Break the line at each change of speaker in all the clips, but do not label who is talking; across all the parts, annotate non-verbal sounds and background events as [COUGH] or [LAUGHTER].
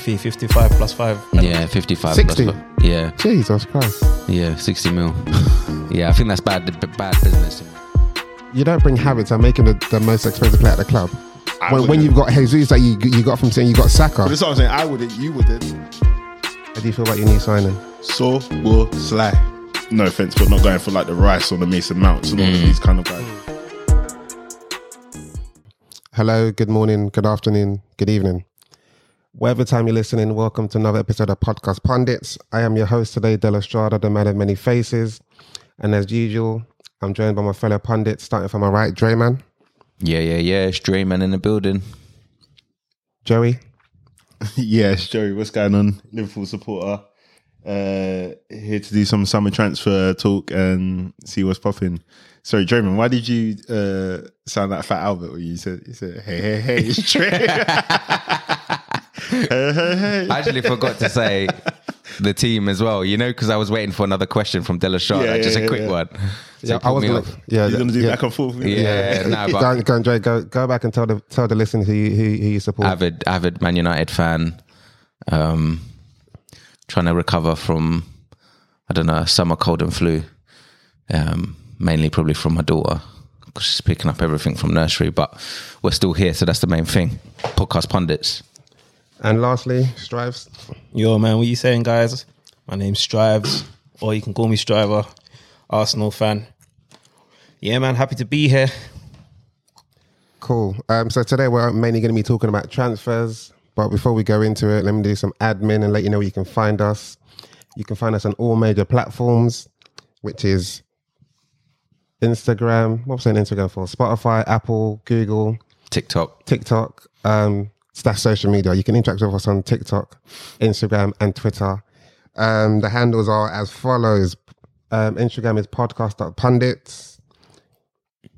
fee, 55 plus 5.
Yeah, 55.
60?
Plus, fi- yeah,
Jesus Christ.
yeah, 60
[LAUGHS]
mil. yeah, I think that's bad b- bad business.
You don't bring habits and make him the, the most expensive player at the club.
I
When, when
wouldn't.
you've got Jesus that you, you got from saying you got Saka,
But that's what I'm saying. I would not You would not
how do you feel about your new signing?
So will Sly. No offense, but not going for like the Rice or the Mason Mounts and all of these kind of guys. [LAUGHS]
Hello, good morning, good afternoon, good evening. Whatever time you're listening, welcome to another episode of Podcast Pundits. I am your host today, Del Estrada, the man of many faces. And as usual, I'm joined by my fellow pundits, starting from my right, Drayman,
Yeah, yeah, yeah. It's Drayman in the building.
Joey,
yes, Joey, what's going on? Liverpool supporter. Uh, here to do some summer transfer talk and see what's popping. Sorry, Draymond, why did you uh, sound like Fat Albert when you said, you said hey, hey, hey, it's [LAUGHS] Dre. hey, hey, hey.
I actually forgot to
[LAUGHS]
say the team as well, you know, because I was waiting for another question from De La Shara,
Yeah, yeah,
just
yeah,
a quick
yeah.
one. So
I was gonna, yeah,
You're going to do
yeah,
back and forth? with me?
Yeah,
[LAUGHS]
nah,
go,
but-
on- go, on, Dre, go, go back and tell the tell the listener who you, who, who you support.
avid avid Man United fan, um, trying to recover from I don't know summer cold and flu, um, mainly probably from my daughter because she's picking up everything from nursery. But we're still here, so that's the main thing. Podcast pundits.
and lastly, Strives.
Yo, man, what you saying, guys? My name's Strives, or you can call me Striver, Arsenal fan. Yeah, man, happy to be here.
Cool. Um, so today we're mainly going to be talking about transfers. But before we go into it, let me do some admin and let you know where you can find us. You can find us on all major platforms, which is Instagram. What was I saying Instagram for? Spotify, Apple, Google,
TikTok.
TikTok. Um, it's that's social media. You can interact with us on TikTok, Instagram, and Twitter. Um, the handles are as follows. Um, Instagram is podcast.pundits.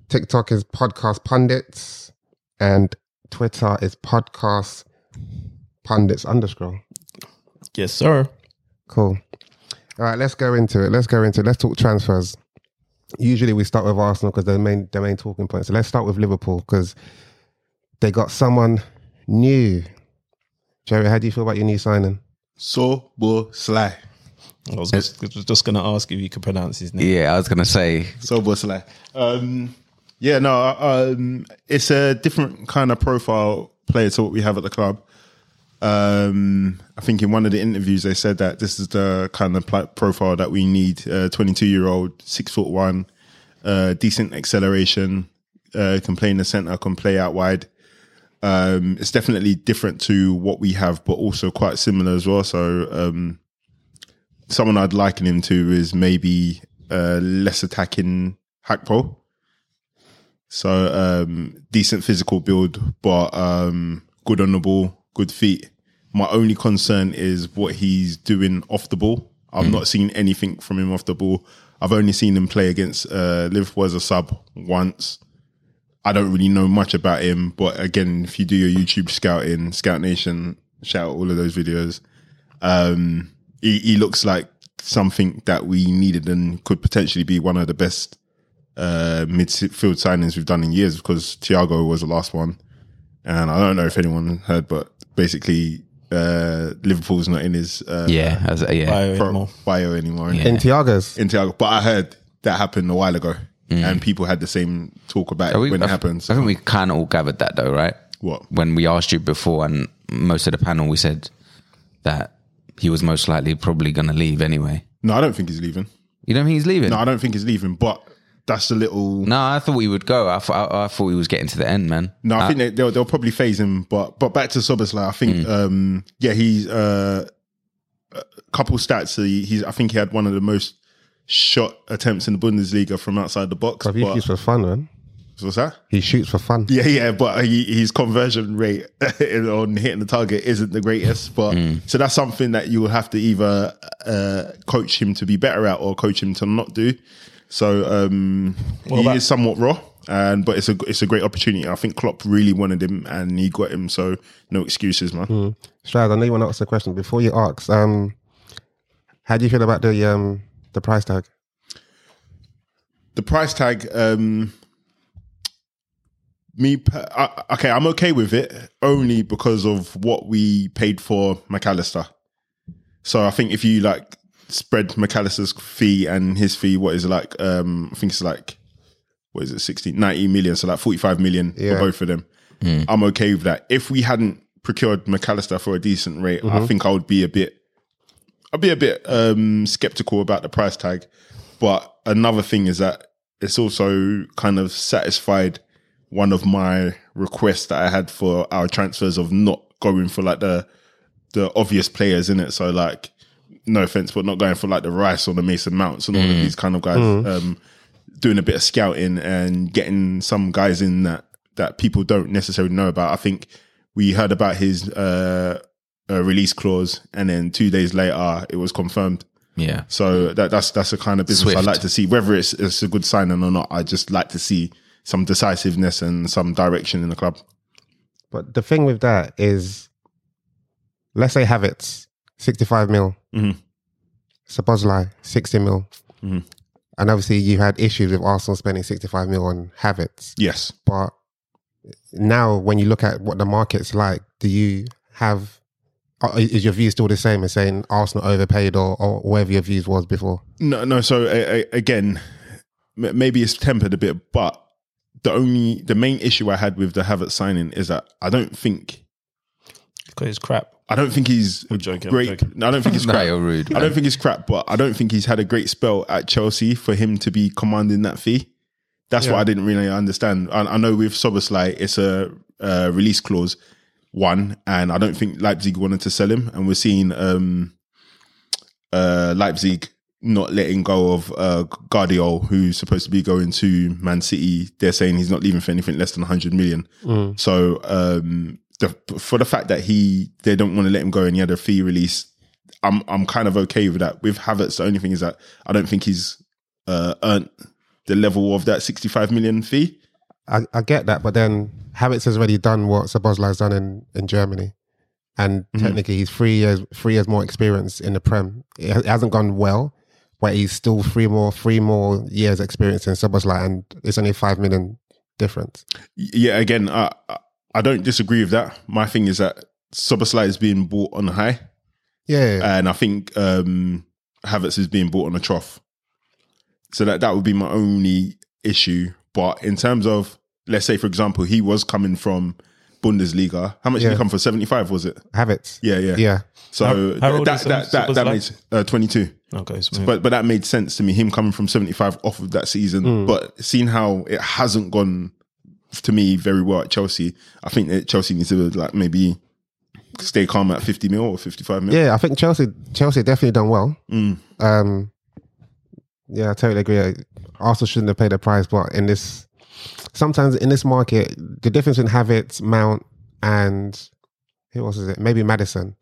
TikTok is podcast pundits. And Twitter is podcast pundits underscore.
Yes, sir.
Cool. All right, let's go into it. Let's go into it. Let's talk transfers. Usually we start with Arsenal because they're the main, their main talking point. So let's start with Liverpool because they got someone new. Jerry, how do you feel about your new signing?
So will Sly.
I was just, was just gonna ask if you could pronounce his name.
Yeah, I was gonna say
So was like, um, yeah, no, um, it's a different kind of profile player to what we have at the club. Um, I think in one of the interviews they said that this is the kind of pl- profile that we need: uh, twenty-two-year-old, six foot one, uh, decent acceleration, uh, can play in the center, can play out wide. Um, it's definitely different to what we have, but also quite similar as well. So, um, someone I'd liken him to is maybe uh, less attacking Hakpo. So um, decent physical build, but um, good on the ball, good feet. My only concern is what he's doing off the ball. I've not seen anything from him off the ball. I've only seen him play against uh, Liverpool as a sub once. I don't really know much about him, but again, if you do your YouTube scouting, Scout Nation, shout out all of those videos um, he, he looks like something that we needed and could potentially be one of the best uh, midfield signings we've done in years because Thiago was the last one. And I don't know if anyone heard, but basically, uh, Liverpool's not in his uh,
yeah, I was, yeah.
Bio
pro-
anymore.
bio anymore.
In Tiago's?
In Thiago. But I heard that happened a while ago. And people had the same talk about
I
it
think-
when
I
it
th-
happens.
I think we kind of all gathered that though, right?
What?
When we asked you before, and most of the panel, we said that he was most likely probably going to leave anyway.
No, I don't think he's leaving.
You don't think he's leaving?
No, I don't think he's leaving. But that's a little.
No, I thought we would go. I thought I, I thought we was getting to the end, man.
No, I think they, they'll they'll probably phase him, but but back to Soberslay, I think um yeah he's uh, a couple stats. He, he's I think he had one of the most shot attempts in the Bundesliga from outside the box.
He
but-
shoots for fun, man.
what's that?
He shoots for fun.
Yeah, yeah, but he, his conversion rate [LAUGHS] on hitting the target isn't the greatest. But so that's something that you will have to either uh, coach him to be better at or coach him to not do. So um, he
about-
is somewhat raw, and but it's a it's a great opportunity. I think Klopp really wanted him, and he got him. So no excuses, man.
Shroud, I know you want to ask a question. Before you ask, um, how do you feel about the um, the price tag?
the price tag um me, per- I, okay, I'm okay with it only because of what we paid for McAllister. So I think if you like spread McAllister's fee and his fee, what is it like? Um, I think it's like what is it, 16, 90 million, so like 45 million
Yeah.
for both of them. I'm okay with that. If we hadn't procured McAllister for a decent rate, I think I would be a bit, I'd be a bit um, skeptical about the price tag. But another thing is that it's also kind of satisfied one of my requests that I had for our transfers of not going for like the the obvious players in it. So like, no offense, but not going for like the Rice or the Mason Mounts and all of these kind of guys. Um, doing a bit of scouting and getting some guys in that that people don't necessarily know about. I think we heard about his uh, uh, release clause, and then two days later, it was confirmed.
Yeah.
So that, that's that's the kind of business I
Swift.
like to see. Whether it's it's a good signing or not, I just like to see some decisiveness and some direction in the club.
But the thing with that is, let's say Havertz, 65 mil.
Mhm.
Sabozlai, 60 mil.
Mhm.
And obviously, you had issues with Arsenal spending 65 mil on Havertz.
Yes,
But now, when you look at what the market's like, do you have, uh, is your view still the same as saying Arsenal overpaid or, or whatever your views was before?
No, no. So a, a, again, m- maybe it's tempered a bit, but the only the main issue I had with the Havertz signing is that I don't think
because it's crap.
I don't think he's a
joking, I'm
great.
joking.
no, I
[LAUGHS]
don't think he's
No,
crap.
you're rude.
I don't think he's crap, but I don't think he's had a great spell at Chelsea for him to be commanding that fee. That's what I didn't really understand. I, I know with Soboslai, it's a uh, release clause one, and I don't think Leipzig wanted to sell him, and we're seeing um, uh, Leipzig not letting go of uh, Guardiol, who's supposed to be going to Man City. They're saying he's not leaving for anything less than 100 million. So um, the, for the fact that he they don't want to let him go and he had a fee release, I'm I'm kind of okay with that. With Havertz, the only thing is that I don't think he's uh, earned the level of that 65 million fee.
I, I get that, but then Havertz has already done what Sabozlai's done in, in Germany, and technically he's three years three years more experience in the Prem. It, ha- it hasn't gone well, but he's still three more three more years experience in Sabozlai, and it's only five million difference.
Y- Yeah, again, I I- I don't disagree with that. My thing is that Soboslai is being bought on high,
Yeah,
and I think um, Havertz is being bought on a trough. So that that would be my only issue. But in terms of let's say, for example, he was coming from Bundesliga. How much did
Yeah.
he come for? 75, was it?
Havertz.
Yeah, yeah.
Yeah,
So
How- how old
that,
is um,
that, that,
Soboslai?
that makes uh, 22.
Okay, so
But but that made sense to me. Him coming from seventy five off of that season, but seeing how it hasn't gone to me very well at Chelsea, I think that Chelsea needs to like maybe stay calm at fifty mil or fifty five mil.
yeah. I think Chelsea Chelsea definitely done well. Um, yeah, I totally agree. Arsenal shouldn't have paid the price, but in this, sometimes in this market, the difference in Havertz, Mount, and who else is it? Maybe Madison.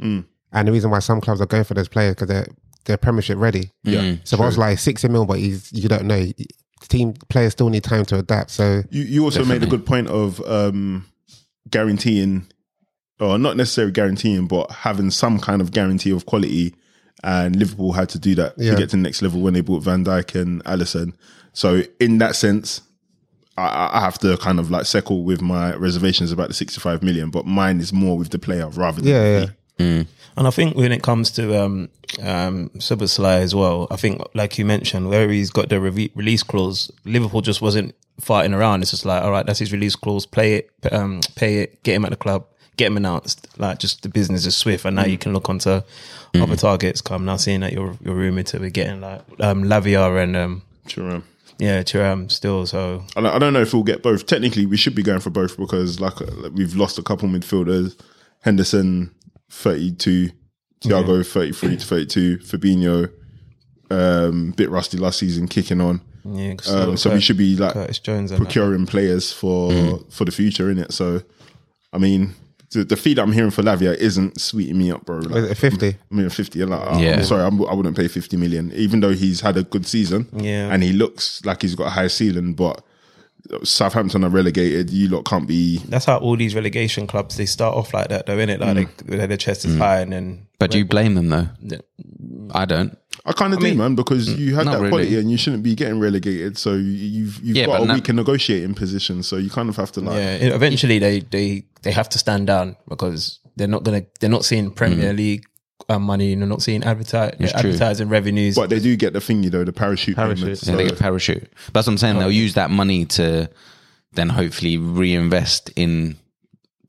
And the reason why some clubs are going for those players because they're they're Premiership ready.
Yeah.
So I was like sixty mil, but he's you don't know. Team players still need time to adapt. So
You you also made a good point of um, guaranteeing, or not necessarily guaranteeing, but having some kind of guarantee of quality. And Liverpool had to do that
Yeah.
to get to the next level when they bought Van Dijk and Allison. So in that sense, I- I, I have to kind of like settle with my reservations about the sixty-five million, but mine is more with the player rather than
yeah,
the
yeah.
fee.
And I think when it comes to um, um, Soboslai as well, I think, like you mentioned, where he's got the re- release clause, Liverpool just wasn't fighting around. It's just like, all right, that's his release clause. Play it, p- um, pay it, get him at the club, get him announced. Like, just the business is swift. And now you can look onto other targets. 'Cause I'm now seeing that you're, you're rumored to be getting like um, Lavia and, um,
Sure.
yeah, Turam still. So,
I don't- I don't know if we'll get both. Technically, we should be going for both because, like, uh, like, we've lost a couple midfielders. Henderson, thirty-two. Thiago, thirty-three to thirty-two. Fabinho, um, bit rusty last season, kicking on.
yeah.
Um, so we should be like
Curtis Jones and that.
procuring players for for the future, in it. So, I mean, the, the fee that I'm hearing for Lavia isn't sweeting me up, bro. Like,
Was it fifty?
I mean, 50. Like, I-
Yeah.
I'm sorry, I'm, I wouldn't pay 50 million, even though he's had a good season.
Yeah.
And he looks like he's got a high ceiling, but Southampton are relegated. You lot can't be.
That's how all these relegation clubs they start off like that, though, innit? Like they, their chest is high, and then
But do you blame them though?
Yeah.
I don't.
I kind of do, man, because you had
not
that quality
really.
and you shouldn't be getting relegated. So you- you've you've
Yeah,
got
but
a
now-
weaker negotiating position. So you kind of have to like
Yeah, e- eventually they they they have to stand down because they're not gonna they're not seeing Premier
Mm.
League uh, money and they're not seeing adverti-
It's true.
advertising revenues.
But they do get the thingy though, the parachute,
Parachute.
payments.
Yeah,
So
they get parachute. But that's what I'm saying. They'll use that money to then hopefully reinvest in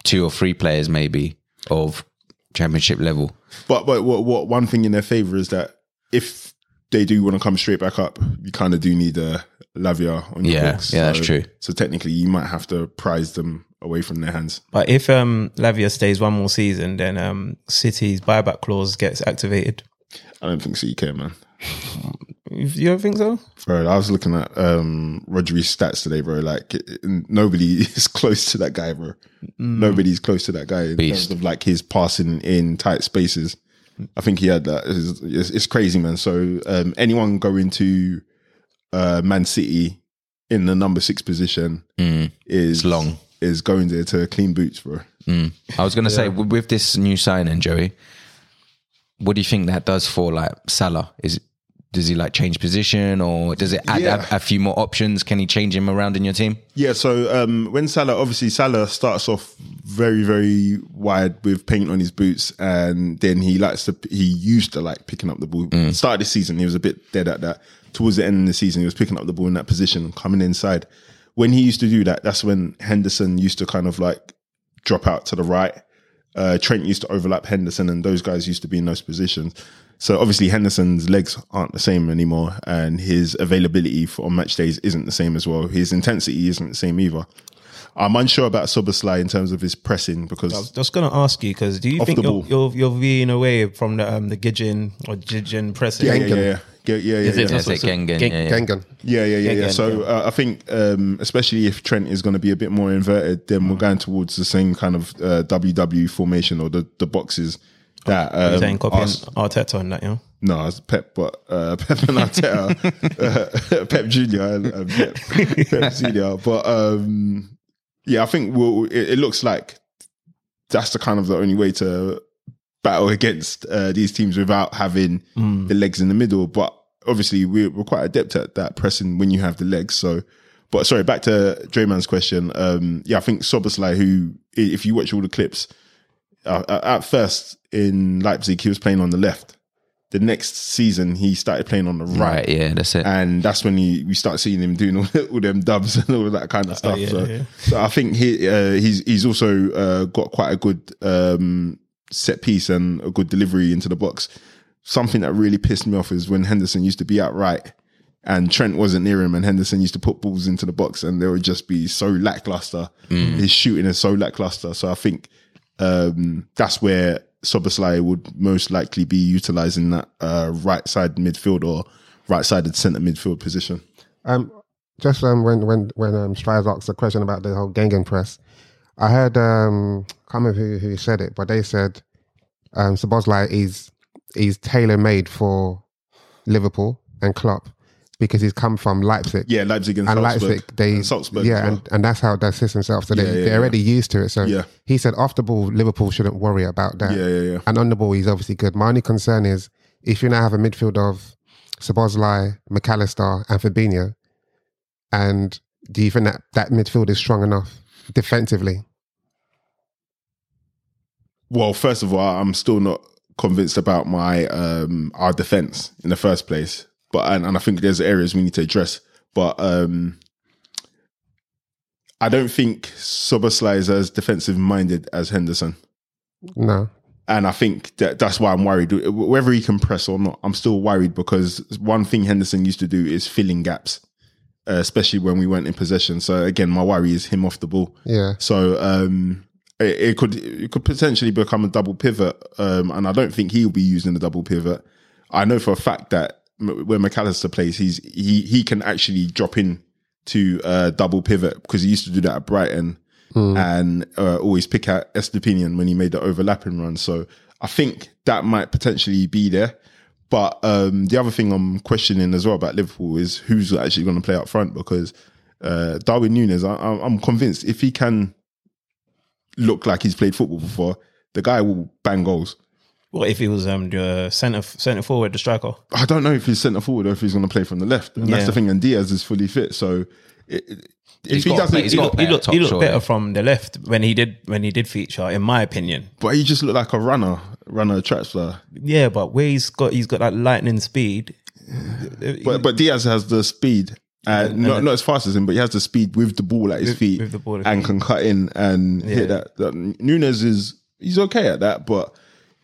two or three players, maybe of championship level.
But but what what one thing in their favor is that if they do want to come straight back up, you kind of do need a Lavia on your
Yeah,
books.
yeah, that's true.
So technically, you might have to prize them away from their hands.
But if um, Lavia stays one more season, then um, City's buyback clause gets activated.
I don't think so. You care, man.
You you don't think so?
Bro, I was looking at um Rodri's stats today, bro. Like it- nobody [LAUGHS] is close to that guy, bro. Nobody's close to that guy in
Mm. Beast.
terms of like his passing in tight spaces. I think he had that. It's, it's- it's crazy, man. So um, anyone going to uh, Man City in the number six position is
Mm. long.
Is going there to clean boots, bro.
I was going to say with with this new signing, Joey, what do you think that does for like Salah? Is it, does he like change position or does it add
Yeah.
a, a few more options? Can he change him around in your team?
Yeah, so um, when Salah, obviously Salah starts off very, very wide with paint on his boots, and then he likes to he used to like picking up the ball. Started this season, he was a bit dead at that. Towards the end of the season, he was picking up the ball in that position, coming inside. When he used to do that, that's when Henderson used to kind of like drop out to the right. Uh, Trent used to overlap Henderson, and those guys used to be in those positions. So obviously Henderson's legs aren't the same anymore, and his availability for on match days isn't the same as well. His intensity isn't the same either. I'm unsure about Soboslai in terms of his pressing
I
because
was just going to ask you because do you
Off
think
the
you're,
ball.
you're you're veering away from the um, the Gijin or Gijin pressing?
yeah, yeah, yeah, yeah, yeah, yeah,
Is it
yeah.
not
Is it
so-
Gengen?
Gen-
Yeah, yeah.
Gengen.
Yeah, yeah, yeah,
Yeah,
yeah.
yeah,
So
yeah.
Uh, I think, um, especially if Trent is going to be a bit more inverted, then we're going towards the same kind of uh, WW formation or the, the boxes that
You're
um,
saying copying
Ars-
Arteta on that, yeah.
No, it's Pep, but uh, [LAUGHS] Pep and Arteta, [LAUGHS] uh, Pep Junior, and, and Pep, Pep Senior. But um, yeah, I think we'll, it, it looks like that's the kind of the only way to battle against uh, these teams without having the legs in the middle. But obviously, we're, we're quite adept at that pressing when you have the legs. So, but sorry, back to Drayman's question. Um, yeah, I think Soboslai, who i- if you watch all the clips, uh, uh, at first in Leipzig he was playing on the left. The next season he started playing on the right,
Right, yeah, that's it.
and that's when he, we start seeing him doing all, [LAUGHS] all them dubs and all that kind
Oh,
of stuff.
yeah,
so,
yeah.
so I think he uh, he's he's also uh, got quite a good um, set piece and a good delivery into the box. Something that really pissed me off is when Henderson used to be out right and Trent wasn't near him, and Henderson used to put balls into the box, and they would just be so lackluster.
Mm.
His shooting is so lackluster. So I think um, that's where Soboslai would most likely be utilizing that uh, right side midfield or right sided centre midfield position.
Um, just um, when when when um, Strives asked the question about the whole Gengen press, I heard um, can't remember who, who said it, but they said um, Szoboszlai is is tailor made for Liverpool and Klopp because he's come from Leipzig.
Yeah, Leipzig and,
And
Salzburg.
Leipzig, they
and Salzburg.
yeah,
as well.
and, and that's how that sits himself. So they,
Yeah, yeah,
they're
yeah.
already used to it. So
Yeah.
he said, off the ball, Liverpool shouldn't worry about that.
yeah, yeah, yeah.
And on the ball, he's obviously good. My only concern is if you now have a midfield of Sabozlai, McAllister, and Fabinho, and do you think that that midfield is strong enough defensively?
Well, first of all, I'm still not convinced about my um our defense in the first place. But and, and I think there's areas we need to address. But um I don't think Soboslai is as defensive minded as Henderson.
No.
And I think that that's why I'm worried. Whether he can press or not, I'm still worried because one thing Henderson used to do is filling gaps, uh, especially when we weren't in possession. So again, my worry is him off the ball.
Yeah.
So um, it, it could it could potentially become a double pivot, um, and I don't think he'll be using the double pivot. I know for a fact that M- when McAllister plays, he's he he can actually drop in to uh, double pivot because he used to do that at Brighton and uh, always pick out Estepinian when he made the overlapping run. So I think that might potentially be there. But um, the other thing I'm questioning as well about Liverpool is who's actually going to play up front because uh, Darwin Nunes, I, I'm I'm convinced if he can look like he's played football before, the guy will bang goals.
What if he was um the centre centre forward, the striker?
I don't know if he's centre forward or if he's going to play from the left. And
Yeah.
that's the thing. And Diaz is fully fit, so it, it- if
He's
he
got a
doesn't,
play- he's
he
got a
look-
play.
He
Yeah,
looked
top
he looked
surely.
better from the left when he did when he did feature, in my opinion.
but he just looked like a runner, runner, trapster.
Yeah, but where he's got he's got that lightning speed.
But but Diaz has the speed. Uh, not, not as fast as him, but he has the speed with the ball at his feet
with the ball at his
and can cut in and hit that. that. Nunes is he's okay at that, but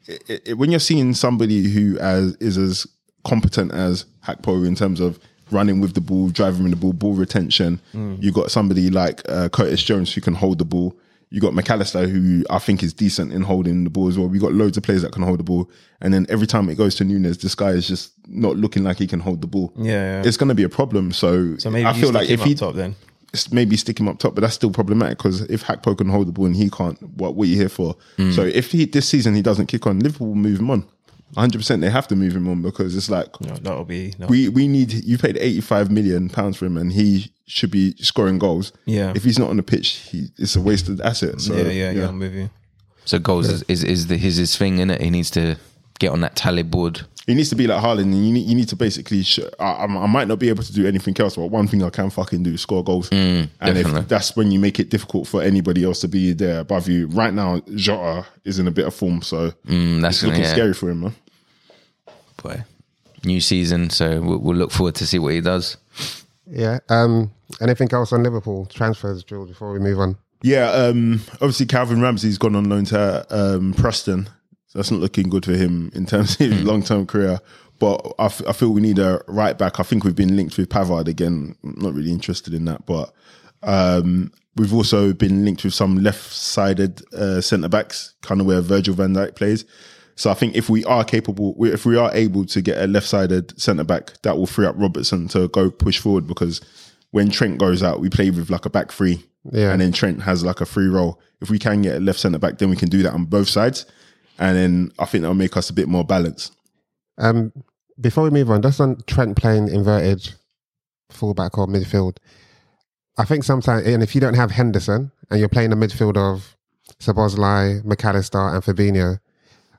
it, it, it- when you're seeing somebody who as is as competent as Hakpo in terms of running with the ball, driving with the ball, ball retention,
Mm.
you got somebody like uh, Curtis Jones who can hold the ball. You got McAllister who I think is decent in holding the ball as well. We got loads of players that can hold the ball, and then every time it goes to Nunes, this guy is just not looking like he can hold the ball.
Yeah, yeah.
it's going to be a problem. So,
So maybe
I feel like if he
top then.
s- maybe stick him up top, but that's still problematic because if Hakpo can hold the ball and he can't, what what are you here for?
Mm.
So if he this season he doesn't kick on, Liverpool will move him on. 100. percent They have to move him on because it's like
No, that'll be no.
we we need you paid 85 million pounds for him and he should be scoring goals.
Yeah.
if he's not on the pitch, he it's a wasted asset. So,
yeah, yeah, yeah, I'm with you.
So goals is, is, is the, his his thing in it. He needs to get on that tally board.
He needs to be like Haaland, and you need you need to basically. Sh- I, I'm- I might not be able to do anything else, but one thing I can fucking do is score goals.
Mm,
and if that's when you make it difficult for anybody else to be there above you. Right now, Jota is in a bit of form, so
Mm, that's
it's looking
yeah.
scary for him, man.
Boy. New season, so we'll, we'll look forward to see what he does.
Yeah. Um, anything else on Liverpool transfers, Jules? Before we move on,
Yeah, um, obviously Calvin Ramsey's gone on loan to um, Preston. So that's not looking good for him in terms of his
Mm.
long term career. But I, f- I feel we need a right back. I think we've been linked with Pavard again. I'm not really interested in that. But um, we've also been linked with some left sided uh, centre backs, kind of where Virgil van Dijk plays. So I think if we are capable, we- if we are able to get a left sided centre back, that will free up Robertson to go push forward because when Trent goes out, we play with like a back three.
Yeah.
And then Trent has like a free roll. If we can get a left centre back, then we can do that on both sides. And then I think that'll make us a bit more balanced.
um, before we move on, just on Trent playing inverted fullback or midfield. I think sometimes, and if you don't have Henderson and you're playing a midfield of Sabozlai, McAllister, and Fabinho,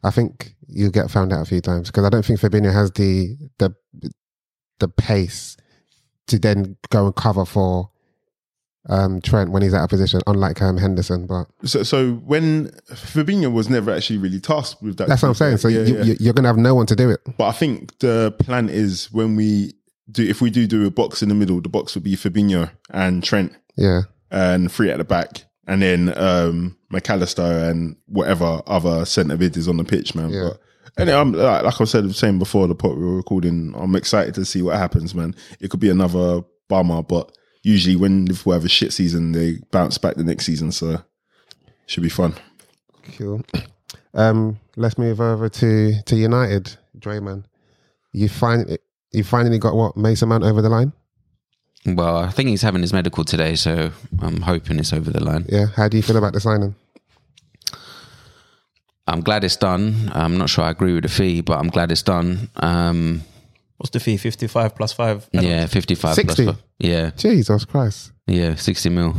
I think you get found out a few times because I don't think Fabinho has the the the pace to then go and cover for um, Trent when he's out of position, unlike um, Henderson. But
So, so when Fabinho was never actually really tasked with that,
That's what I'm saying. So
Yeah,
you,
yeah.
you- you're going to have no one to do it.
But I think the plan is when we do, if we do do a box in the middle, the box would be Fabinho and Trent
Yeah.
and three at the back, and then um, McAllister and whatever other centre mid is on the pitch, man.
Yeah.
But and I'm like, like I said, the same before the pot we were recording. I'm excited to see what happens, man. It could be another bummer, but usually when Liverpool have a shit season, they bounce back the next season, so should be fun.
Cool. [CLEARS THROAT] Um, let's move over to, to United, Draymond. You find you finally got what Mason Mount over the line.
Well, I think he's having his medical today, so I'm hoping it's over the line.
Yeah. How do you feel about the signing?
I'm glad it's done. I'm not sure I agree with the fee, but I'm glad it's done. Um,
What's the fee? Fifty five plus five.
yeah, 55 plus
60?
fi- Yeah,
Jesus Christ.
yeah, 60
[LAUGHS]
mil.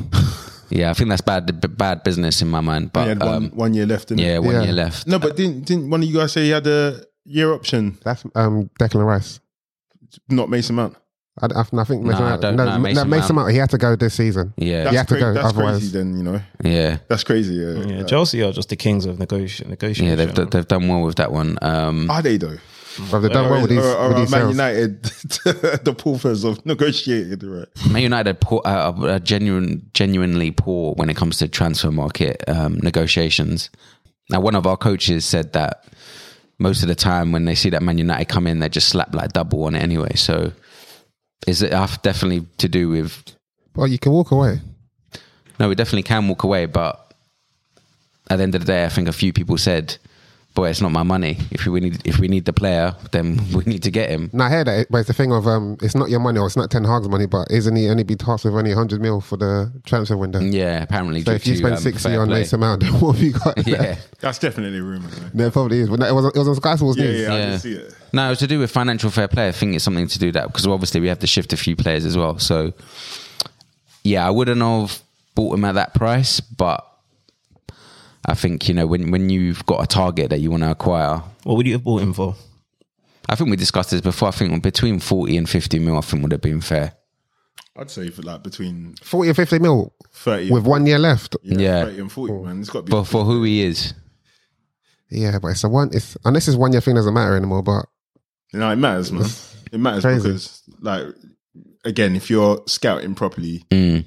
yeah, I think that's bad b- bad business in my mind,
He
but
had one,
um,
one year left, didn't he?
yeah, one
Yeah.
year left.
No, but didn't didn't one of you guys say he had a year option?
That's um, Declan Rice.
Not Mason Mount.
I, I, I think Mason,
No, I
Mount,
don't
no,
know
M-
Mason
no, Mason
Mount.
Mount. He had to go this season.
Yeah,
That's,
have to
cra-
go,
that's
otherwise-
crazy. Then you know
yeah.
that's crazy. Yeah,
Yeah,
Like,
Chelsea are just the kings of negotiation. negotiation
Yeah, they've, d- they've done well with that one. Um,
are they though?
But they've done well with these,
or, or
with
are
these
Man
sales.
United, [LAUGHS] the paupers of negotiated, right?
Man United poor, uh, are genuine, genuinely poor when it comes to transfer market um, negotiations. Now, one of our coaches said that most of the time when they see that Man United come in, they just slap like double on it anyway. So, is it uh, definitely to do with?
Well, you can walk away.
No, we definitely can walk away, but at the end of the day, I think a few people said, "Boy, it's not my money. If we need, if we need the player, then [LAUGHS] we need to get him."
Now I hear that, but it's the thing of um, it's not your money or it's not Ten Hag's money, but isn't he only be tasked with only 100 mil for the transfer window?
Yeah, apparently.
So
due
if you
to,
spend
Mm. um,
60
fair
on
play.
Mason Mount, [LAUGHS] what have you got? there?
[LAUGHS] yeah.
That's definitely rumour. man.
No, it probably is. But no, it was, it was on Sky Sports
Yeah,
News.
yeah, I can see it.
No, it was to do with financial fair play. I think it's something to do that because obviously we have to shift a few players as well. So, yeah, I wouldn't have bought him at that price, but I think you know when when you've got a target that you want to acquire.
What would you have bought him for?
I think we discussed this before. I think between forty and fifty mil, I think would have been fair.
I'd say for like between
40 or 50 mil
30,
with one year left.
yeah,
Yeah.
30 and 40, man. It's got to be.
But for who he is,
Yeah, but it's a one. It's unless it's one year thing doesn't matter anymore. But
No, it matters, man. It matters
Crazy.
because, like, again, if you're scouting properly,
Mm.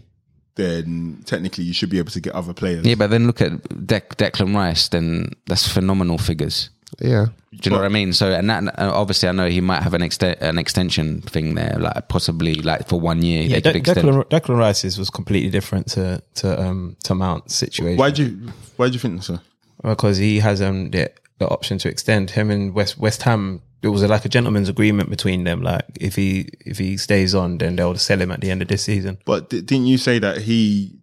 then technically you should be able to get other players.
yeah. But then look at Dec Declan Rice. Then that's phenomenal figures.
yeah,
Do you know what I mean? So, and that uh, obviously, I know he might have an exten- an extension thing there, like possibly like for one year.
Yeah,
they could
De-
extend.
Declan, Declan Rice's was completely different to to um to Mount's situation
Why do you Why do you think so?
because he has um the, the option to extend him and West West Ham. It was like a gentleman's agreement between them. Like if he if he stays on, then they'll sell him at the end of this season.
But di- didn't you say that he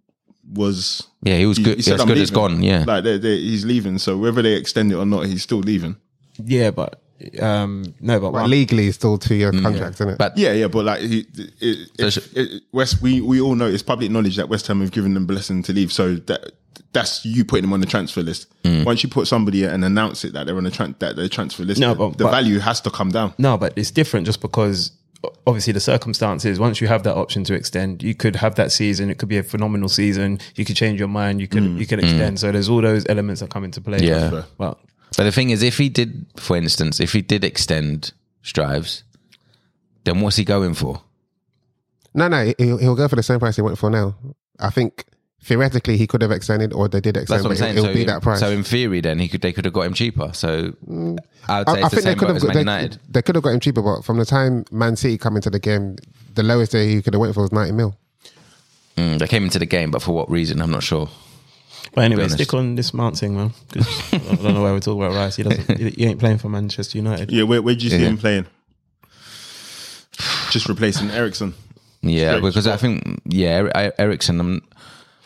was?
yeah, he was
you-
good.
you
yeah,
said
as
I'm
good as
leaving.
gone. Yeah,
Like they they he's leaving, so whether they extend it or not, he's still leaving.
Yeah, but um no, but,
but legally it's still two year contract, isn't it?
Mm, But-
Yeah, yeah, but like he, it, it,
So
it- West, we we all know it's public knowledge that West Ham have given them blessing to leave. So that that's you putting them on the transfer list.
Mm.
Once you put somebody and announce it that they're on the tran- that they're transfer list,
No,
the,
but-
the
but-
value has to come down.
No, but it's different just because o- obviously the circumstances, once you have that option to extend, you could have that season. It could be a phenomenal season. You could change your mind. You could, you could extend. So there's all those elements that come into play.
Yeah. Sure.
Well,
But the thing is, if he did, for instance, if he did extend Strives, then what's he going for?
no, no, he'll, he'll go for the same price he went for now. I think theoretically he could have extended, or they did
That's
extend.
what I'm
but
saying.
It'll
so,
be that price. Mm.
so in theory, then he could they could have got him cheaper. So I would say
I, I
it's the
think they
same
could
boat
have
as Man
got,
United.
they, they could have got him cheaper, but from the time Man City come into the game, the lowest day he could have went for was ninety mil.
Mm, they came into the game, but for what reason? I'm not sure.
but anyway,
honest.
stick on this Mount thing, man. 'cause I don't know why we're talking about Rice. He doesn't, he, he ain't playing for Manchester United.
Yeah, where where do you see
Yeah.
him playing? Just replacing Ericsson.
Yeah,
Strange
because I think yeah, Er- Ericsson. I'm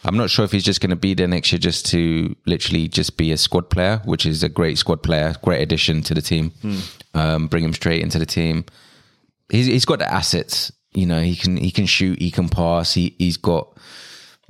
I'm not sure if he's just going to be there next year just to literally just be a squad player, which is a great squad player, great addition to the team.
Hmm.
Um, bring him straight into the team. He's he's got the assets. You know, he can he can shoot, he can pass, he he's got.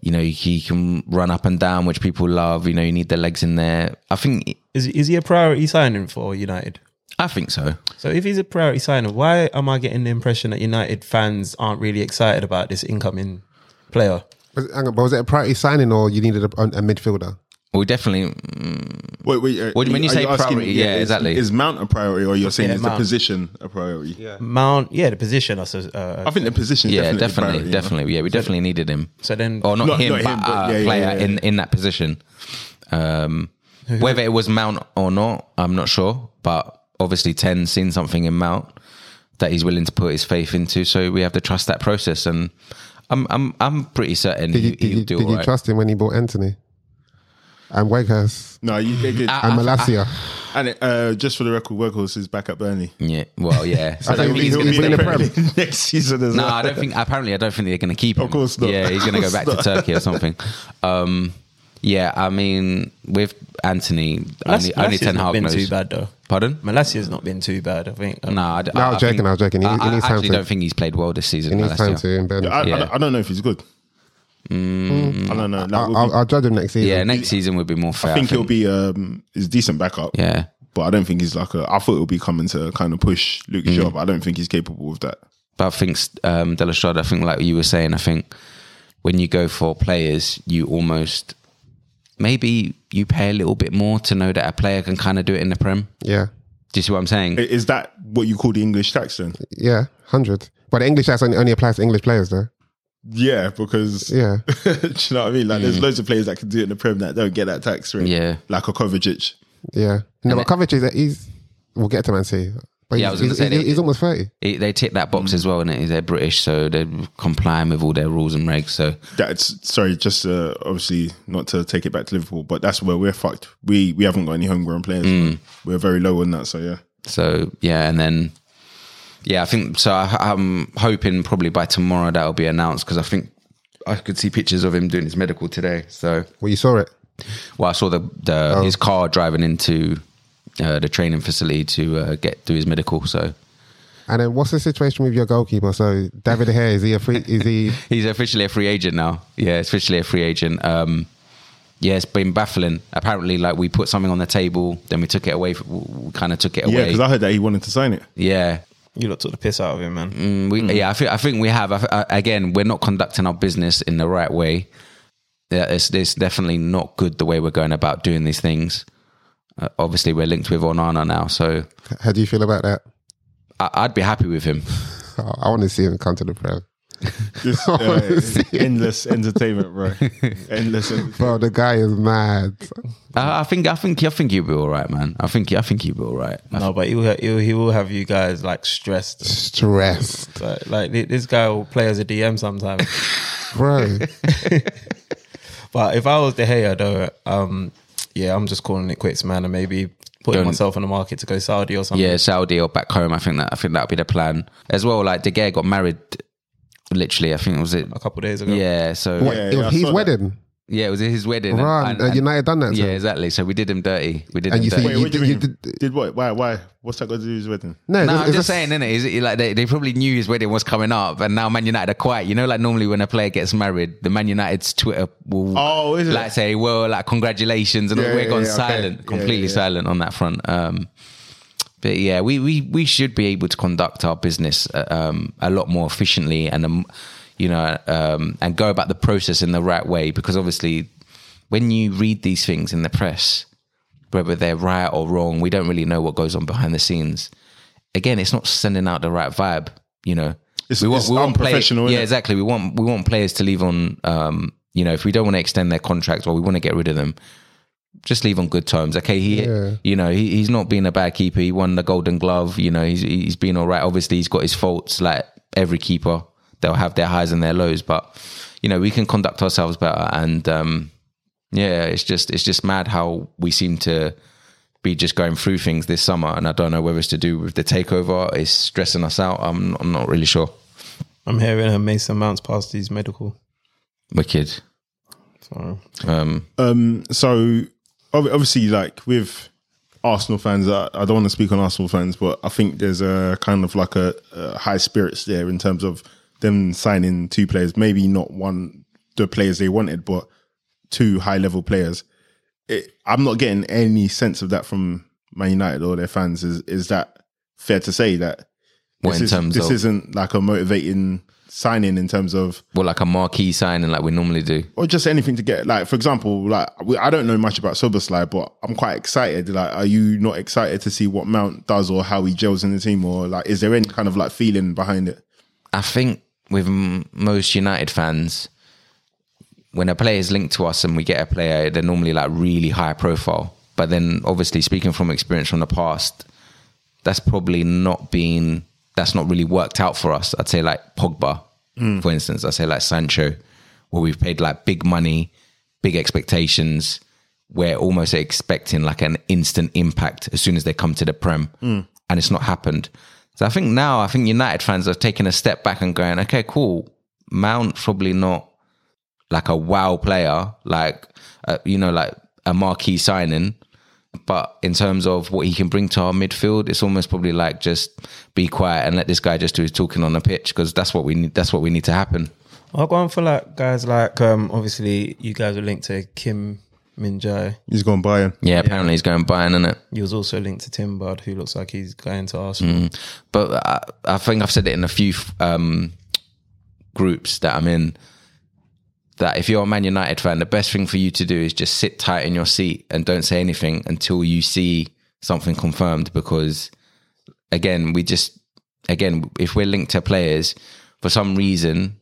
You know, he can run up and down, which people love. You know, you need the legs in there. I think,
Is, is he a priority signing for United?
I think so.
So if he's a priority signing, why am I getting the impression that United fans aren't really excited about this incoming player?
Was, hang on, but was it a priority signing, or you needed a, a, a midfielder?
We definitely, mm,
Wait, wait. uh,
What do you mean you
are
say
asking-
priority? Yeah,
is-
exactly.
Is Mount a priority, or you're saying
Yeah,
is
Mount.
the position a priority? Yeah,
Mount, yeah, the position. I suppose, uh,
Oh,
I think the position.
yeah,
definitely, a
definitely,
priority,
definitely,
you know?
yeah, we definitely needed him.
so then,
or not,
Not-
him,
not
but
him, but
a
yeah, yeah,
player
yeah, yeah.
in in that position. Um, whether it was Mount or not, I'm not sure. But obviously, ten seen something in Mount that he's willing to put his faith into. So we have to trust that process, and I'm I'm I'm pretty certain
Did you,
he,
did
he'll
you,
do
did you
all right.
trust him when he bought Anthony and Wakehurst
No, you, they did.
Ah.
and Malasia?
and it, uh, just for the record, Workhorse is back at Burnley.
yeah, well, yeah.
I
So
think
he's
he'll
gonna
be in
stay
the
there.
Premier League.
[LAUGHS] next season
[LAUGHS]
as
No,
well.
I don't think. Apparently, I don't think they're going to keep him. Of
course not.
Yeah, he's going to go back to Turkey or something. Um, yeah, I mean, with Anthony, only, only
Malassia's
Ten
not
Hag
been too
knows.
bad though.
Pardon?
Malassia's not been too bad, I think. uh,
No, I, d-
No, I was joking,
think-
I was joking. He- he
I, I
needs time
actually
to-
don't think he's played well this
He
season.
needs time
Malacia.
to embed.
[LAUGHS] I, I
Yeah. Mm.
don't- I don't know if he's good. I don't know. Like,
I'll,
we'll
I'll,
be-
I'll judge him next season.
Yeah, next season would be more fair.
I think he'll be um, he's decent backup.
Yeah,
but I don't think he's like a. I thought it would be coming to kind of push Luke
Mm.
Shaw, but I don't think he's capable of that.
but I think um, De La Strada, I think like you were saying, I think when you go for players, you almost maybe you pay a little bit more to know that a player can kind of do it in the prem.
Yeah,
Do you see what I'm saying?
I- Is that what you call the English tax then?
yeah, hundred. But the English that's only, only applies to English players, though.
Yeah, because
Yeah,
[LAUGHS] do you know what I mean? Like, there's loads of players that can do it in the Prem that don't get that tax rate.
Mm. Yeah.
like a Kovacic.
yeah. No, but Coventry, is- he's we'll get to Man City. But
Yeah, I
he's,
was gonna
he's,
say
he's,
that-
he's almost thirty.
It- they tick that
Mm.
box as well, and they're British, so they're complying with all their rules and regs. So
That's sorry, just uh, obviously not to take it back to Liverpool, but that's where we're fucked. We we haven't got any homegrown players.
Mm.
We're very low on that. So yeah,
So yeah, and then yeah, I think so. I, I'm hoping probably by tomorrow that'll be announced because I think I could see pictures of him doing his medical today. So
Well, you saw it.
well, I saw the, the
Oh.
his car driving into uh, the training facility to uh, get do his medical. So
And then what's the situation with your goalkeeper? So David Hare is he [LAUGHS] a free? Is he?
he's officially a free agent now. Yeah, officially a free agent. Um, yeah, it's been baffling. Apparently, like we put something on the table, then we took it away. We kind of took it
Yeah,
away.
because I heard that he wanted to sign it.
yeah,
You lot took the piss out of him, man.
Mm, we, Yeah, I think I think we have. I, thi- I, again, we're not conducting our business in the right way. Yeah, it's, it's definitely not good the way we're going about doing these things. Uh, obviously, we're linked with Onana now, so
How do you feel about that?
I, I'd be happy with him.
Oh, I want to see him come to the Prem. [LAUGHS]
Just
Oh,
uh, endless entertainment, bro. Endless. entertainment.
Bro, the guy is mad.
I, I think I think I think you'll be all right, man. I think I think you'll be all right.
No, but he will, he will, he will have you guys like stressed.
Stressed.
But, like thi- this guy will play as a DM
[LAUGHS]
sometimes.
[LAUGHS]
Bro,
but if I was De Gea, though, um, yeah, I'm just calling it quits, man, and maybe putting
Don't-
myself on the market to go Saudi or something.
Yeah, Saudi or back home. I think that I think that'd be the plan as well. Like De Gea got married, literally. I think it was it.
a couple of days ago.
Yeah, so
what,
yeah,
it was
I
his
saw that.
wedding.
yeah, it was his wedding. and-
Right,
and-
uh,
and-
United done that to
Yeah,
him.
exactly. So we did him dirty. We did
And
him
you
dirty.
think
Wait,
You
what do
did-
you mean?
you
Did,
did-
what? Why? Why? What's that got to do with his wedding?
No,
No,
it's-
I'm
it's
just saying, innit? Is it like they, they probably knew his wedding was coming up, and now Man United are quiet. You know, like normally when a player gets married, the Man United's Twitter will
Oh, is it?
like say, "Well, like congratulations," and
Yeah,
we're
yeah,
gone
yeah, okay.
silent,
Yeah,
completely
yeah, yeah.
silent on that front. Um, but yeah, we we we should be able to conduct our business uh, um, a lot more efficiently, and um, you know, um, and go about the process in the right way. Because obviously, when you read these things in the press, whether they're right or wrong, we don't really know what goes on behind the scenes. Again, it's not sending out the right vibe. You know,
It's- it's unprofessional,
Players, yeah,
innit?
exactly. We want we want players to leave on. Um, you know, if we don't want to extend their contracts or we want to get rid of them, just leave on good terms. Okay, he,
Yeah.
you know, he, he's not been a bad keeper. He won the Golden Glove. You know, he's he's been all right. Obviously, he's got his faults. Like every keeper, they'll have their highs and their lows. But you know, we can conduct ourselves better. And um, yeah, it's just it's just mad how we seem to be just going through things this summer. And I don't know whether it's to do with the takeover. It's stressing us out. I'm I'm not really sure.
I'm hearing uh, Mason Mounts passed his medical.
Wicked.
So
Um,
Um, so ob- obviously, like with Arsenal fans, I, I don't want to speak on Arsenal fans, but I think there's a kind of like a, a high spirits there in terms of them signing two players, maybe not one the players they wanted, but two high level players. It, I'm not getting any sense of that from Man United or their fans. Is is that fair to say that
What
this
in
is,
terms
this
of-
isn't like a motivating signing in terms of
well, like a marquee signing, like we normally do.
or just anything to get like for example like we, i don't know much about Soberslide, but i'm quite excited like are you not excited to see what mount does or how he gels in the team or like is there any kind of like feeling behind it
I think with m- most United fans, when a player is linked to us and we get a player, they're normally like really high profile. But then, obviously, speaking from experience from the past, that's probably not been that's not really worked out for us. I'd say like Pogba, for instance. I'd say like Sancho, where we've paid like big money, big expectations. We're almost expecting like an instant impact as soon as they come to the prem, and it's not happened. So I think now I think United fans are taking a step back and going, okay, cool. Mount probably not like a wow player, like uh, you know, like a marquee signing. But in terms of what he can bring to our midfield, it's almost probably like just be quiet and let this guy just do his talking on the pitch because that's what we need. That's what we need to happen.
I'll go on for like guys like um obviously you guys were linked to Kim Min Jae.
he's gone buying
Yeah, apparently he's going buying, isn't it?
He was also linked to Timbard, who looks like he's going to
Mm,
Arsenal.
But I, I think I've said it in a few um, groups that I'm in that if you're a Man United fan, the best thing for you to do is just sit tight in your seat and don't say anything until you see something confirmed. Because again, we just again, if we're linked to players for some reason,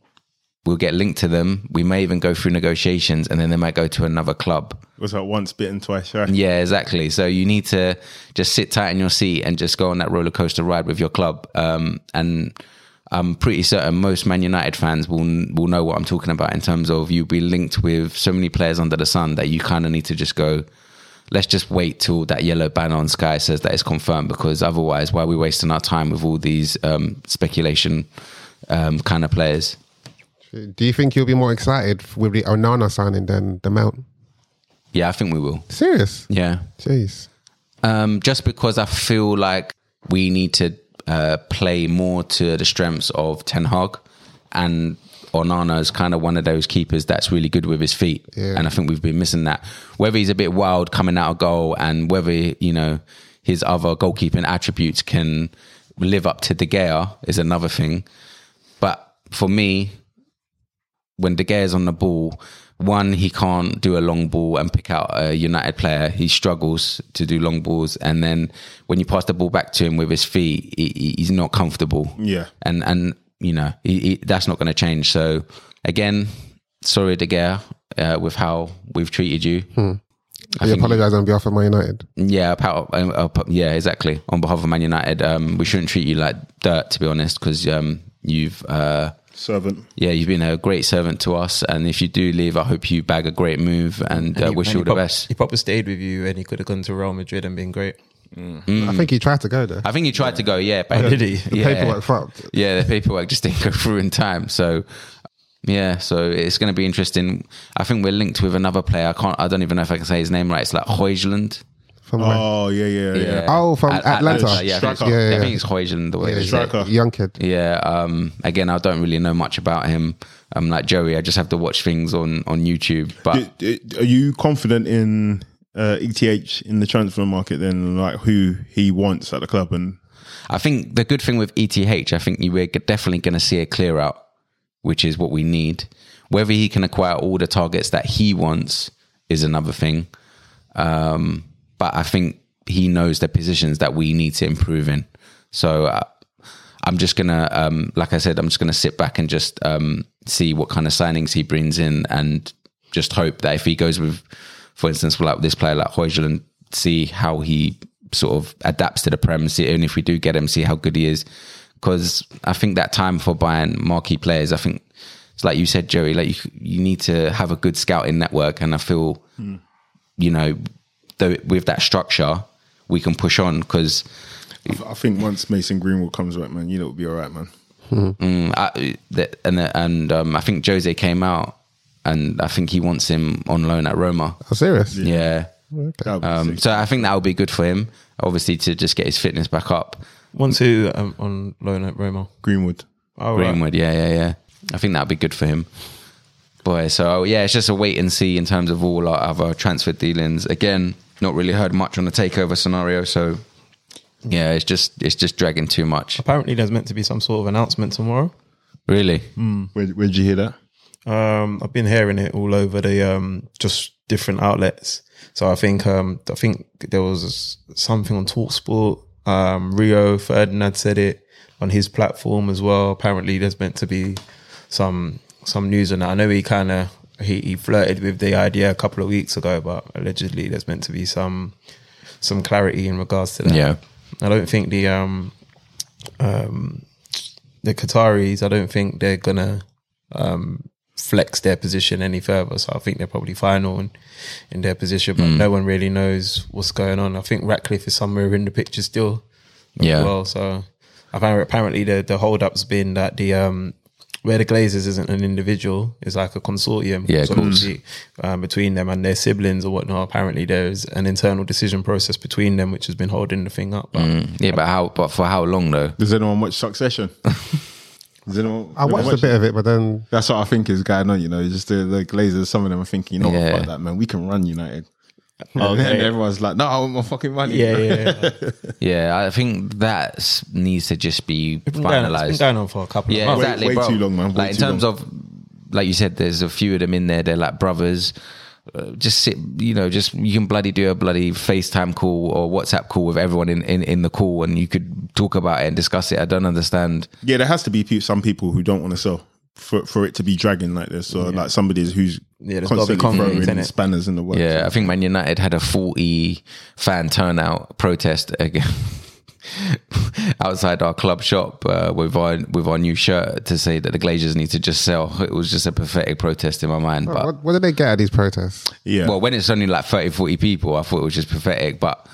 we'll get linked to them. We may even go through negotiations, and then they might go to another club.
was that once bitten twice shy
Yeah, exactly. So you need to just sit tight in your seat and just go on that roller coaster ride with your club. Um, and I'm pretty certain most Man United fans will will know what I'm talking about in terms of you'll be linked with so many players under the sun that you kind of need to just go. Let's just wait till that yellow banner on Sky says that it's confirmed because otherwise, why are we wasting our time with all these um, speculation um, kind of players?
do you think you'll be more excited with the Onana signing than the Mount?
Yeah, I think we will.
Serious?
Yeah.
Jeez.
Um, just because I feel like we need to uh, play more to the strengths of Ten Hag and Onana is kind of one of those keepers that's really good with his feet,
Yeah.
and I think we've been missing that. Whether he's a bit wild coming out of goal, and whether you know his other goalkeeping attributes can live up to De Gea is another thing. But for me, when De Gea's on the ball, one, he can't do a long ball and pick out a United player. He struggles to do long balls. And then when you pass the ball back to him with his feet, he- he, he's not comfortable.
Yeah.
And, and you know, he, he, that's not going to change. So, again, sorry, De Gea, uh, with how we've treated you.
We apologise on behalf of Man United.
Yeah, about, um, uh, yeah, exactly. On behalf of Man United, um, we shouldn't treat you like dirt, to be honest, because um, you've. Uh,
Servant.
yeah, you've been a great servant to us, and if you do leave, I hope you bag a great move and, uh,
He-
wish
and
you
he
all the
prob-
best.
He probably stayed with you, and he could have gone to Real Madrid and been great.
I think he tried to go there.
Mm. I think he tried to go, yeah, but
Did he?
The
yeah,
paperwork fucked.
yeah, the paperwork just didn't go [LAUGHS] through in time. So, yeah, so it's going to be interesting. I think we're linked with another player. I can't, I don't even know if I can say his name right. It's like Hoijland.
From where?
Oh yeah, yeah, yeah.
Oh, from
yeah,
Atlanta.
I think it's-
Striker.
Yeah, yeah,
I
yeah.
think it's Hoijland. The way they say it.
striker.
Young kid.
Yeah. Um, again, I don't really know much about him. I'm like Joey. I just have to watch things on on YouTube. But
D- d- Are you confident in uh, ETH in the transfer market? Then, like who he wants at the club, and
I think the good thing with ETH, I think you we're definitely going to see a clear out, which is what we need. Whether he can acquire all the targets that he wants is another thing. Um, but I think he knows the positions that we need to improve in. So uh, I'm just gonna, um, like I said, I'm just gonna sit back and just um, see what kind of signings he brings in, and just hope that if he goes with, for instance, like this player like Hoijlund, see how he sort of adapts to the Prem. See, and if we do get him, see how good he is. Because I think that time for buying marquee players, I think it's like you said, Joey. Like you, you need to have a good scouting network, and I feel you know, though with that structure, we can push on because
I th- I think once Mason Greenwood comes back, man, you know it'll be all right, man.
mm, I, that- and and um, I think Jose came out and I think he wants him on loan at Roma.
Oh, serious?
Yeah.
That'll be
Um,
sick.
so I think that will be good for him, obviously, to just get his fitness back up.
One two um, on loan at Roma.
Greenwood.
Oh, right.
Greenwood, yeah, yeah, yeah. I think that'll be good for him. Boy, so yeah, it's just a wait and see in terms of all our other transfer dealings. Again, not really heard much on the takeover scenario, so yeah, it's just it's just dragging too much.
Apparently, there's meant to be some sort of announcement tomorrow.
Really,
Where, where'd you hear that?
Um, I've been hearing it all over the um, just different outlets. So I think um, I think there was something on Talksport. Um, Rio Ferdinand said it on his platform as well. Apparently, there's meant to be some some news on that. I know he kind of he, he flirted with the idea a couple of weeks ago, but allegedly there's meant to be some some clarity in regards to that.
Yeah.
I don't think the um um the Qataris. I don't think they're gonna um, flex their position any further. So I think they're probably final in, in their position, but
Hmm.
no one really knows what's going on. I think Ratcliffe is somewhere in the picture still. as
Yeah.
Well, so I've heard apparently the the hold up's been that the um where the Glazers isn't an individual, it's like a consortium.
Yeah, of
So
course.
obviously, um, between them and their siblings or whatnot. Apparently, there's an internal decision process between them, which has been holding the thing up. But
yeah, but how? But for how long though? [LAUGHS]
Does anyone watch
[LAUGHS]
Succession? Does anyone?
I watched a
watch-
bit of it, but then
That's what I think is going on. You know, just the, the Glazers. Some of them are thinking, you know,
Yeah.
what, fuck that, man. We can
[LAUGHS]
run United. And then
Oh, Okay.
everyone's like, no, I want my fucking money.
yeah,
[LAUGHS]
yeah, yeah.
Yeah, I think that needs to just be
It's been going- it's been
finalized.
going on for a couple
Yeah,
of months.
exactly.
way
bro.
too long, man. Way
like in
too
terms
long.
of, like you said, there's a few of them in there. They're like brothers. Uh, just sit, you know, just you can bloody do a bloody FaceTime call or WhatsApp call with everyone in, in, in the call, and you could talk about it and discuss it. I don't understand.
Yeah, there has to be pe- some people who don't want to sell for for it to be dragging like this, or like somebody who's
Yeah, there's gotta be
constantly
conflict,
throwing
innit?
spanners in the works.
Yeah, I think Man United had a 40 fan turnout protest again [LAUGHS] outside our club shop uh, with our with our new shirt to say that the Glazers need to just sell. It was just a pathetic protest in my mind, but
what, what did they get at these
[LAUGHS]
protests?
yeah.
well, when it's only like 30, 40 people, I thought it was just pathetic, but.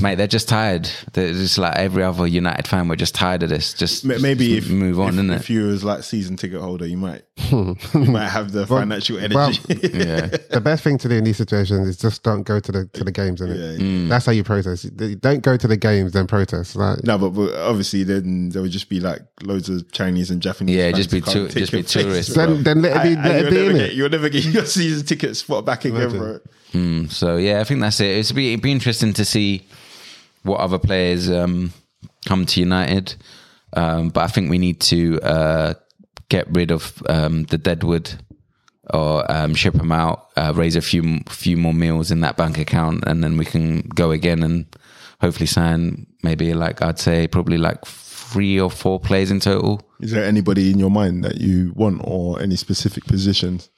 Mate, they're just tired. They're just like every other United fan. We're just tired of this. Just
M- maybe
just
if
move on,
if,
[LAUGHS]
innit?
if you was like season ticket holder, you might you might have the financial energy. [LAUGHS]
Yeah.
the best thing to do in these situations is just don't go to the to the games, and
Yeah,
Mm.
that's how you protest. Don't go to the games, then protest. Like,
no, but, but obviously then there would just be like loads of Chinese and Japanese.
Yeah,
fans
just be
who can't
tou-
take
just be
your place.
tourists.
then, then let it be.
And- and
let it
you'll,
be
never
in
get,
it.
you'll never get [LAUGHS] your season ticket spot back again,
Imagine.
bro.
So yeah, I think that's it. It's be it'd be interesting to see what other players um, come to United, um, but I think we need to uh, get rid of um, the deadwood or um, ship them out, uh, raise a few few more meals in that bank account, and then we can go again and hopefully sign maybe like I'd say probably like three or four players in total.
Is there anybody in your mind that you want or any specific positions?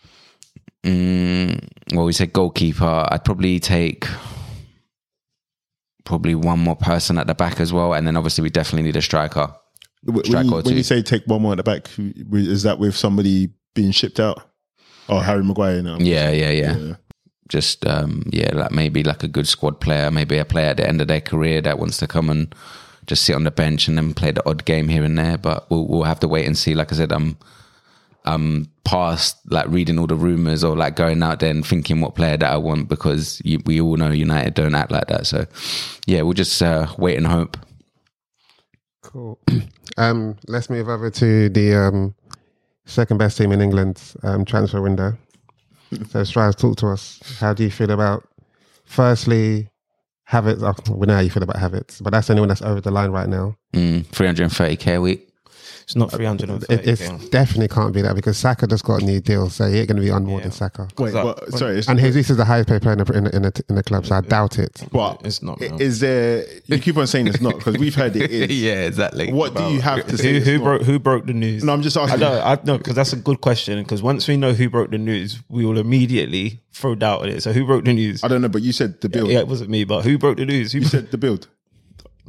Mm, well, we said goalkeeper. I'd probably take probably one more person at the back as well, and then obviously we definitely need a striker.
When
Striker
you,
or
when
two.
you say take one more at the back, who- is that with somebody being shipped out? Oh, Harry Maguire now.
Yeah, yeah, yeah.
Yeah.
Just um, yeah, like maybe like a good squad player, maybe a player at the end of their career that wants to come and just sit on the bench and then play the odd game here and there. But we'll we'll have to wait and see. Like I said, I'm I'm past like reading all the rumors or like going out there and thinking what player that I want because you, we all know United don't act like that. So yeah, we'll just uh, wait and hope.
Cool. Um, let's move over to the um, second best team in England um, transfer window. So, Strauss, talk to us. How do you feel about, firstly, Havertz? Oh, we know how you feel about Havertz, but that's the only one that's over the line right now.
Mm, 330k a week.
It's not three hundred and
It
thirty.
it's definitely can't be that because Saka just got a new deal, so he ain't going to be on more than
Yeah.
Saka.
Wait,
Like,
what- sorry. It's,
And Jesus is the highest paid player in the, in the, in the, in the club, so I doubt it.
but
It's not, no.
Is there? You keep on saying it's not because we've heard
[LAUGHS]
it [LAUGHS] is.
exactly.
What do you have to say?
Who,
it's
who
not?
broke who broke the news?
No, I'm just
I
asking.
know, I know, because that's a good question. Because once we know who broke the news, we will immediately throw doubt on it. So who broke the news?
I don't know, but you said the build.
Yeah, it wasn't me, but who broke the news? Who
You said the build.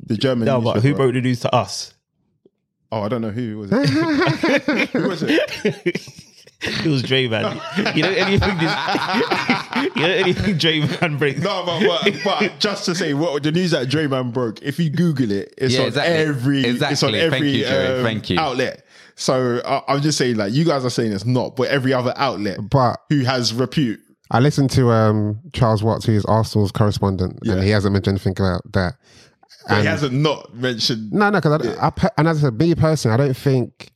The German.
no, but who
newspaper.
broke the news to us?
Oh, I don't know who was it. who was it?
It was Dre
[LAUGHS]
man. you know anything? This, [LAUGHS] you know anything? Dre man breaks.
No, but, but, but just to say, what the news that Draymond broke. If you Google it, it's
Yeah,
on
exactly.
every. It's on
Exactly. Thank
every.
you, Joey.
um,
Thank you.
Outlet. So I, I'm just saying, like you guys are saying, it's not, but every other outlet
But
who has repute.
I listened to um, Charles Watts, who's Arsenal's correspondent,
Yeah.
and he hasn't mentioned anything about that.
But he
And-
hasn't not mentioned.
No, no, because I, I pe- and as I said, me personally, I don't think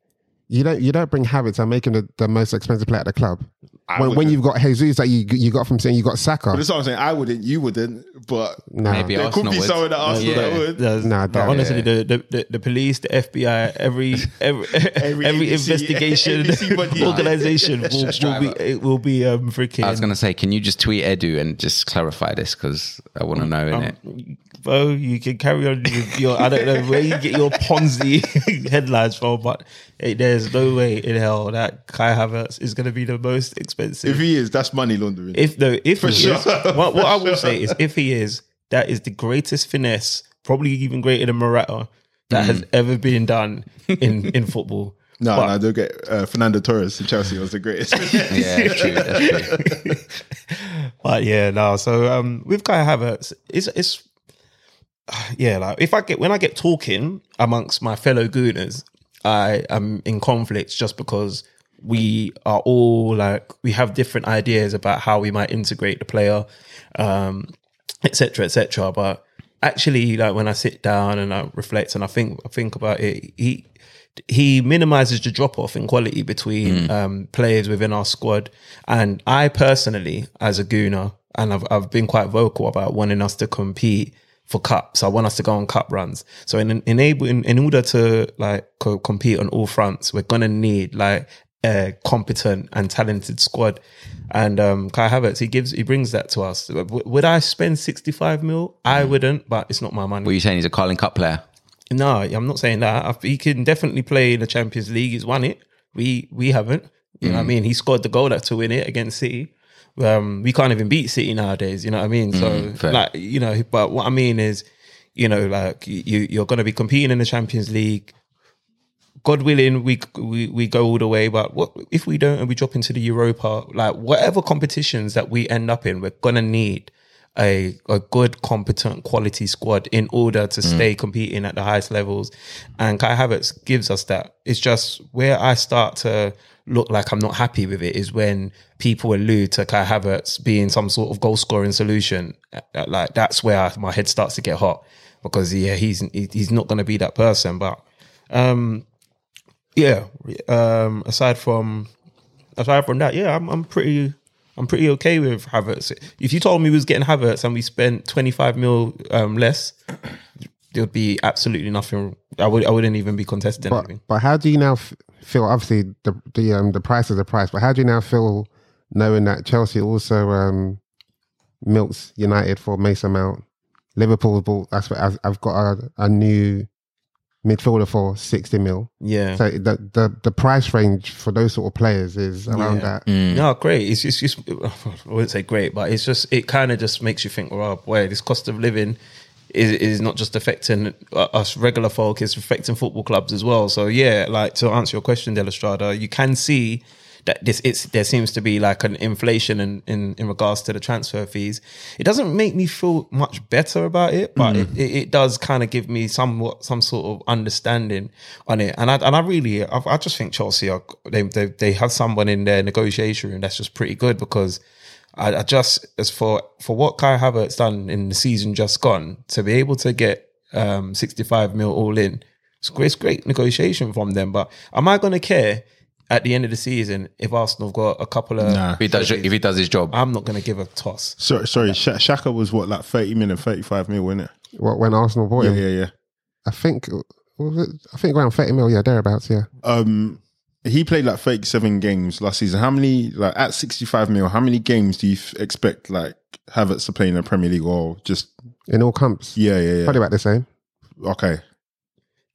you don't you don't bring Havertz and make him the, the most expensive player at the club. When, when
wouldn't.
you've got Jesus that you you got from saying you got Saka,
But that's what I'm saying. I wouldn't. You wouldn't. But
No.
Maybe
there
Arsenal
could be
would.
someone at Arsenal
Yeah.
that would.
There's-
Nah,
but
that-
honestly, the, the, the, the police, the FBI, every every every,
ABC
investigation
ABC
[LAUGHS]
body.
organization will, will be it will be um freaking.
I was going to say, can you just tweet Edu and just clarify this because I want to know in it.
Bro, you can carry on with your. I don't know where you get your Ponzi [LAUGHS] headlines from, but hey, there's no way in hell that Kai Havertz is going to be the most expensive.
If he is, that's money laundering.
If though, if he
sure.
is, what, what I will say is, if he is, that is the greatest finesse, probably even greater than Morata, that has ever been done in in football.
no,
But-
no, they'll get uh, Fernando Torres to Chelsea was the greatest.
[LAUGHS]
[LAUGHS]
Yeah, that's true. That's true.
[LAUGHS] But yeah, no. So um, with Kai Havertz, it's it's [SIGHS] yeah. Like if I get when I get talking amongst my fellow Gooners, I am in conflicts just because we are all like we have different ideas about how we might integrate the player, um, etc. etc. But actually, like when I sit down and I reflect and I think I think about it, he he minimizes the drop off in quality between um, players within our squad. And I personally, as a gooner, and I've, I've been quite vocal about wanting us to compete for cups. I want us to go on cup runs. So in enabling, in order to like co- compete on all fronts, we're gonna need like a competent and talented squad. And um, Kai Havertz, he gives, he brings that to us. W- would I spend sixty five mil? I wouldn't, but it's not my money.
What are you saying? He's a Carling Cup player.
No, I'm not saying that. I- He can definitely play in the Champions League. He's won it. We we haven't. You know what I mean? He scored the goal that to win it against City. Um, we can't even beat City nowadays. You know what I mean? so
fair.
like you know, but what I mean is, you know, like you you're going to be competing in the Champions League. God willing, we we we go all the way. But what if we don't and we drop into the Europa? Like whatever competitions that we end up in, we're gonna need a, a good, competent, quality squad in order to stay competing at the highest levels. And Kai Havertz gives us that. It's just where I start to look like I'm not happy with it is when people allude to Kai Havertz being some sort of goal scoring solution. Uh, uh, Like that's where I, my head starts to get hot because yeah, he's he- he's not going to be that person. But um, yeah, um, aside from aside from that, yeah, I'm I'm pretty I'm pretty okay with Havertz. If you told me we was getting Havertz and we spent 25 mil um, less, there'd be absolutely nothing. I would I wouldn't even be contesting
But
anything.
but how do you now f- feel? Obviously, the the um the price is the price. But how do you now feel knowing that Chelsea also um milks United for Mason Mount? Liverpool bought. That's what I've, I've got a, a new midfielder for sixty mil.
Yeah.
So the, the the price range for those sort of players is around
Yeah. Mm.
that.
No, great. It's [LAUGHS] just, it's, I wouldn't say great, but it's just it kind of just makes you think, well, boy, this cost of living is is not just affecting uh, us regular folk; it's affecting football clubs as well. So yeah, like to answer your question, De La Strada, you can see that this it's there seems to be like an inflation in, in in regards to the transfer fees. It doesn't make me feel much better about it, but it, it, it does kind of give me somewhat some sort of understanding on it. And I and I really I, I just think Chelsea are they, they they have someone in their negotiation room that's just pretty good because I, I just as for for what Kai Havertz done in the season just gone to be able to get um 65 mil all in. It's great, it's great negotiation from them, but am I going to care at the end of the season if Arsenal have got a couple of?
If he does, if he does his job,
I'm not going to give a toss.
Sorry, sorry. Sha Shaka was what like thirty million, thirty-five mil, wasn't it?
What when Arsenal bought
Yeah,
him,
yeah, yeah.
I think was it, I think around thirty mil. Yeah, thereabouts. Yeah,
Um, he played like thirty-seven games last season. How many like at sixty-five mil? How many games do you f- expect like Havertz to play in the Premier League or just
in all comps,
yeah, yeah, yeah?
probably about the same.
Okay,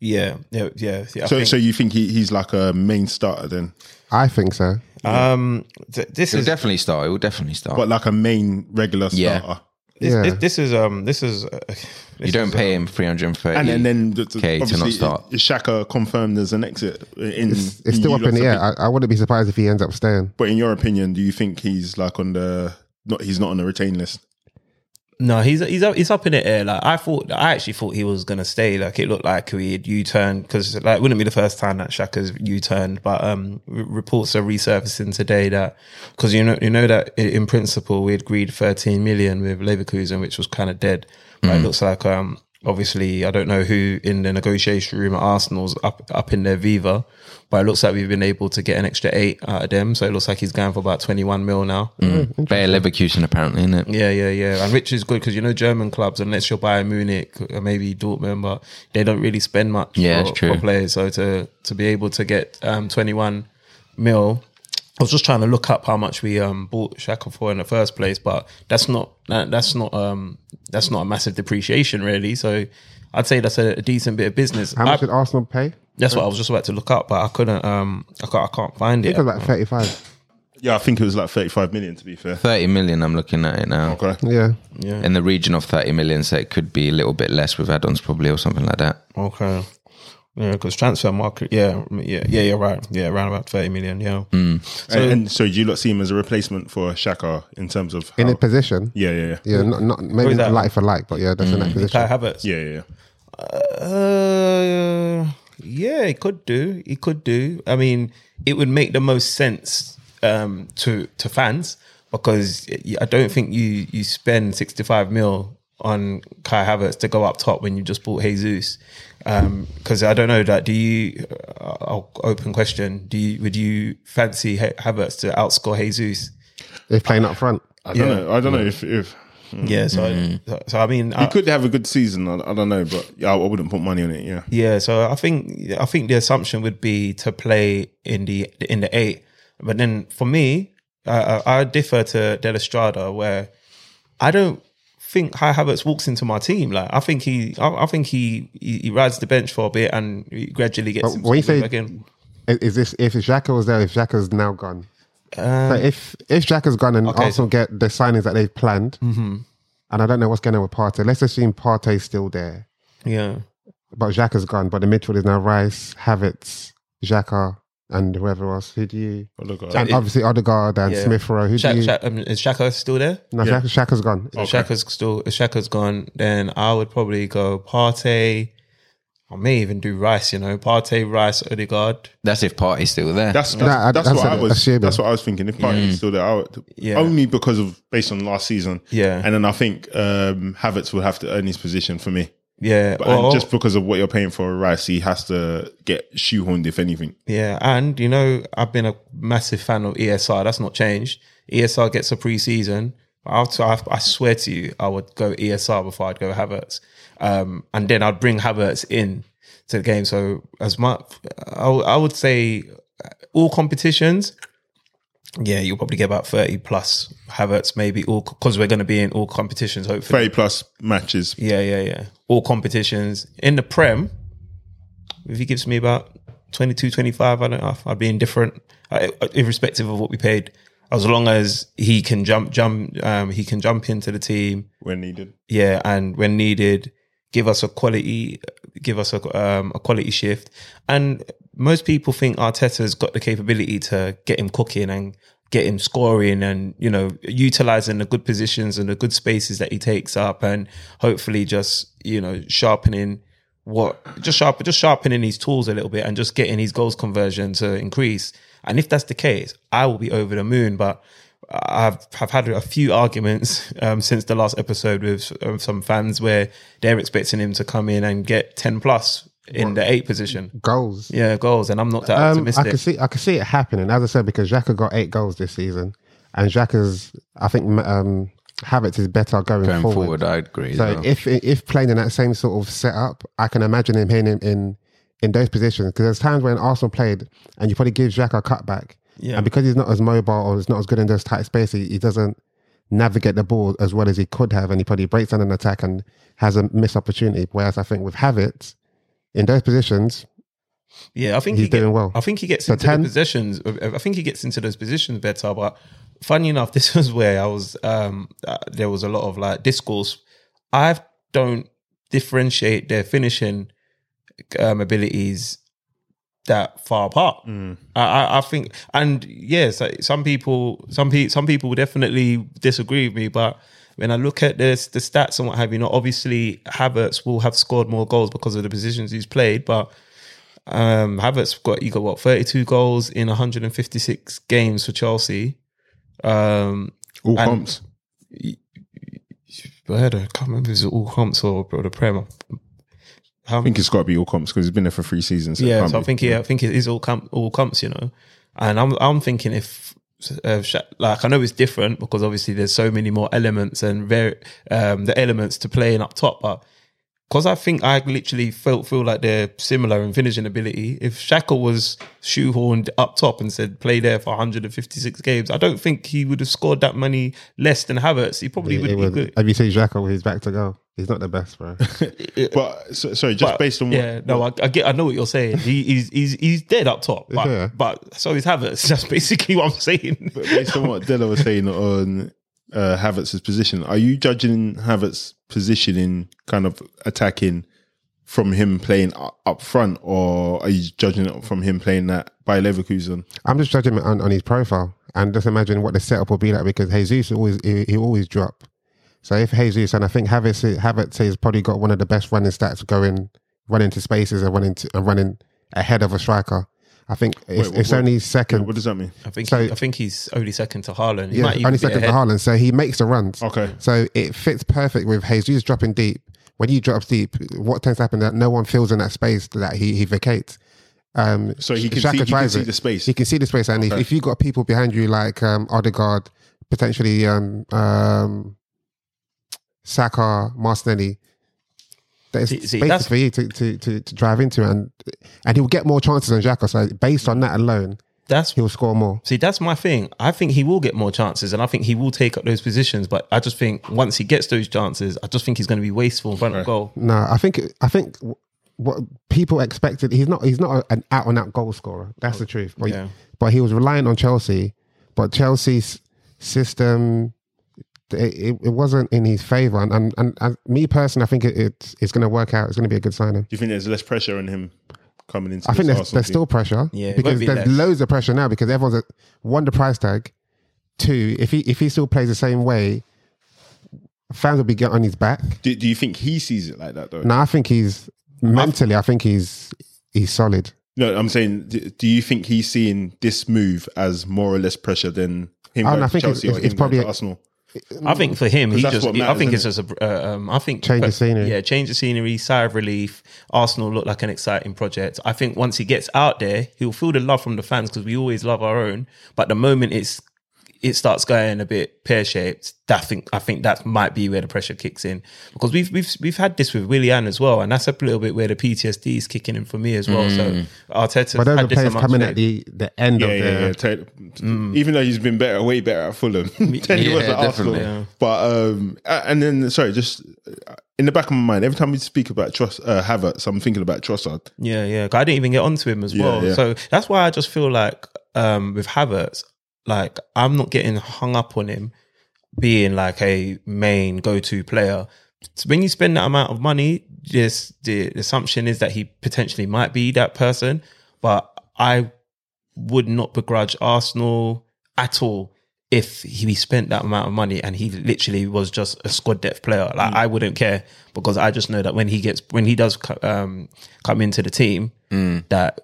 Yeah, yeah, yeah. yeah I
so
think-
so you think he, he's like a main starter then,
I think so.
um, th- this
he'll
is
definitely start. He will definitely start.
but like a main regular
Oh. Yeah.
starter?
this,
Yeah.
this, this is um this is uh, [LAUGHS]
you don't pay him 330.
And then, then the, the,
Okay, to not
obviously,
start.
it- Shaka confirmed there's an exit. In
It's, it's still
Mm. you
up in
lot's
the air.
opi-
I, I wouldn't be surprised if he ends up staying.
But in your opinion, do you think he's like on the not? He's not on the retain list.
No, he's he's up, he's up in the air. Like I thought, I actually thought he was gonna stay. Like it looked like he had U turned because like it wouldn't be the first time that Shaka's U turned. But um, r- reports are resurfacing today that because you know you know that i- in principle we agreed 13 million with Leverkusen, which was kind of dead. But
Mm.
it looks like um, obviously I don't know who in the negotiation room at Arsenal's up up in their Viva, but it looks like we've been able to get an extra eight out of them. So it looks like he's going for about 21 mil now.
Bayer Leverkusen, apparently, isn't it?
Yeah, yeah, yeah. And Rich is good because you know German clubs, unless you're Bayern Munich or maybe Dortmund, but they don't really spend much
Yeah,
for,
it's true.
for players. So to to be able to get um, 21 mil, I was just trying to look up how much we um, bought Shaka for in the first place, but that's not that, that's not um, that's not a massive depreciation really. So I'd say that's a, a decent bit of business.
How much
I-
did Arsenal pay?
that's what I was just about to look up, but I couldn't. Um, I can't, I can't find it.
It was like thirty-five.
Yeah, I think it was like 35 million to be fair.
30 million, I'm looking at it now.
Okay.
Yeah,
In the region of 30 million, so it could be a little bit less with add ons, probably, or something like that.
Okay. Yeah, because transfer market. Yeah, yeah, yeah. You're right. Yeah, around about thirty million. Yeah.
and, and so do you lot see him as a replacement for Shaka in terms of
in
how-
his position.
yeah, yeah, yeah.
Yeah, not, not maybe
is that?
not like for like, but yeah, that's in that position.
Kai Havertz.
Yeah, yeah, yeah.
Uh, yeah, it could do. It could do. I mean, it would make the most sense um, to to fans because y- I don't think you you spend sixty five mil on Kai Havertz to go up top when you just bought Jesus. Because I don't know that. Do you? Uh, I'll- open question. Do you? Would you fancy Ha- Havertz to outscore Jesus?
They're playing up front.
I don't know. I don't know if, if
Yeah, so, so so I mean, I,
he could have a good season. I, I don't know, but yeah, I, I wouldn't put money on it. Yeah.
yeah, so I think I think the assumption would be to play in the in the eight, but then for me, I, I, I differ to De La Strada where I don't think High Havertz walks into my team. Like I think he, I, I think he, he he rides the bench for a bit and he gradually gets
But
himself
when you say-
back in.
Is, is this if Xhaka was there? If Xhaka's now gone, so if if Xhaka's gone and Arsenal get the signings that they've planned, and I don't know what's going on with Partey. Let's assume Partey's still there,
Yeah,
but Xhaka's gone. But the midfield is now Rice, Havertz, Xhaka, and whoever else. Who do you?
Oh, uh,
Odegaard.
And obviously Odegaard and
Yeah.
Smith Rowe. Who do
Shaq,
you?
Shaq, um, is Shaka still there?
No,
Yeah.
Shaka, Shaka's gone.
If Shaka's still if Shaka's gone, then I would probably go Partey. I may even do Rice. You know, Partey, Rice, Odegaard.
That's if party's still there.
That's that's,
Nah, I-
that's
I
what
said
I
it,
was.
assuming.
That's what I was thinking. If Partey was still there, I would,
Mm. Yeah.
only because of based on last season.
Yeah.
and then I think um, Havertz will have to earn his position for me.
Yeah,
But
or-
and just because of what you're paying for Rice, he has to get shoehorned if anything.
yeah, and you know, I've been a massive fan of ESR. That's not changed. ESR gets a preseason. I'll t- I I swear to you, I would go ESR before I'd go Havertz, um, and then I'd bring Havertz in to the game. So as much, I, w- I would say uh, all competitions, yeah, you'll probably get about thirty plus Havertz, maybe all because we're going to be in all competitions. Hopefully,
Thirty plus matches.
Yeah, yeah, yeah. All competitions in the Prem. If he gives me about 22, 25, I don't know. I'd be indifferent, I, I- irrespective of what we paid. As long as he can jump, jump, um, he can jump into the team.
when needed.
Yeah, and when needed, give us a quality, give us a um, a quality shift. And most people think Arteta's got the capability to get him cooking and get him scoring and you know utilizing the good positions and the good spaces that he takes up, and hopefully just you know sharpening what just sharp just sharpening his tools a little bit and just getting his goals conversion to increase. And if that's the case, I will be over the moon. But I've have had a few arguments um, since the last episode with um, some fans where they're expecting him to come in and get ten plus in the eight position.
Goals.
Yeah, goals, and I'm not that
Um, I
optimistic.
can see I can see it happening. As I said, because Xhaka got eight goals this season, and Xhaka's I think um, Havertz is better going,
Going
forward.
forward, I agree. as
So
well.
if if playing in that same sort of setup, I can imagine him hitting him in in those positions because there's times when Arsenal played and you probably give Xhaka a cutback,
Yeah.
and because he's not as mobile or he's not as good in those tight spaces, he doesn't navigate the ball as well as he could have, and he probably breaks down an attack and has a missed opportunity. Whereas I think with Havertz in those positions,
Yeah, I think
He's
he get-
doing well.
I think he gets
So
into
10?
the positions. I think he gets into those positions better. But funny enough, [LAUGHS] this was where I was. Um, uh, there was a lot of like discourse. I don't differentiate their finishing um, abilities that far apart.
Hmm.
I, I, I think, and yes, like, some people, some people, some people will definitely disagree with me, but. When I look at this, the stats and what have you, not obviously Havertz will have scored more goals because of the positions he's played, but um, Havertz got you got what thirty two goals in one hundred and fifty six games for Chelsea. Um,
All
And-
comps.
but I had- I can't remember if it was all comps or, or the Prem. How,
I think it's got to be all comps because he's been there for three seasons. so it
yeah,
can't
so I
be.
think yeah, I think it is all comp, all comps, you know. And I'm I'm thinking if uh, Sha- like I know it's different because obviously there's so many more elements and ver- um, the elements to playing up top, but because I think I literally felt feel like they're similar in finishing ability. If Shaka was shoehorned up top and said play there for 156 games, I don't think he would have scored that many less than Havertz. He probably
it
would be
was-
good.
have you seen Xhaka when he's back to go? He's not the best, bro.
But so, sorry, just
But,
based on what,
yeah, no, I, I get, I know what you're saying. He, he's he's he's dead up top, but
Yeah.
but so is Havertz. [LAUGHS] That's basically what I'm saying.
based on what Della was saying on uh, Havertz's position, are you judging Havertz's position in kind of attacking from him playing u- up front, or are you judging it from him playing that by Leverkusen?
I'm just judging it on, on his profile and just imagine what the setup will be like because Jesus always he, he always drop. So if Jesus and I think Havertz Havertz has probably got one of the best running stats going running to spaces and running to, and running ahead of a striker. I think it's,
Wait, what-
it's
what-
only second.
What does that mean?
I think
So-
I think he's only second to Haaland. He
yeah,
might even
only
be
second to
ahead.
Haaland. So he makes the runs.
Okay.
So it fits perfect with Jesus dropping deep. When you drop deep, what tends to happen that no one fills in that space that he, he vacates. Um,
So he can
Xhaka
see- he can
tries
see
it.
the space.
He can see the space, and if, if you got people behind you like um, Odegaard, potentially um, um, Saka, Martinelli, there's
See- see,
space
that's-
for you to, to, to, to drive into, and and he'll get more chances than Xhaka. So based on that alone,
That's
he'll score more.
see, that's my thing. I think he will get more chances, and I think he will take up those positions. But I just think once he gets those chances, I just think he's going to be wasteful in front of goal.
No, I think I think w- what people expected he's not he's not an out and out goal scorer. That's the truth. But,
yeah.
but he was reliant on Chelsea, but Chelsea's system it, it, it wasn't in his favor. And and, and, and me personally, I think it, it's it's going to work out. It's going to be a good signing.
Do you think there's less pressure on him coming into.
I think
this
there's,
Arsenal
there's
team.
still pressure.
Yeah, it won't
because
be
there's
less.
loads of pressure now because everyone's at, one the price tag. Two, if he if he still plays the same way, fans will be getting on his back.
Do, do you think he sees it like that though?
Now I think he's mentally. I think he's he's solid.
No, I'm saying, do, do you think he's seeing this move as more or less pressure than him
Oh,
going
no, I
to
think it's-
Chelsea or
it's-
him
it's probably
going
a-
to Arsenal?
I think for him, he
Mm. that's
just.
what
I
matters,
think it's
isn't
just a. Uh, um, I think
Change of scenery.
Yeah, change of scenery, sigh of relief. Arsenal look like an exciting project. I think once he gets out there, he'll feel the love from the fans because we always love our own. But the moment it's it starts going a bit pear shaped, that think I think that might be where the pressure kicks in because we've we've we've had this with Willian as well, and that's a little bit where the PTSD is kicking in for me as well.
Mm.
So Arteta,
But those are players coming at the the end
Yeah,
of
yeah,
the.
yeah. Taylor- Even though he's been better, way better at Fulham [LAUGHS] than he was
Yeah,
at Arsenal.
definitely. Yeah.
But um, a- and then sorry, just uh, in the back of my mind, every time we speak about Tross, uh, Havertz, I'm thinking about Trossard.
Yeah, yeah. 'Cause I didn't even get onto him as well.
yeah.
So that's why I just feel like um, with Havertz, like I'm not getting hung up on him being like a main go-to player. So when you spend that amount of money, just the assumption is that he potentially might be that person. But I would not begrudge Arsenal at all if he spent that amount of money and he literally was just a squad depth player.
Mm.
Like I wouldn't care because I just know that when he gets when he does co- um, come into the team,
Mm.
that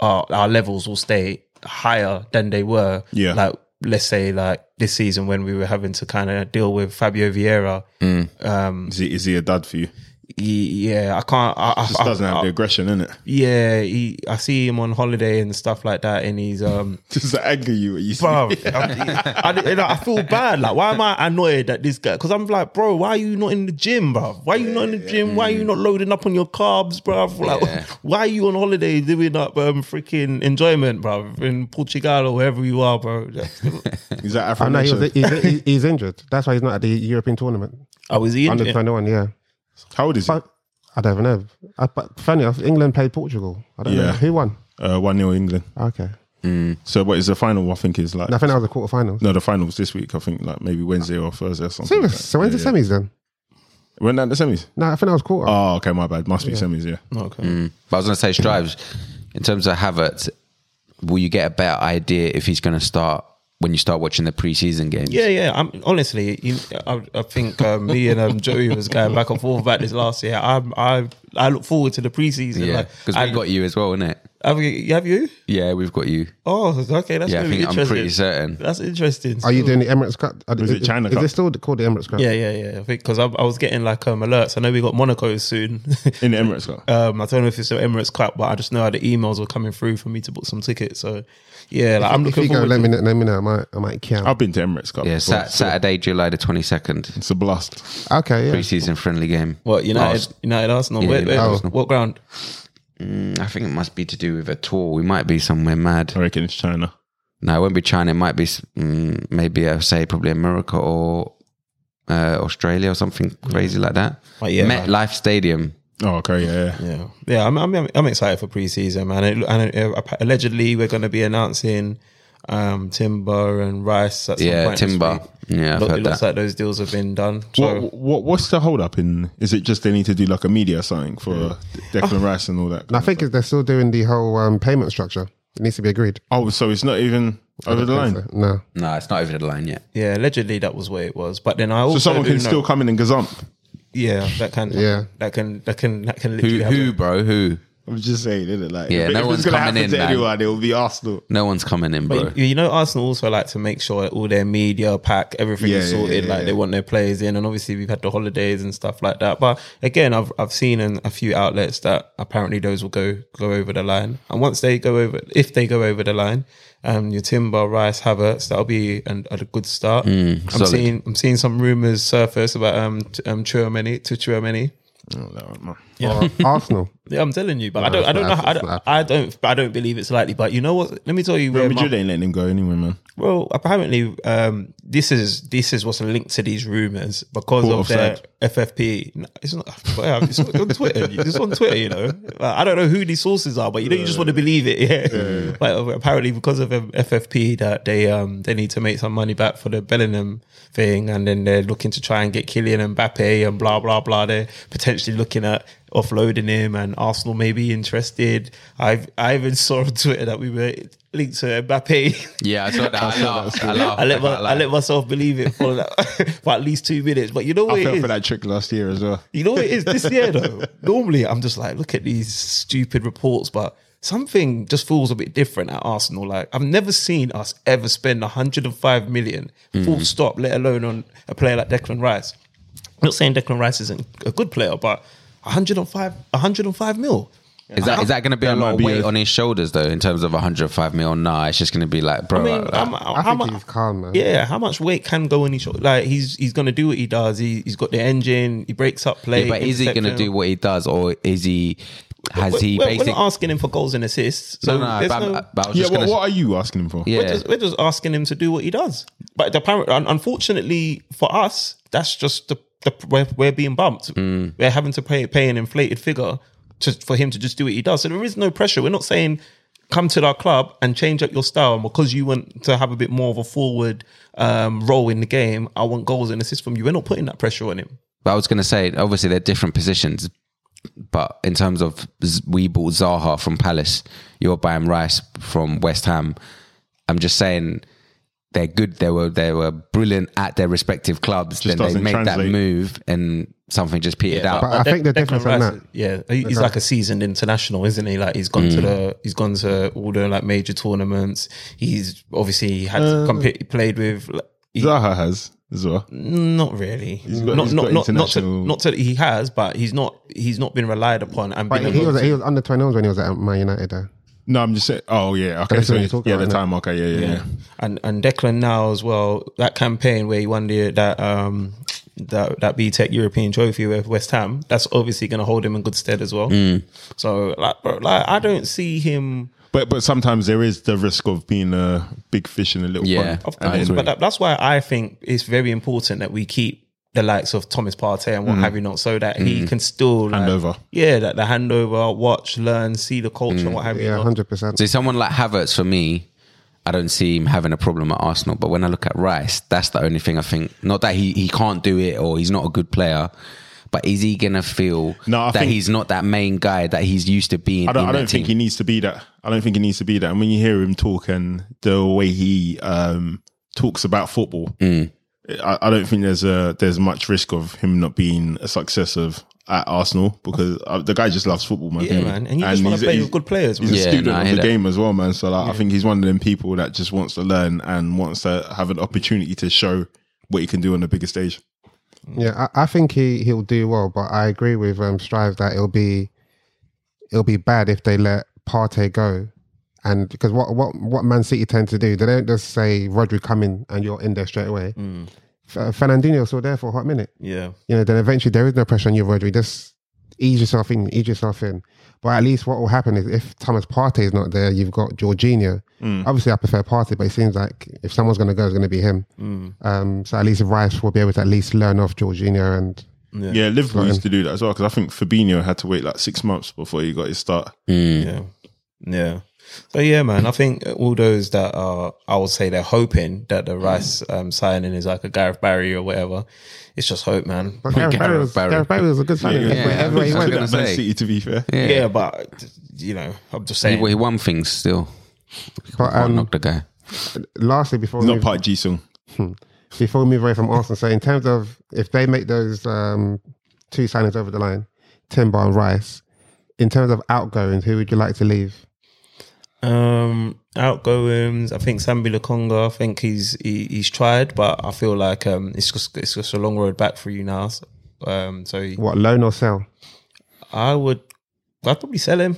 our our levels will stay higher than they were.
Yeah.
like let's say like this season when we were having to kind of deal with Fabio Vieira.
Mm.
Um,
Is he, is he a dad for you?
y- yeah, I can't. I, I,
Just
I-
doesn't have
I-
the aggression [LAUGHS] in it.
yeah, he, I see him on holiday and stuff like that, and he's um.
Just to anger you. when You
[LAUGHS]
see.
bruv. I'm- I, you know, I feel bad. Like, why am I annoyed at this guy? Because I'm like, bro, why are you not in the gym, bruv? Why are you not in the gym? Why are you
Mm.
not loading up on your carbs, bruv? Like, [LAUGHS] why are you on holiday doing up um, freaking enjoyment, bruv, in Portugal or wherever you are, bro?
[LAUGHS]
Is that
I
Afro?
know he was, he's, he's- he's injured. That's why he's not at the European
[LAUGHS]
tournament.
I was in.
Under twenty one, yeah.
How old is he?
But I don't even know. I, but funny enough, England played Portugal. I don't know
Yeah.
who won.
Uh, One 0 England.
Okay,
So what is the final? I think is like
I think that was the quarterfinals.
no, the finals this week. I think like maybe Wednesday or Thursday or something.
Serious. So when's the semis then?
When that the semis?
No, I think that was quarter.
Oh, okay, my bad. Must be semis. Yeah.
Okay.
But I was going to say, Strives, in terms of Havertz, will you get a better idea if he's going to start when you start watching the preseason games?
Yeah, yeah. I'm honestly, you, I, I think um, me and um, Joey was going back and forth about this last year. I'm, I, I look forward to the preseason.
Yeah.
Like,
Because
I-
we got you as well, innit?
Have you? Have you?
Yeah, we've got you.
Oh, okay. That's
Yeah, I
gonna be
think I'm
interesting.
pretty certain.
That's interesting.
Are you doing the Emirates Cup? Are-
Is it China
Is
Cup?
this still called the Emirates Cup?
Yeah, yeah, yeah. I think because I, I was getting like um, alerts. I know we got Monaco soon. [LAUGHS]
In the Emirates Cup.
um, I don't know if it's the Emirates Cup, but I just know how the emails were coming through for me to book some tickets. So yeah, like, I'm
If you
looking
go,
forward.
let
to
me, know- let me know. I might, I might count.
I've been to Emirates Cup.
Yeah,
before.
Sat- Saturday, July the 22nd,
It's a blast.
Okay, yeah.
preseason friendly game.
What United?
Last-
United Arsenal.
Yeah,
where, where-
United
What ground?
Mm, I think it must be to do with a tour. We might be somewhere mad.
I reckon it's China.
No, it won't be China. It might be s- mm, maybe I say probably America or uh, Australia or something crazy like that.
Oh, yeah, man.
MetLife Stadium.
Oh, okay, yeah, yeah.
Yeah, yeah. I'm, I'm, I'm excited for preseason, man. It, and uh, allegedly, we're going to be announcing um, Timber and Rice. At some
Yeah,
point this
Timber.
week.
Yeah, I've
Look, it
heard
looks
that.
like those deals have been done. So
What, what what's the hold up in? Is it just they need to do like a media signing for Declan Rice and all that?
And I think they're still doing the whole um, payment structure. It needs to be agreed.
oh, so it's not even over the line. So,
So, no,
No, it's not over the line yet.
yeah, allegedly that was where it was. But then I also
someone
do
can
know-
still come in and gazump.
Yeah, that can.
Yeah.
that can. That can. That can
Who,
literally. have
who,
a-
bro? Who?
I'm just saying, isn't it? Like,
Yeah,
if,
no
if
one's
it's gonna
coming
happen
in,
to
man.
anyone, it'll be Arsenal.
No one's coming in, bro.
you know, Arsenal also like to make sure all their media pack, everything is
Yeah, yeah,
sorted.
yeah,
like
yeah.
they want their players in, and obviously we've had the holidays and stuff like that. But again, I've I've seen in a few outlets that apparently those will go go over the line, and once they go over, if they go over the line, um, your Timber, Rice, Havertz, that'll be an, a good start.
Mm,
I'm
solid.
seeing I'm seeing some rumors surface about um t- um Chouameni, to Chouameni.
Oh, no, man.
or [LAUGHS] Arsenal.
Yeah, I'm telling you, but I don't, I don't know,
that's-
how, I
that's
don't,
not
I don't, I don't believe it's likely. But you know what? Let me tell you where
Real
my-
Madrid ain't letting him go anyway, man.
well, apparently, um, this is this is what's linked to these rumors because
Caught
of their
offside.
FFP. No, It's not. [LAUGHS] well, It's on Twitter. It's on Twitter. You know, Like, I don't know who these sources are, but you know, you just want to believe it. Yeah. But apparently, because of um, FFP, that they um they need to make some money back for the Bellingham thing, and then they're looking to try and get Kylian Mbappe and blah blah blah. They're potentially looking at offloading him, and Arsenal may be interested. I've I even saw on Twitter that we were linked to Mbappe. [LAUGHS]
Yeah, I saw that. I laughed. I laughed.
I let my,
can't lie.
I let myself believe it for, that, [LAUGHS] for at least two minutes. But you know what
I
it
fell
is?
for that trick last year as well.
You know what it is this year
[LAUGHS]
though. Normally, I'm just like, look at these stupid reports, but something just feels a bit different at Arsenal. Like I've never seen us ever spend 105 million,
Mm-hmm.
full stop, let alone on a player like Declan Rice. I'm not saying Declan Rice isn't a good player, but 105, 105 mil.
Is that is that going to be a lot
might
of
be
weight
a-
on his shoulders though? In terms of 105 mil, nah, it's just going to be like, bro,
I mean,
like,
I'm,
I
how
think
mu-
he's calm, man.
yeah, how much weight can go in his shot? Like he's he's gonna do what he does. He, he's got the engine. He breaks up play.
yeah, but is he going to
interception.
do what he does, or is he has
We're,
he
we're- we're
basically?
not asking him for goals and assists. So
no, no,
there's
but, I'm-
no-
but I was
Yeah,
just
what,
going
what
to.
are you asking him for?
Yeah,
We're just, we're just asking him to do what he does. But the parent, un- unfortunately for us, that's just the, the we're, we're being bumped. We're having to pay pay an inflated figure to, for him to just do what he does. So there is no pressure. We're not saying come to our club and change up your style and because you want to have a bit more of a forward um, role in the game. I want goals and assists from you. We're not putting that pressure on him.
But I was going to say, obviously they're different positions, but in terms of Z- we bought Zaha from Palace, you're buying Rice from West Ham. I'm just saying they're good. They were they were brilliant at their respective clubs. then
Just
they
doesn't
made that
translate.
move, and something just petered out.
But I think the
Declan
difference on
Rice-
that-
yeah, he- he's like a seasoned international, isn't he? Like he's gone to the, he's gone to all the like major tournaments. He's obviously had
Uh,
compete, played with. Like, he-
Zaha has as well.
not really.
got-
not,
he's
not, not,
got
not, to,
international-
not to, he has, but he's not. He's not been relied upon. And
But
been
he
able
was
to-
he was under 21s when he was at Man United. Though.
No, I'm just saying. Oh, yeah. Okay.
That's
So
what
yeah,
you're talking
the
about,
time. Okay. Yeah, yeah, yeah.
and and Declan now as well. That campaign where he won the that um that that B Tech European Trophy with West Ham. That's obviously going to hold him in good stead as well. So like, bro, like I don't see him.
But but sometimes there is the risk of being a big fish in a little
Yeah.
pond.
Of course, but that, that's why I think it's very important that we keep the likes of Thomas Partey and what have you not, so that he can still like,
Mm. Hand over. Mm.
Yeah, that the handover, watch, learn, see the culture, what have
Yeah,
you. Not.
hundred percent.
So someone like Havertz for me, I don't see him having a problem at Arsenal. But when I look at Rice, that's the only thing I think. Not that he, he can't do it or he's not a good player, but is he gonna feel
No, I
that
think-
he's not that main guy that he's used to being?
I don't.
in
I
that
don't
team?
think he needs to be that. I don't think he needs to be that. And when you hear him talk and the way he um, talks about football,
Mm.
I, I don't think there's a there's much risk of him not being a success of at Arsenal because uh, the guy just loves football, man.
Yeah, man. And you just want
Mm. he's-
to play
he's-
with good players.
He's
man.
a
Yeah,
student
no, I
of
hear
the
that.
game as well, man. So like, I think he's one of them people that just wants to learn and wants to have an opportunity to show what he can do on the bigger stage.
Yeah, I, I think he he'll do well, but I agree with um, Strive that it'll be it'll be bad if they let Partey go, and because what what what Man City tend to do, they don't just say Rodri come in and you're in there straight away. F- Fernandinho's still there for a hot minute.
Yeah.
You know, then eventually there is no pressure on you, Rodri. Just ease yourself in, ease yourself in. But at least what will happen is if Thomas Partey is not there, you've got Jorginho.
Mm.
Obviously, I prefer Partey, but it seems like if someone's going to go, it's going to be him.
Mm.
Um, so at least Rice will be able to at least learn off Jorginho and
Yeah, Liverpool used to do that as well because I think Fabinho had to wait like six months before he got his start.
Yeah. Yeah. So yeah, man. I think all those that are, I would say, they're hoping that
Mm.
the Rice um, signing is like a Gareth Barry or whatever. It's just hope, man.
But Gareth Barry was,
Barry.
Gareth Barry was a good signing.
Yeah,
yeah.
Wherever he
Yeah.
went,
gonna
Man
say.
City, to be fair.
Yeah. but you know, I'm just saying.
Well, he won things still.
But
Mm.
Can't
um,
knock the guy.
lastly, before we,
Not
move,
part G Sung.
before we move away from Arsenal, so in terms of if they make those um, two signings over the line, Timber and Rice, in terms of outgoings, who would you like to leave?
Um, outgoings. I think Sambi Lukonga. I think he's he, he's tried, but I feel like um, it's just it's just a long road back for you now. So, um, so
What loan or sell?
I would, I'd probably sell him.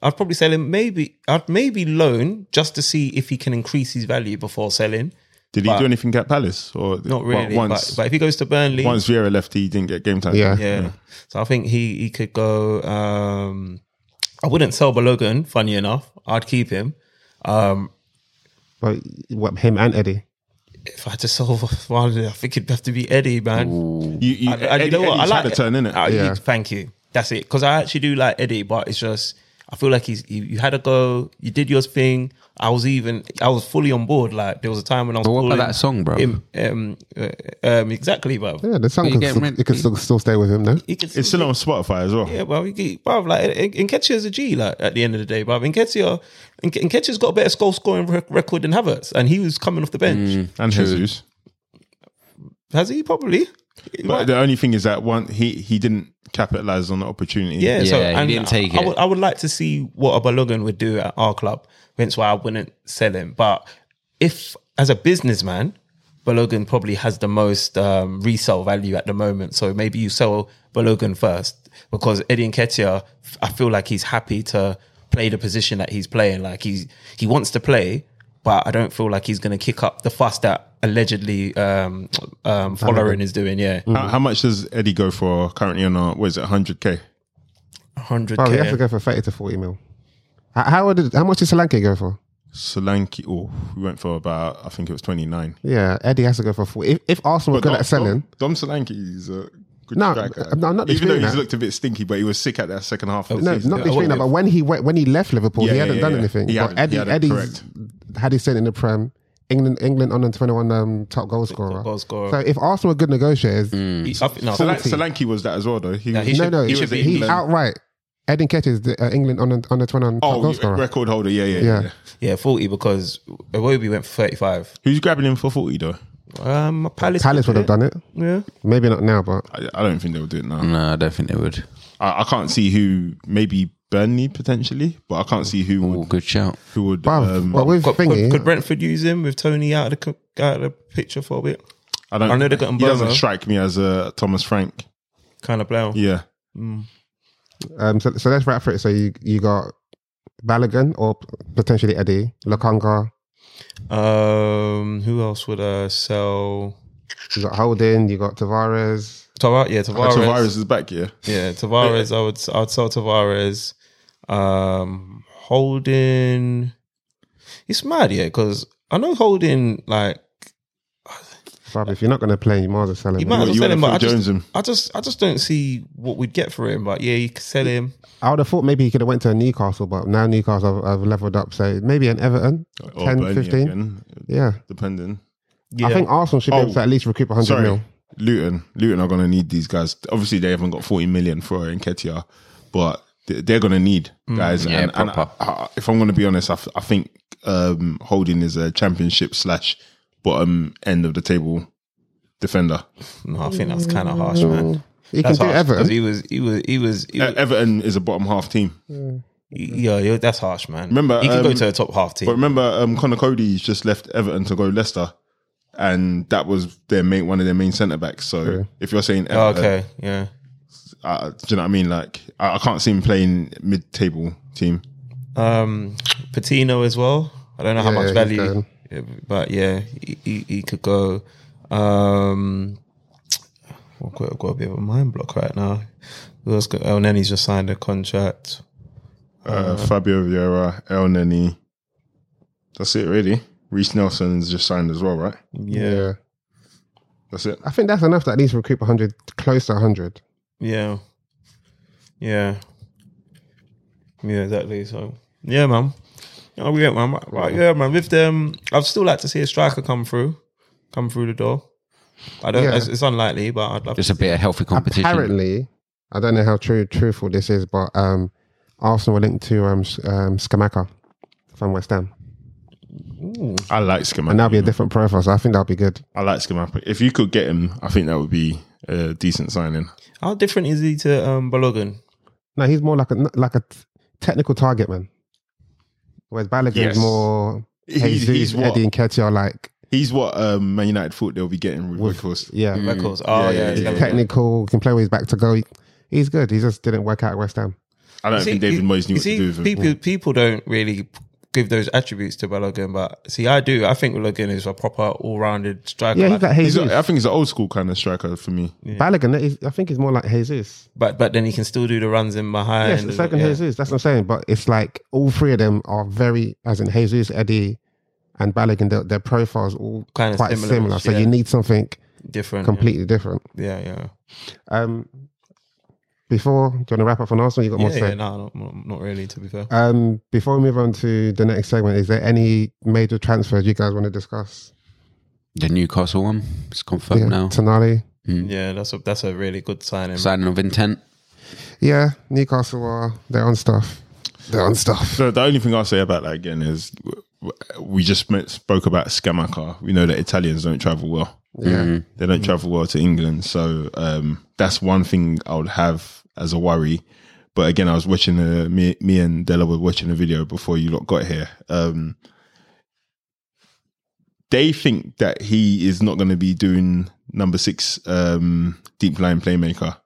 I'd probably sell him. Maybe I'd maybe loan just to see if he can increase his value before selling.
Did he
But-
do anything at Palace? Or
Not really,
Once,
but, but if he goes to Burnley,
once Vieira left, he didn't get game time.
Yeah.
yeah. So I think he he could go. Um, I wouldn't sell Balogun. Funny enough, I'd keep him. Um,
But what him and Eddie?
if I had to sell one, I think it'd have to be Eddie, man.
You, you,
I, I- you know what? I like
had a turn in it.
I- you-
Yeah.
Thank you. That's it. Because I actually do like Eddie, but it's just I feel like he's you, you had a go, you did your thing. I was even I was fully on board. Like there was a time when I was.
But what about
calling
that song, bro?
Him, um, uh, um, exactly, but
Yeah, the song
you
can,
get
still,
rent-
it can still, still stay with him, no?
he could
It's still on Spotify as well.
Yeah, bro, we get, bro like Nketiah is a G. Like at the end of the day, bro, Nketiah, Nke- Nketiah's got a better goal scoring rec- record than Havertz, and he was coming off the bench.
Mm.
And Jesus.
Has he probably?
But the only thing is that one he he didn't capitalize on the opportunity.
yeah, so,
Yeah, he
and
didn't take
I, I
it.
would, I would like to see what Abalogun would do at our club. Hence why I wouldn't sell him. But if as a businessman, Balogun probably has the most um, resale value at the moment. So maybe you sell Balogun first because Eddie Nketiah, I feel like he's happy to play the position that he's playing. Like he's he wants to play, but I don't feel like he's going to kick up the fuss that allegedly um, um, following is doing. Yeah,
Mm-hmm.
How, how much does Eddie go for currently on a what is it, hundred K?
hundred.
Bro, you have to go for 30 to 40 mil. How, how, did, how much did Solanke go for?
Solanke oh, we went for about I think it was twenty nine.
Yeah, Eddie has to go for 40. If, if Arsenal were good at selling,
Dom, Solanke is a good
No,
striker.
I'm not- I'm not
Even though
disputing
he's
that.
looked a bit stinky, but he was sick at that second half of the
no,
season.
not
Yeah.
between them, but when he went, when he left Liverpool,
Yeah,
he
yeah,
hadn't
yeah,
done
yeah.
anything.
He
but
hadn't- he
Eddie,
hadn't,
Eddie's
correct.
had his stint in the Prem. England, England under 21 um, top goal scorer.
goal scorer.
So if Arsenal are good negotiators,
no,
Solan-
forty.
Solanke was that as well, though. He,
Yeah,
was-
he
no,
should-
no,
he
he
should be
he's
England.
outright. Eddie Nketiah is the, uh, England under under 21 top
oh,
goal
you-
scorer.
record holder. Yeah, yeah, yeah.
Yeah.
yeah.
Yeah, 40 because Iwobi went for 35.
Who's grabbing him for forty though?
Um, Palace,
Palace would have done it.
Yeah.
Maybe not now, but
I, I don't think they'll do it
Mm.
now.
No, I don't think they would.
I, I can't see who. Maybe Burnley potentially, but I can't see who
Oh,
would
good shout.
who would.
but
Um,
well, with
Could, could,
thingy,
could Brentford use him with Tony out of the, co- out of the picture for a bit?
I don't.
I know they got
He doesn't
Mboma.
strike me as a Thomas Frank.
Kind of player.
Yeah,
um, so, so let's wrap for it. So you you got Balogun or potentially Eddie Lakanga.
Um, who else would uh, sell?
You got Holding. You got Tavares.
Tavares. Yeah, Tavares.
Uh, Tavares is back. Yeah,
Yeah, Tavares. I would. I would sell Tavares. Um, Holding. It's mad, yeah, because I know Holding like
Bob, if you're not going to play, you might as well sell him.
you might as well
you
sell
wanna
him, but
Phil
I just,
Jones him.
I just, I just don't see what we'd get for him. But yeah, you could sell him.
I would have thought maybe he could have went to Newcastle, but now Newcastle have, have leveled up. So maybe an Everton,
or
10,
Oh, Burnley
15.
again,
Yeah.
depending.
Oh, Yeah.
I think Arsenal should be able
Oh,
to at least recoup 100
Sorry,
mil.
Luton. Luton are going to need these guys. Obviously, they haven't got forty million for Nketiah, but they- they're going to need
Mm.
guys.
Yeah,
and, and I,
proper.
I, if I'm going to be honest, I, f- I think um, Holding is a Championship slash bottom end of the table defender.
No, I think that's kind of harsh, man.
He can
That's
do
harsh because
Everton.
he was, he was, he was. He was
E- Everton is a bottom half team.
yo, yo, that's harsh, man.
Remember,
he could go
um,
to a top half team.
But remember, um, Connor Cody's just left Everton to go Leicester, and that was their main one of their main centre backs. So if you're saying
Oh,
Everton,
okay, yeah.
uh, do you know what I mean? Like I, I can't see him playing mid-table team.
Um, Patino as well. I don't know how
Yeah,
much
he's
value,
going.
yeah, but yeah, he, he, he could go. Um, I've got, I've got a bit of a mind block right now. Who else got- Oh, Nenny's just signed a contract.
Uh, Fabio Vieira, El Neni. That's it, really. Reese Nelson's just signed as well, right?
Yeah,
Yeah.
That's it.
I think that's enough to at least recoup 100, close to 100.
yeah, yeah, yeah. Exactly. So yeah, man. Oh, yeah, man. Right, yeah, man. With them, I'd still like to see a striker come through, come through the door. I don't.
Yeah.
It's, it's unlikely, but I'd love.
Just a bit of healthy competition.
Apparently, I don't know how true truthful this is, but um, Arsenal were linked to um, S- um, Skamaka from West Ham.
Ooh.
I like Skamaka.
And that'll be a different profile, so I think that'll be good.
I like Skamaka. If you could get him, I think that would be a decent signing.
How different is he to um, Balogun?
No, he's more like a, like a t- technical target man. Whereas Balogun
Yes.
is more
He's-
Jesus,
he's what-
Eddie and Ketty are like,
He's what um, Man United thought they'll be getting with Wickles.
yeah,
Records. Oh yeah,
Mm. yeah,
he's
Hmm. yeah.
never-
technical, can play with his back to go. He's good. He just didn't work out at West Ham.
I don't
You see,
think David
you-
Moyes
you
knew what
see,
to do with him.
People, people don't really give those attributes to Balogun, but see, I do. I think Balogun is a proper all-rounded striker.
Yeah,
Like,
he's like
He's
Jesus.
a, I think he's an old school kind of striker for me.
Balogun, is- I think he's more like Jesus.
but but then he can still do the runs in behind.
Yes,
and-
it's like in
yeah.
Jesus. That's what I'm saying. But it's like all three of them are very, as in Jesus, Eddie, and Balogun, their, their profiles all
Kinda
quite
similar,
similar. So
yeah. Mm-hmm.
you need something
different.
completely different.
Yeah, yeah.
Um, before, do you want to wrap up on Arsenal? You got more
Yeah,
to
yeah,
say?
no, not, not really. To be fair,
Um, before we move on to the next segment, is there any major transfers you guys want to discuss?
The Newcastle one. It's confirmed now.
Tonali.
Mm.
yeah, that's a that's a really good signing.
Signing of intent.
Yeah, Newcastle are they're on stuff. They're on stuff.
So the only thing I'll say about that again is w- w- we just met, spoke about Scamacca. We know that Italians don't travel well.
Yeah.
They don't travel well to England. So um, that's one thing I would have as a worry. But again, I was watching the, me, me and Della were watching a video before you lot got here. Um, they think that he is not going to be doing number six um, deep line playmaker,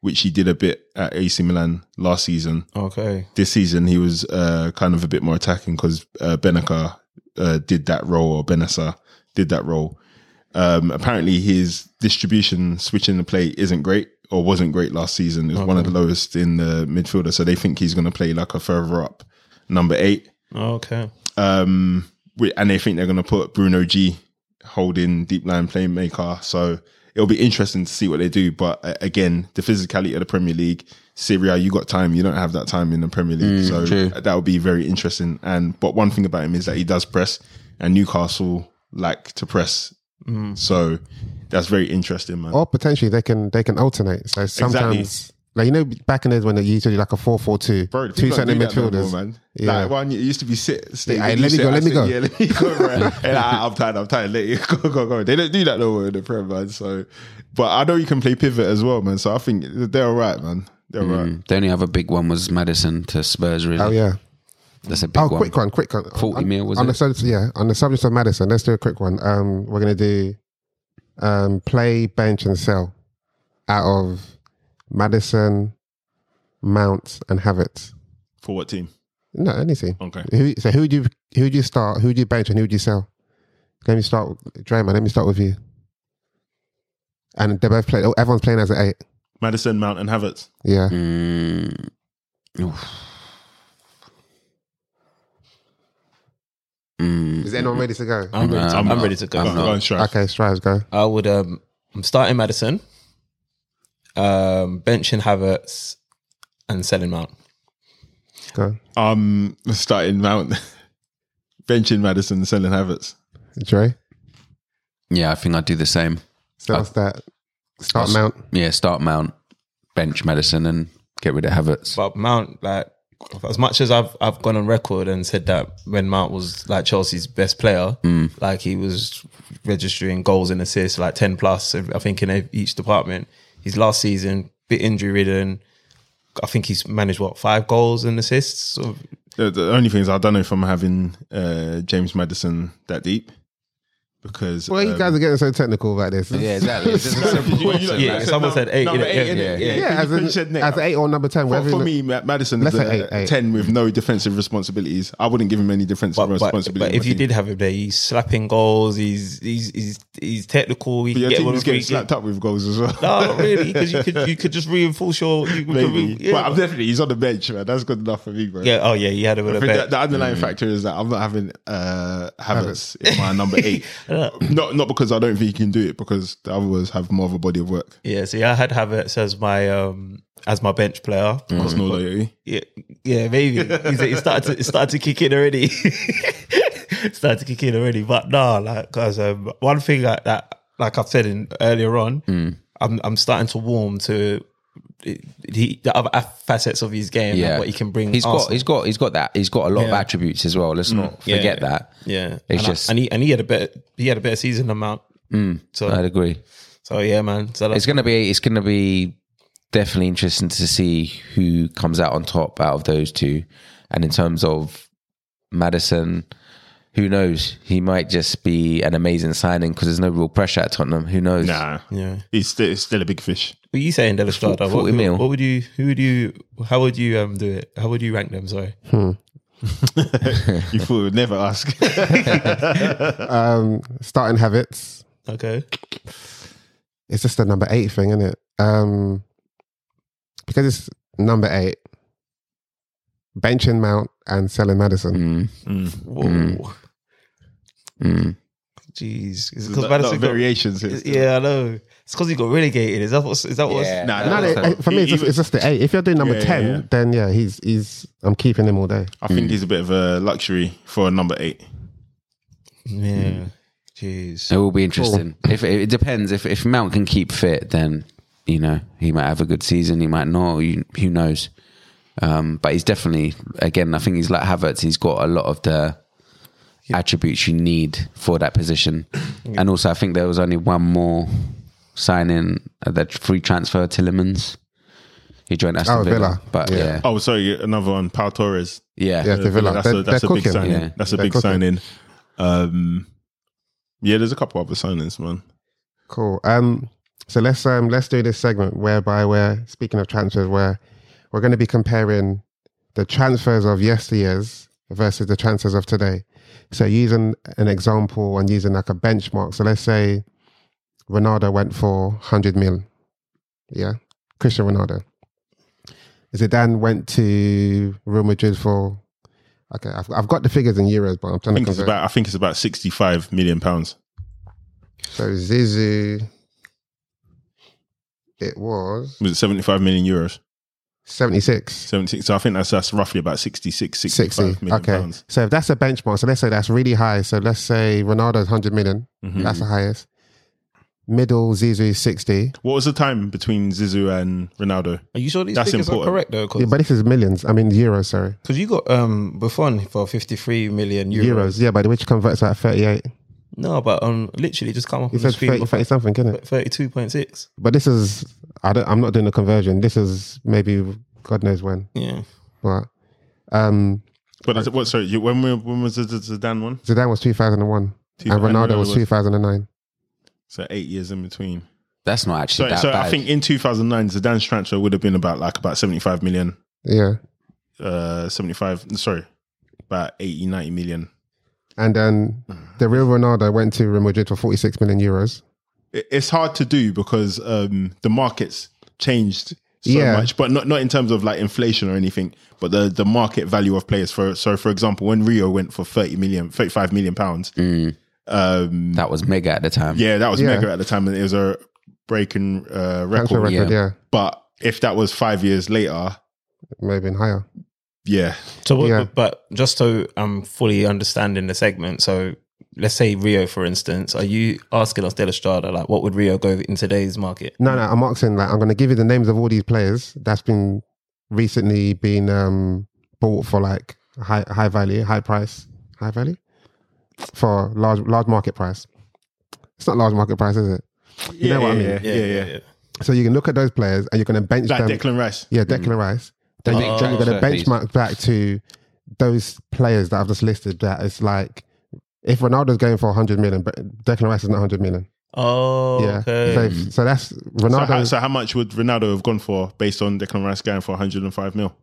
which he did a bit at AC Milan last season
Okay,
this season he was uh, kind of a bit more attacking because uh, Benacer uh, did that role or Benacer did that role. Um, apparently, his distribution switching the play isn't great or wasn't great last season. It was one of the lowest in the midfielder, so they think he's going to play like a further up number eight.
okay,
Um, wi- and they think they're going to put Bruno G holding deep line playmaker. So it'll be interesting to see what they do. But uh, again, the physicality of the Premier League, Syria, you got time. You don't have that time in the Premier League, so that would be very interesting. And but one thing about him is that he does press, and Newcastle like to press. So that's very interesting, man.
Or potentially they can they can alternate. So sometimes like you know back in the days when they used to do like a four four two,
Bro,
two
people don't
centre
do that no more,
midfielders.
man.
Yeah.
Like one, it used to be sit. Stay,
Yeah, hey,
you
let me
sit,
go,
I
let me
sit,
go.
Yeah, let me
[LAUGHS]
go. Bro. and I, I'm tired. I'm tired. Let you [LAUGHS] go, go, go. They don't do that no more in the Prem, man. So, but I know you can play pivot as well, man. So I think they're all right, man. They're
Hmm.
all right.
Mm. The only other big one was Madison to Spurs, really.
Oh yeah.
That's a big
Oh,
one.
quick one, quick one.
40
on,
mil, was
on
it?
The subject, yeah, on the subject of Madison, let's do a quick one. Um, we're going to do um, play, bench, and sell out of Madison, Mount, and Havertz.
For what team?
No, anything.
Okay.
Who, so who do you who would you start? Who do you bench and who do you sell? Let me start, with- Draymond. Let me start with you. And they both play. Oh, everyone's playing as an eight.
Madison, Mount, and Havertz.
Yeah,
Mm. Oof. Mm.
is anyone ready to go?
Uh,
I'm ready. To,
I'm
I'm,
not.
ready to go.
I'm
Go on,
not.
go on, Shrey.
Okay, Strives go.
I would. Um, I'm starting Madison, um, benching Havertz, and selling Mount.
Go,
Um, starting Mount, [LAUGHS] benching Madison, selling Havertz.
Dre.
Yeah, I think I'd do the same.
So
Uh,
that's that. Start Mount.
Yeah, start Mount, bench Madison, and get rid of Havertz.
But Mount, like, as much as I've I've gone on record and said that when Mount was like Chelsea's best player,
Mm.
like he was registering goals and assists, like ten plus, I think in each department. His last season, bit injury ridden. I think he's managed what five goals and assists. So,
The, the only thing is, I don't know if I'm having uh, James Madison that deep because
Well, you
um,
guys are getting so technical about this.
exactly. It's just a simple
[LAUGHS] You- you-
question,
Yeah,
you
man.
said
someone
num-
said eight,
Number
innit?
eight,
Yeah,
innit?
yeah.
Yeah,
Yeah,
you
as,
could've
an,
said Nick.
as an eight or number ten.
For,
whatever
for
you-
me, Ma- Madison
Let's
is
say
a
eight, eight.
ten with no defensive responsibilities. I wouldn't give him any defensive
but, but,
responsibility.
but
in
if
my
you
team.
did have him there, he's slapping goals. He's he's he's, he's technical. He
But
can
your
get
team
one
is
free
getting
kick.
slapped up with goals as well.
No, not really, because you could you could just reinforce your. You could
[LAUGHS] Maybe.
re- yeah.
But I'm definitely he's on the bench, man. That's good enough for me, bro.
yeah. Oh yeah, he had him with
I
a
think
bet.
that, the underlying factor is that I'm not having uh, Mm. Havertz in my number
[LAUGHS]
eight. not not because I don't think he can do it, because the others have more of a body of work.
Yeah, see, I had Havertz as my um as my bench player.
Mm.
That's no loyalty.
Yeah, yeah, maybe He's- it started to it started to kick in already. [LAUGHS] started to kick in already, but no, like because um, one thing like that, like I've said in earlier on,
Mm.
I'm I'm starting to warm to the, the other af- facets of his game, yeah.
Yeah,
what he can bring.
He's got,
Arsenal.
he's got, he's got that. He's got a lot of
Yeah.
attributes as well. Let's not
Yeah,
forget
yeah.
that.
yeah,
It's
and
just-
I, and he and he had a better he had a better season than Mount. So
I'd agree.
so yeah, man. So that's
It's gonna be, it's gonna be definitely interesting to see who comes out on top out of those two. And in terms of Madison, who knows? He might just be an amazing signing because there's no real pressure at Tottenham. Who knows?
Nah,
yeah.
he's still, he's still a big fish. [LAUGHS]
What are you saying, Delestrada? What,
40
what-
mil.
what would you? Who would you? How would you um do it? How would you rank them? Sorry.
You fool would never ask.
um, starting Havertz.
Okay.
It's just the number eight thing, isn't it? Um, because it's number eight,
Mm.
benching Mount and selling Madison.
Mm,
Whoa.
Mm. mm.
jeez, is it because
There's a lot- lot
Madison
of
got
variations. here.
is- Yeah, I know. It's because he got relegated. Is that what? Is that what?
Yeah.
Nah,
No,
nah,
No,
that's
nah.
a-
no, for me, it's
He-
just, it's just the eight. If you're doing number
Yeah, yeah,
ten,
yeah.
then yeah, he's he's. I'm keeping him all day.
I think he's a bit of a luxury for a number eight.
Yeah. Jeez.
It will be interesting. If it, it depends, if if Mount can keep fit, then you know he might have a good season. He might not. You, who knows? Um, but he's definitely again. I think he's like Havertz. He's got a lot of the attributes you need for that position. And also, I think there was only one more signing uh, that free transfer Tillemans. He joined Aston
Oh,
Villa,
Villa.
but
Yeah.
yeah,
Oh, sorry, another one. Pau Torres. Uh,
yeah,
Yeah, to Villa.
That's
They're,
a, that's
they're
a big
cooking.
signing.
Yeah.
That's a
They're
big
cooking.
signing. Um, yeah, there's a couple other signings, man.
Cool. Um, so let's um let's do this segment whereby we're speaking of transfers, where we're going to be comparing the transfers of yesteryears versus the transfers of today. So using an example and using like a benchmark. So let's say Ronaldo went for hundred mil. Yeah, Christian Ronaldo. Zidane went to Real Madrid for. Okay, I've, I've got the figures in euros, but I'm
I
trying to
think it's
convert.
about. I think it's about 65 million pounds.
so Zizou. It was
Was it 75 million euros?
76.
76. So I think that's that's roughly about 66, 65
60.
million
Okay.
pounds.
So if that's a benchmark, so let's say that's really high. So let's say Ronaldo's 100 million.
Mm-hmm.
Mm-hmm.
That's the highest. Middle, Zizou, 60.
What was the time between Zizou and Ronaldo?
Are you sure these
That's
figures
important.
are correct though?
Yeah,
Because
but this is millions. I mean, euros, sorry.
you got um Buffon for fifty three million euros.
Euros, yeah, but which converts at 38.
No, but um, literally just come up
It
on the
says 30,
screen.
30 something, isn't it?
Thirty two point six.
But this is, I don't, I'm not doing the conversion. This is maybe God knows when.
Yeah.
But um,
But I said- what? Sorry, you, when were- when was the the Zidane one?
Zidane was 2001
Two-
and
and
Ronaldo
Ronaldo
was
was-
2009.
So eight years in between.
that's not actually
So,
that
so
bad.
I think in 2009, Zidane's transfer would have been about like about 75 million,
Yeah.
uh, 75. Sorry, about 80, 90 million.
And then
Mm.
the real Ronaldo went to Real Madrid for 46 million euros.
It- It's hard to do because um, the markets changed so
Yeah.
much, but not not in terms of like inflation or anything, but the the market value of players. For so, for example, when Rio went for 30 million, 35 million pounds, um,
Mm. that was mega at the time.
yeah, that was
Yeah.
mega at the time, and it was a breaking uh,
Transfer
record.
record, yeah.
But if that was five years later,
Maybe even higher.
yeah,
So, what,
Yeah.
but just so I'm fully understanding the segment, so let's say Rio, for instance, are you asking us De La Strada, like, what would Rio go in today's market?
No, no, I'm asking like I'm gonna give you the names of all these players that's been recently been um bought for like high high value, high price, high value? For large large market price. It's not large market price, is it? You know what I mean?
Yeah, yeah, yeah.
So you can look at those players and you're gonna bench
Like
them.
Declan Mm. Rice.
yeah, Declan Rice. Then,
The
you,
big
then you're gonna
transfer fees.
benchmark back to those players that I've just listed that it's like if Ronaldo's going for 100 million, but Declan Rice is not 100 million.
Oh,
Yeah.
okay.
So, if- so that's
So how,
Ronaldo.
so how much would Ronaldo have gone for based on Declan Rice going for 105 mil?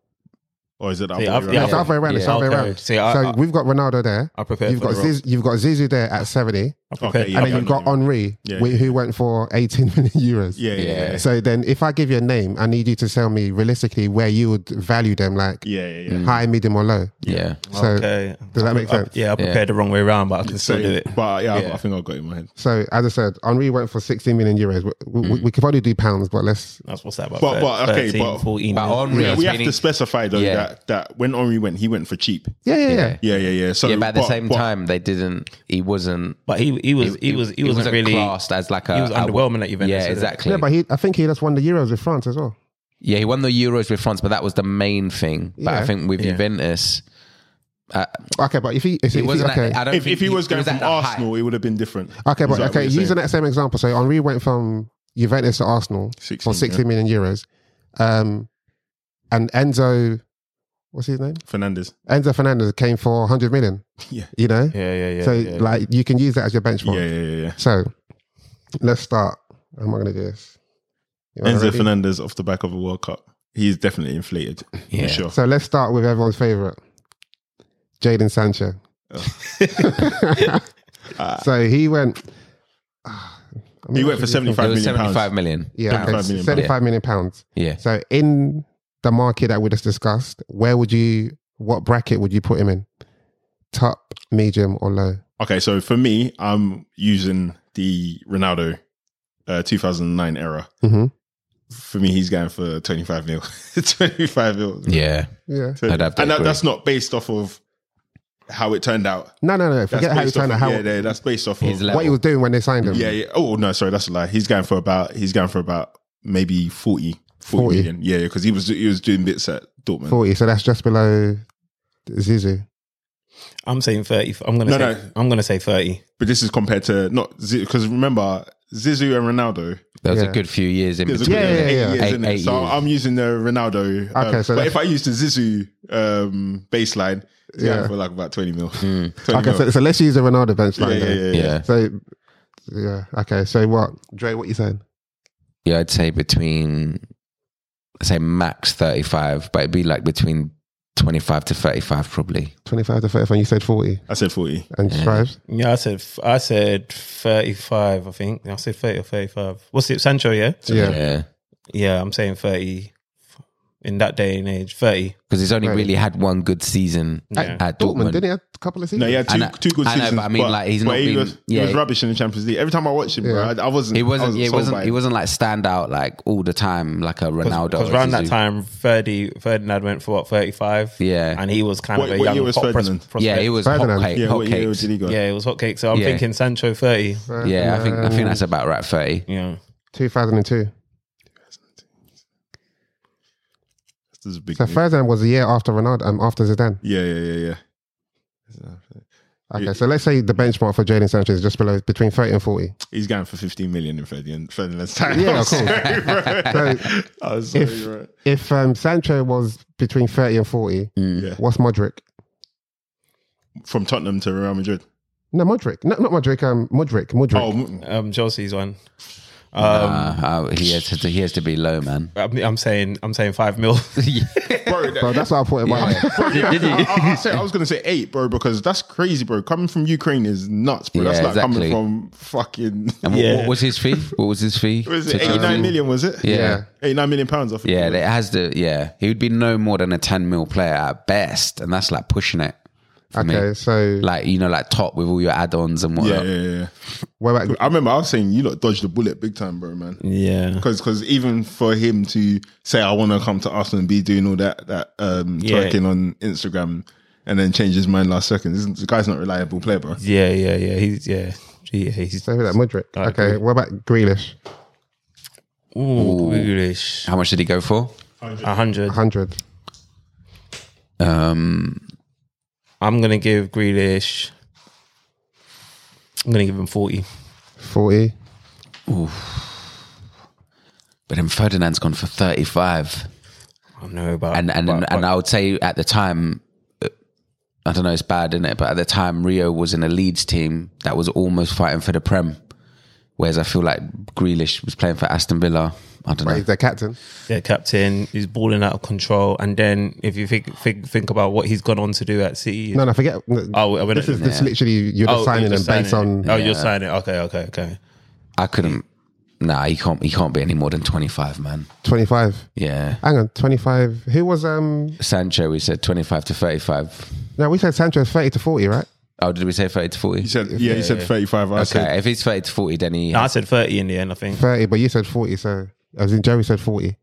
Or is it that
See, I've-
yeah,
yeah,
it's
I've-
halfway around. It's
yeah,
halfway
okay.
around.
See, I-
so
I-
we've got Ronaldo there.
I prepared
You've
for
got
the role.
Ziz, you've got Zizou there at seventy,
I prepared.
Okay,
I
yeah.
and then
prepared.
you've got Henri,
Yeah,
wi-
yeah,
who went for eighteen [LAUGHS] million euros.
Yeah, yeah, yeah.
So then, if I give you a name, I need you to tell me realistically where you would value them, like
Yeah, yeah, yeah.
high, medium, or low.
yeah.
So
okay.
does that make
I-
sense?
yeah, I prepared the wrong way around, but I can
So,
still do it.
But yeah, I- I think I've got it in my head.
So as I said, Henri went for sixteen million euros. We, we, we could probably do pounds, but let's.
That's what's that about?
But- but, okay,
13,
but-
14.
But Henry,
Yeah,
is
we have
meaning-
to specify though
Yeah.
that, that when Henri went, he went for cheap.
Yeah, yeah, yeah.
Yeah, yeah, yeah. So
yeah, but at the same
but-
time, they didn't. He wasn't.
But he he was he was he, wasn't, really
classed as like a.
he was
a-
underwhelming at Juventus,
Yeah,
isn't it?
exactly.
Yeah, but he, I think he just won the Euros with France as well.
Yeah, he won the Euros with France, but that was the main thing. But
Yeah.
I think with Juventus,
Okay, but if he, if he,
it
if he
wasn't.
okay,
At, I don't
If,
think
if he was going
at
from
the height.
Arsenal, it would have been different.
Okay,
Is
but okay,
that what you're
using
saying?
that same example, so Henri went from Juventus to Arsenal
16,
for sixty million euros, um, and Enzo, what's his name?
Fernandez.
Enzo Fernandez came for 100 million.
Yeah.
You know?
Yeah, yeah, yeah.
so,
yeah.
like, you can use that as your
Yeah,
benchmark.
yeah, yeah. yeah.
So, let's start. How am I going to do this? You wanna
Enzo
ready?
Fernandez off the back of a World Cup. He's definitely inflated. Yeah. For
[LAUGHS]
sure.
So, let's start with everyone's favorite Jaden Sancho. so, he went. ah,
He went for
It
75
was
million
seventy-five
pounds.
million.
Yeah, okay,
75 million
75 million pounds.
Yeah.
So, in the market that we just discussed, where would you, what bracket would you put him in? Top, medium, or low?
Okay, so for me, I'm using the Ronaldo uh, 2009 era.
Mm-hmm.
Mhm.
For me, he's going for 25 mil. [LAUGHS] 25 mil.
Yeah.
Yeah.
So-
I'd have to
and that,
agree.
that's not based off of how it turned out.
No, no, no.
That's
Forget how you
based off
turned out.
of-
How
yeah, yeah, that's based off
His
of
level.
what he was doing when they signed him.
yeah, yeah. Oh no, sorry, that's a lie. He's going for about he's going for about maybe 40, 40,
40.
million. Yeah, because he was he was doing bits at Dortmund.
forty. So that's just below Zizou.
I'm saying 30. I'm going to
No,
say,
no.
I'm going to say 30.
But this is compared to not because remember Zizou and Ronaldo.
There was
Yeah.
a good few years in
there's a
between.
yeah,
good eight
yeah.
years,
Eight-
innit?
eight
So
years.
I'm using the Ronaldo. um,
Okay, so
but
that's-
if I use the Zizou um, baseline, it's going
Yeah.
for like about [LAUGHS] twenty mil.
Hmm.
Okay,
20 mil.
so, so let's use the Ronaldo
yeah,
benchline.
yeah,
then.
yeah, yeah.
Yeah.
So yeah, okay. So what, Dre? What you saying?
Yeah, I'd say between, I'd say max 35, but it'd be like between 25 to 35 probably.
Twenty-five to thirty-five. You said forty,
I said forty.
and
Yeah.
Strives.
Yeah, I said I said 35, I think. I said 30 or 35. What's it, Sancho, yeah?
Yeah.
Yeah, I'm saying 30 in that day and age. 30.
Because he's only
Right.
really had one good season
Yeah.
at
Dortmund,
Dortmund.
didn't he have a couple of seasons?
No, he had two,
I know-
two good
I know,
seasons.
but I mean, like, he's
but
not
he
been-
was he
yeah,
was
he-
rubbish in the Champions League. Every time I watch him,
Yeah.
bro, I, I wasn't.
It
I
wasn't.
wasn't
yeah, It
sold
wasn't.
by
It
him.
wasn't like stand out like all the time, like a Ronaldo.
Because
or
around that
Zizou.
time, 30, Ferdinand went for what, 35?
Yeah.
And he was kind
What-
of a
what
young
year was
hot pros-
Ferdinand?
prospect.
yeah, it was hot,
Ferdinand.
cake,
Yeah,
hot
what year
cakes.
did he go?
Yeah, it was hotcake. So I'm
Yeah.
thinking Sancho 30.
Yeah, I think I think that's
Mm.
about right. Thirty.
Yeah.
Uh, two thousand and two.
This is a big.
So
move.
Ferdinand was a year after Ronaldo, um, after Zidane.
yeah, yeah, yeah, yeah.
Okay, so let's say the benchmark for Jadon Sancho is just below between thirty and forty.
He's going for 15 million in Ferdinand, Ferdinand's time.
Yeah,
[LAUGHS] I'm
of course.
sorry, bro. I'm sorry,
if-
bro.
If um, Sancho was between thirty and forty,
Mm. Hmm.
Yeah.
what's Modric?
From Tottenham to Real Madrid.
No, Modric. No, not Modric. Um, Modric. Modric.
Oh, m-
Um, Chelsea's one. Um,
Uh, uh, he has to. He has to be low, man.
I'm, I'm saying I'm saying 5
[LAUGHS]
mil.
bro.
So that's what I put in my head.
did you? I, I, I said, I was going to say eight, bro, because that's crazy, bro. Coming from Ukraine is nuts, bro. that's
Yeah,
like
exactly.
coming from
[LAUGHS]
fucking.
And what,
Yeah.
what was his
[LAUGHS]
fee? What was his fee?
was
to
it 89
Chelsea?
million, was it?
Yeah.
Yeah.
yeah.
89 million pounds, I think. it was.
it has to. Yeah, he would be no more than a ten mil player at best, and that's like pushing it. [LAUGHS] For
Okay,
me.
so
like you know, like top with all your add-ons and
yeah,
whatnot.
yeah, yeah,
where at,
yeah. I remember I was saying, you lot dodged the bullet big time, bro, man.
yeah.
Because even for him to say, I want to come to Arsenal and be doing all that, that um,
Yeah.
twerking on Instagram and then change his mind last second, this, the guy's not a reliable player, bro.
Yeah, yeah, yeah. He's, yeah. Gee, he's,
so who that Modric.
I
okay,
agree.
what about Grealish?
ooh, Grealish.
How much did he go for?
100.
Hundred.
Um,
I'm gonna give Grealish. I'm gonna give him forty.
40.
but then Ferdinand's gone for thirty-five,
I don't know about
and and
but-
and I would say at the time, uh, I don't know, it's bad, isn't it? But at the time, Rio was in a Leeds team that was almost fighting for the Prem, whereas I feel like Grealish was playing for Aston Villa. I don't
Right,
know.
he's their captain.
yeah, captain. He's balling out of control, and then if you think think think about what he's gone on to do at City.
No, no, forget.
Oh, I went-
this is this
yeah.
literally you're just
Oh,
signing
you're
them
just
based
signing
on.
it. Oh, you're signing. Okay, okay, okay.
I couldn't. Nah, he can't. He can't be any more than twenty-five, man.
25.
Yeah,
Hang on, 25. Who was um?
Sancho. We said twenty-five to thirty-five.
No, we said Sancho's 30 to 40, right?
Oh, did we say thirty to forty?
He said, yeah, he said 35. I said,
Okay, if he's thirty to forty, then he.
No, I said thirty in the end. I think.
30, but you said 40, so as in Jerry said 40.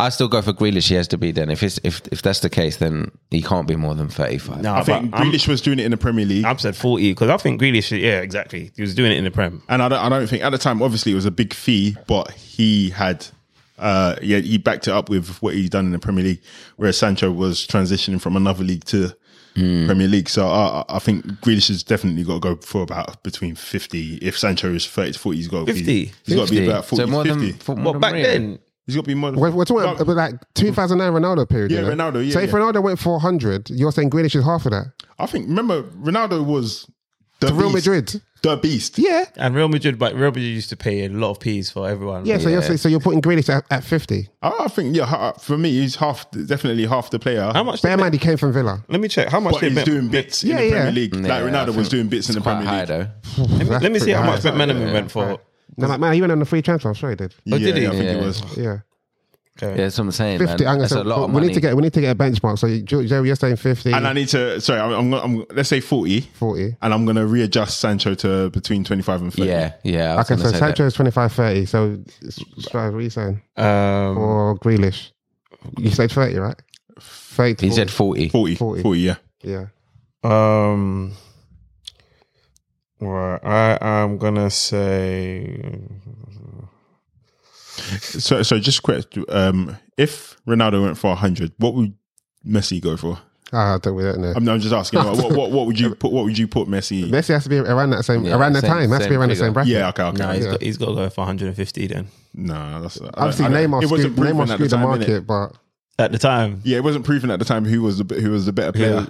I still go for Grealish. He has to be then. If it's if if that's the case, then he can't be more than thirty five.
No,
I think
I'm,
Grealish was doing it in the Premier League.
I've said forty because I think Grealish. Yeah, exactly. He was doing it in the Prem.
and I don't, I don't think at the time, obviously, it was a big fee, but he had, uh, yeah, he backed it up with what he's done in the Premier League, whereas Sancho was transitioning from another league to
Hmm.
Premier League. So I, I- I think Grealish has definitely got to go for about between 50. If Sancho is 30 to 40, he's got to
50?
be, he's got to be about 40,
so more
50.
than for, more
Well,
than
back
Rio.
then,
he's got to be more than
We're, we're talking about like 2009 Ronaldo period.
Yeah,
you know?
Ronaldo, yeah,
So if
yeah.
Ronaldo went 400, you're saying Grealish is half of that.
I think, remember, Ronaldo was the,
To Real
beast.
Madrid.
The beast.
Yeah.
and Real Madrid, but Real Madrid used to pay a lot of peas for everyone.
Yeah, so you're saying- so you're putting Grealish at, at 50.
I, I think, yeah, ha- for me, he's half, definitely half the player.
How much? Did
Bear in
Ben-
mind he came from Villa.
let me check. How much
But
did
he's
Ben-
doing bits in
Yeah,
the
yeah.
Premier League. like
Yeah, I
Ronaldo was
think
doing bits in the
Quite
Premier
high
League.
though.
Let me, let me see how much
That's pretty
McManaman
high.
went for.
No, like, man, he went on a free transfer. I'm sure he Oh, did.
yeah,
did he?
yeah, I think
Yeah.
it was.
Yeah.
Okay.
Yeah, that's what I'm saying,
50,
man.
I'm gonna
That's
say,
a lot of
we
money.
need to get we need to get a benchmark. So you- Joe, you're saying 50,
And I need to. Sorry, I'm. I'm, I'm let's say forty,
40.
and I'm going to readjust Sancho to between twenty-five and thirty.
yeah, yeah. I was
Okay,
gonna
so
say that.
Sancho is 25, 30. So it's- it's- what are you saying?
Um,
Or Grealish? You said 30, right? 30.
He said 40.
40,
40.
40, Yeah.
yeah.
um, right. I am gonna say
So, so just quick. Um, if Ronaldo went for hundred, what would Messi go for?
Ah, I don't, we don't know.
I'm, I'm just asking. like, what, what, what would you put? What would you put Messi?
Messi has to be around that same,
Yeah,
around the
same-
time. Has to
same
be around the
figure.
same bracket.
Yeah. Okay. Okay.
no. He's
yeah.
got he's got to go for 150 then.
No, that's
Obviously,
I don't-
Neymar,
it
screwed,
wasn't proven
Neymar
at the
screwed the,
time,
market,
innit?
but
At the time,
Yeah, it wasn't proven at the time who was the who was the better player.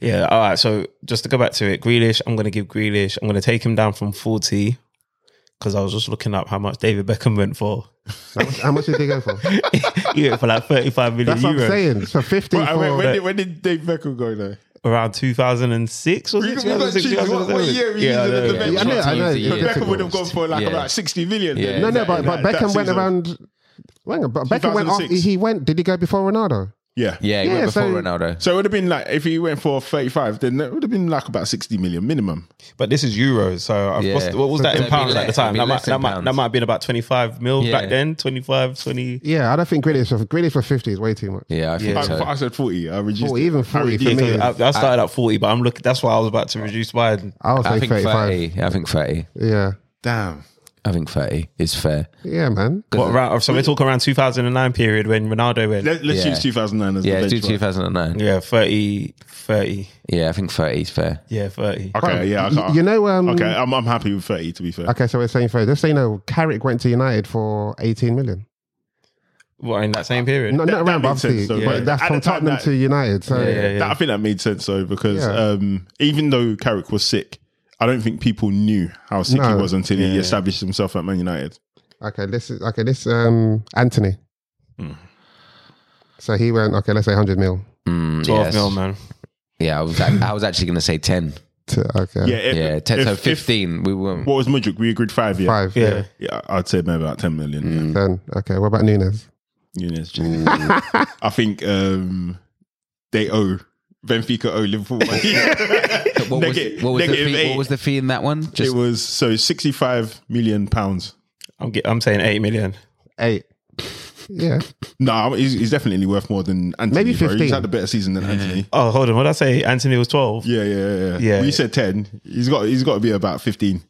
yeah. All right. So just to go back to it, Grealish. I'm gonna give Grealish. I'm gonna take him down from 40 because I was just looking up how much David Beckham went for. [LAUGHS]
how much, how much did they go
[LAUGHS]
for?
he went for like 35 million
That's what I'm
euros.
saying. So 50
But I
for,
mean, when, did, when did Dave Beckham go though?
around 2006 was
We-
it?
we got
2006,
cheated. What- what
2007?
year were you
yeah, I
using
know,
at
yeah.
the bench?
I know, I know.
Yeah.
you're getting
Beckham would have
towards-
gone for like
Yeah.
about sixty million.
Yeah.
didn't
No,
he?
no, but,
That-
but
that
Beckham went
season.
around. Hang on, but Beckham went off.
2006.
He went. Did he go before Ronaldo?
Yeah,
Yeah, he
Yeah,
went before
so-
Ronaldo.
So it would have been like if he went for thirty-five, then it would have been like about sixty million minimum.
But this is euros, so uh,
Yeah.
what's, what was that
It'd
in
be
pounds
less-
at the
it'd
time?
be
That might,
less in
that, might,
pounds.
that might have been about 25 mil
Yeah.
back then, 25, 20.
Yeah, I don't think Grealish for Grealish for fifty is way too much.
Yeah, I think
I,
so.
I said forty. I reduced.
40,
it.
even
I
40 for
reduced
me
it.
I, I started at 40, but I'm looking, that's why I was about to reduce mine.
I'll
I
say
think
35.
30. I think 30.
Yeah,
Damn.
I think 30 is fair.
yeah, man.
What, around, so we're talking around 2009 period when Ronaldo went.
Let, let's
Yeah.
use two thousand nine as
Yeah,
the
do
benchmark.
2009.
Yeah, 30, 30.
Yeah, I think 30 is fair.
Yeah, 30.
Okay. Yeah. I
Y-
can't-
you know, um,
Okay.
okay.
I'm I'm happy with thirty. To be fair.
so we're saying thirty. Just say no. Carrick went to United for eighteen million.
What, in that same period?
No,
That-
not around, but
that makes
obviously,
sense, though,
but
right?
that's
At
from
the time
Tottenham
that-
to United. So
Yeah, yeah, yeah.
That, I think that made sense though, because
Yeah.
um, even though Carrick was sick, I don't think people knew how sick
No.
he was until he established himself at Man United.
okay, this is okay. This um, Anthony.
Hmm.
So he went. Okay, let's say hundred mil.
Mm,
12
yes.
mil, man.
Yeah, I was, ac- I was actually going to say 10.
To, okay,
Yeah, if-
Yeah, 10,
if-
so
if-
15. we weren't.
what was Mudrick? We agreed five, yeah.
five.
Yeah.
Yeah.
Yeah, I'd say maybe about ten million.
Mm.
Then okay, what about Nunes?
Yeah. Nunes. I think um, they owe Benfica owe Liverpool.
What was,
Nega-
what, was the
negative
fee,
eight.
what was the fee in that one?
it
Just
was so sixty-five million pounds.
I'm, ge- I'm saying 8 million.
Eight. Yeah.
No, I mean, he's, he's definitely worth more than Anthony.
Maybe
bro. He's
15.
had a better season than Anthony.
Oh, hold on. What did I say? Anthony was 12?
Yeah, yeah, yeah. yeah.
Yeah.
Well, you said ten. He's got. He's got to be about fifteen.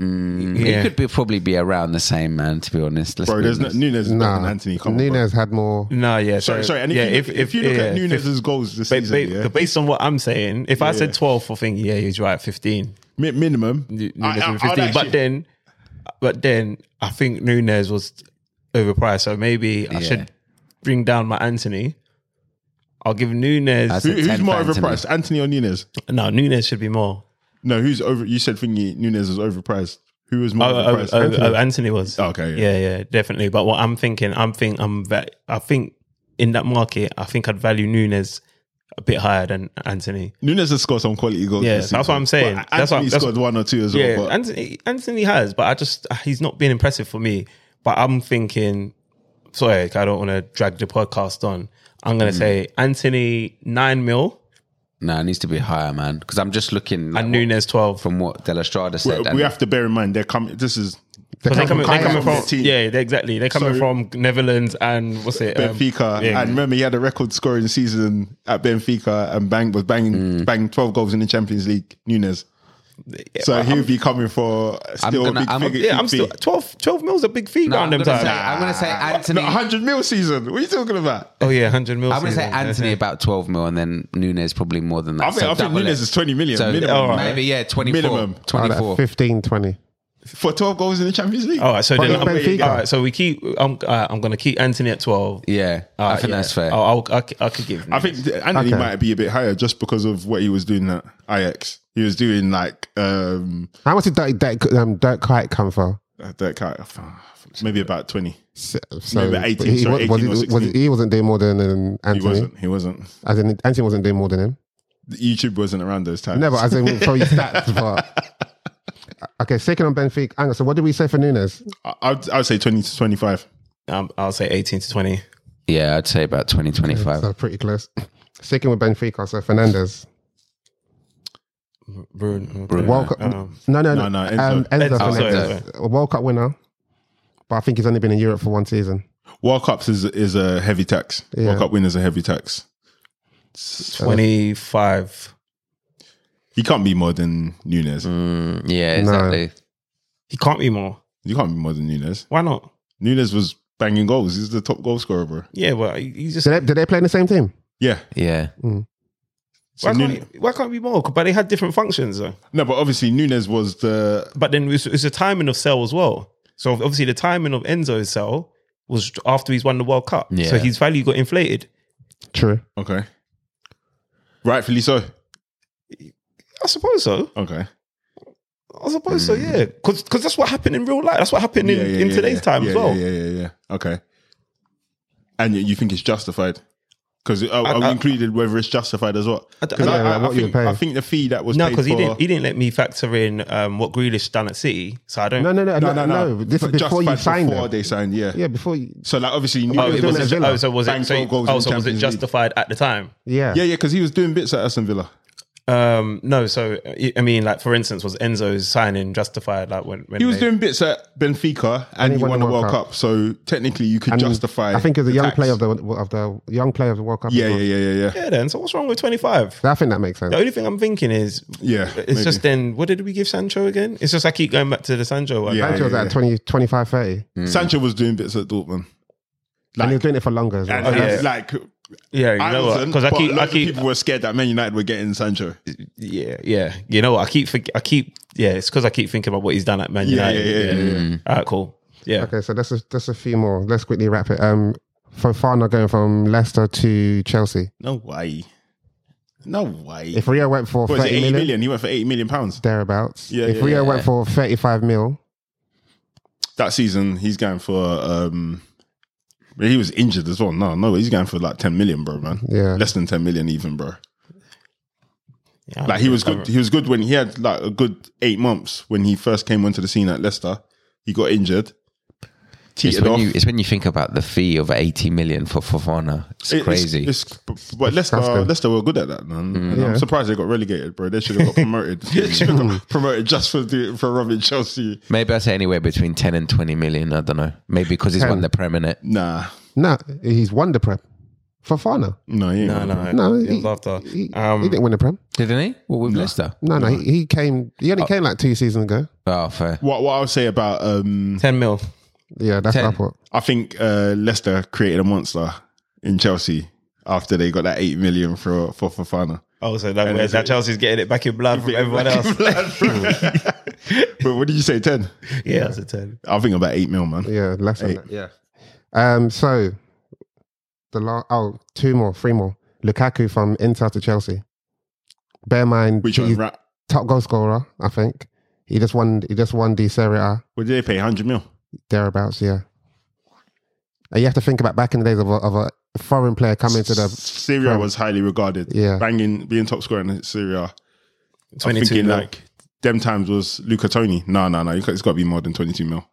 Mm,
Yeah.
It could be probably be around the same, man. To be honest, Let's
Bro,
be
there's no,
honest.
Nunes is better
Nah.
than Anthony. Come on, bro.
Nunes had more.
No, yeah.
Sorry,
so-
sorry. And if,
yeah,
you, look- if, you look
yeah,
at Nunes' goals this
Ba-
season,
ba-
yeah,
Based on what I'm saying, if I said
yeah.
12 for thinking, yeah, he's right, 15.
mi- minimum.
Nu-
I-
Nunes
I-
was
I'd
15.
actually-
but then, but then I think Nunes was overpriced. So maybe I should bring down my Anthony. I'll give Nunes.
That's
Who-
it.
who's
10
more
for Anthony.
overpriced, Anthony or Nunes?
no, Nunes should be more.
No, who's over? You said thingy Nunes was overpriced. Who was more
Oh, oh,
overpriced?
oh,
Anthony?
oh, Anthony was.
Okay, yeah.
Yeah, yeah, definitely. But what I'm thinking, I'm think I'm va- I think in that market, I think I'd value Nunes a bit higher than Anthony.
Nunes has scored some quality goals.
Yeah,
this
that's what
season.
I'm saying.
But
That's what-
Anthony
that's
scored one or two as well.
Yeah,
but
Anthony, Anthony has, but I just uh, he's not been impressive for me. But I'm thinking, sorry, I don't want to drag the podcast on. I'm
Mm.
gonna say Anthony nine mil
No, it needs to be higher, man. Because I'm just looking like,
and Nunes twelve.
from what De La Strada
we-
said.
we,
and
have to bear in mind they're coming. This is
So they coming, they coming
Ajax.
from yeah, they exactly. They're coming
So-
from Netherlands and what's it? um,
Benfica,
yeah.
and remember he had a record scoring season at Benfica, and bang was banging
Mm.
banging twelve goals in the Champions League. Nunes. So he would be coming for still
gonna-
a big
I'm-
figure.
yeah, I'm
big
still
fee.
12, 12 mil's a big fee
No,
around
I'm
them
gonna say,
time.
I'm gonna say Anthony.
No, 100 mil season. What are you talking about?
Oh yeah, hundred mil.
I'm gonna say
season.
Anthony about 12 mil, and then Nunes probably more than that.
I think, I think
double
Nunes
it.
is 20 million
So
minimum.
all right.
maybe yeah, 24,
Minimum.
Oh, like
24.
15, 20.
For 12 goals in the Champions League?
All right, so
But
then
it's Benfica.
all right, so we keep. I'm uh, I'm gonna keep Anthony at twelve.
yeah,
All
I
right,
think
Ah, yeah. Oh.
that's fair.
I'll, I'll, I c- I could give.
I think th- Anthony
Okay.
might be a bit higher just because of what he was doing at Ajax. He was doing like, um,
How much did Dirk, Dirk, um, Dirk Kuyt come for?
that kind of, maybe about 20.
So,
Maybe 18,
he,
sorry,
was,
18 or
was, was,
16.
he wasn't doing more than um,
He
Anthony.
wasn't. He wasn't.
As in, Anthony wasn't doing more than him.
YouTube wasn't around those times.
Never, as in,
[LAUGHS]
for his stats. But. Okay, second on Benfica. Hang on, so what did we say for Nunes?
I, I'd, I'd say 20 to 25.
um, I'll say 18 to 20.
Yeah, I'd say about 20, 25.
So pretty close. Sticking with Benfica, so Fernandez.
Bruin.
World Cup, no, no, no,
No, no,
Um, Enzo
Enzo.
Enzo, sorry,
Fernandez, a World Cup winner, but I think he's only been in Europe for one season.
World Cups is is a heavy tax.
Yeah.
World Cup winners a heavy tax. Uh,
25.
You can't be more than Nunes.
Mm, yeah,
No.
exactly.
He can't be more.
You can't be more than Nunes.
Why not?
Nunes was banging goals. He's the top goal scorer, bro.
Yeah, but he just.
Did they, did they play in the same team?
Yeah.
Yeah.
So
Why can't,
Nunes-
he, why can't he be more? But they had different functions, though.
no, but obviously Nunes was the
But then it's, it's the timing of Cell as well. So obviously, the timing of Enzo's Cell was after he's won the World Cup.
Yeah.
So his value got inflated.
True.
okay. Rightfully so.
I suppose so.
Okay.
I suppose so, yeah. Because that's what happened in real life. That's what happened in,
Mm. Yeah, yeah,
in
yeah,
today's
yeah.
time
Yeah,
as well.
Yeah, yeah, yeah, yeah. Okay. And you, you think it's justified? Because are, are we
I-
included whether it's justified as well?
I don't-
'Cause
I
I,
don't know
I- I
what you
think,
pay.
I think the fee that was
No,
paid
because he
for-
didn't. He didn't let me factor in um, what Grealish done at City. So I don't.
No, no, no, no, no. This is
But
before you
justified
signed
Before
them.
they signed, yeah.
Yeah, before you.
So like obviously,
Oh,
Nunes
it
doing
was
it at
was
Villa.
oh, so was it?
Banged
So,
12 goals
oh, so
in
was it
Champions League.
justified at the time?
Yeah.
Yeah, yeah, because he was doing bits at Aston Villa.
Um, no. So I- I mean, like for instance, was Enzo's signing justified? Like when, when
He was
they-
doing bits at Benfica and, he won, the World Cup. so technically you could
And
justify.
I think as a
the
young
tax.
player of the of the young player of the World Cup. as
Yeah,
well.
yeah, yeah, yeah, yeah.
Yeah. Then so what's wrong with twenty five?
I think that makes sense.
Oh,
The only thing I'm thinking is
Yeah,
It's
maybe.
just then. What did we give Sancho again? It's just I keep going back to the Sancho one.
Yeah.
Sancho was at 20, 25, 30.
Sancho was doing bits at Dortmund.
and
Like,
he was doing it for longer as well.
and,
Oh, yeah.
and, like
yeah. You
I
know what?
wasn't,
Because I
but
keep, I
lots of
keep,
people were scared that Man United were getting Sancho.
yeah, yeah. You know what? I keep, forg- I keep, yeah. It's because I keep thinking about what he's done at Man
Yeah,
United.
yeah, yeah, yeah,
All right, cool. Yeah.
Okay, so that's a, that's a few more. Let's quickly wrap it. Um, Fofana going from Leicester to Chelsea.
No way. No way.
If Rio went for
what is it,
30
eighty
million,
million? He went for eighty million pounds
thereabouts.
Yeah,
if
yeah,
Rio went for 35 mil,
that season. He's going for. um but he was injured as well. No, no, he's going for like ten million, bro, man.
Yeah.
less than ten million, even, bro.
Yeah.
Like he was good. He was good when he had like a good eight months when he first came onto the scene at Leicester. He got injured,
It's
teetered
when,
off.
you, it's when you think about the fee of 80 million for Fofana. It's
It-
crazy.
It's, but Leicester,
disgusting.
Leicester were good at that, man. And
Yeah.
I'm surprised they got relegated, bro. They should have got promoted. They should have got [LAUGHS] promoted just for the, for robbing Chelsea.
Maybe I say anywhere between 10 and 20 million. I don't know. Maybe because he's won the Prem in it.
Nah,
no, he's won the Prem. Fofana.
no, he ain't
No,
got
no,
No,
It
he-
was after.
He,
Um,
he didn't win the Prem.
Didn't he? Well, with Leicester.
No, no, he, he came. He
Uh,
only came like two seasons ago.
Oh, fair.
What what I would say about um,
Ten mil.
Yeah, that's
Ten.
what I thought.
I think uh, Leicester created a monster in Chelsea after they got that eight million for for Fofana.
Oh, so that, where's that Chelsea's getting it back in blood from everyone
[LAUGHS]
else.
but what did you say? Ten?
[LAUGHS] yeah, that's a ten.
I think about eight mil, man.
Yeah, less than
Eight.
that. Yeah. Um, so the last oh, two more, three more. Lukaku from Inter to Chelsea. Bear in mind,
Which
he's
one? Ra-
top goal scorer, I think. He just won. He just won the Serie A
What did they pay? Hundred mil.
thereabouts. Yeah. And you have to think about back in the days of a, of a foreign player coming to the
Syria
Prem.
was highly regarded.
Yeah.
banging, being top scorer in Syria. I'm
Twenty-two
thinking
mil.
like them times was Luca Toni. No, no, no. you ca- It's got to be more than 22 mil.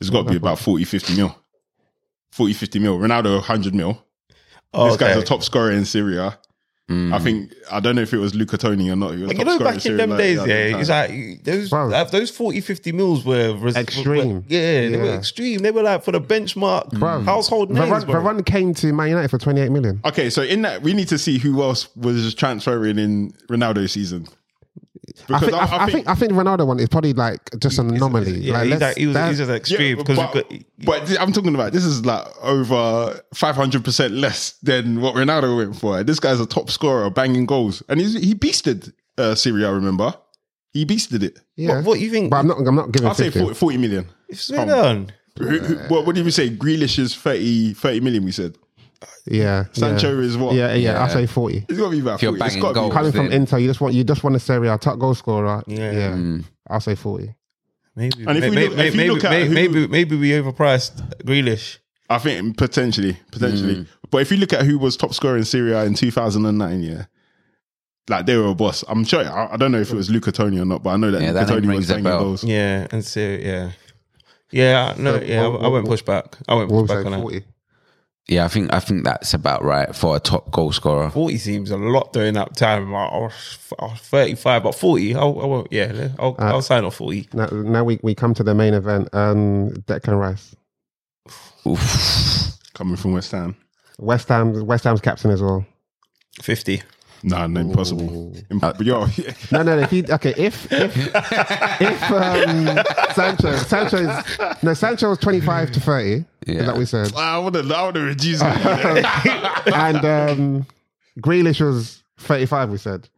It's got to be about 40, 50 mil. 40, 50 mil. Ronaldo, 100 mil.
oh,
this guy's
okay. Hmm.
a top scorer in Syria. I think, I don't know if it was Luca Toni or not. He was
Like, you
top
know,
scorer
back in
Serie
them
A
days,
at the
yeah,
time.
it's like those
Bro.
like, those 40, 50 mils were res-
Extreme.
were- yeah, they were
Yeah.
extreme. They were like for the benchmark Mm.
Bro.
household names.
Varane,
bro.
Varane came to Man United for 28 million.
Okay, so in that, we need to see who else was transferring in Ronaldo's season.
I
Because
think I, I think I think Ronaldo one is probably like just an anomaly.
Yeah,
like,
he's
let's-
like, he was
that-
he's just extreme
Yeah,
because
but, but th- I'm talking about this is like over 500 percent less than what Ronaldo went for. This guy's a top scorer, banging goals, and he's, he beasted uh, Serie. A, remember, he beasted it.
yeah.
what, what you think?
but I'm not. I'm not giving.
I'll say
50.
40, 40 million.
Slow down.
Who- who- what, what did we say? Grealish is 30, 30 million. We said
Yeah.
Sancho
Yeah.
is what?
Yeah, yeah, I say forty.
it's got to be about
If you're
40. It's
banging
got to
goals.
be.
Coming from
Then-
Inter, you just want you just want to Serie A top goal scorer.
Yeah.
Yeah, I'll say forty.
Maybe,
And if
may-
we
may-
look- if you
may-
look at
may-
who-
maybe, maybe we overpriced Grealish.
I think potentially, potentially.
Mm.
But if you look at who was top scorer in Syria in 2009, yeah, like they were a boss. I'm sure. I, I don't know if it was Luca Toni or not, but I know that
Yeah,
Luca
that name
Toni was
rings a
banging
bell.
goals.
Yeah, and so yeah, Yeah, no,
So
yeah, I-
what-
I won't
what-
push back. I won't
We'll
push
say
back on that.
forty.
Yeah, I think I think that's about right for a top goal scorer.
40 seems a lot during that time. I I was, I was 35, but 40, I, I won't, yeah, I'll, I'll sign off 40.
Now, now we, we come to the main event. Um, Declan Rice,
Coming from West Ham.
West Ham, West Ham's captain as well.
50.
Nah, no, impossible.
Uh,
Imp- yo, [LAUGHS]
No, no, no. If he, okay, if if, if um, Sancho, Sancho's no, Sancho's twenty five to thirty. Is that what we said?
I would have, I would have reduced
[LAUGHS]
it.
And um, Grealish was thirty five. We said.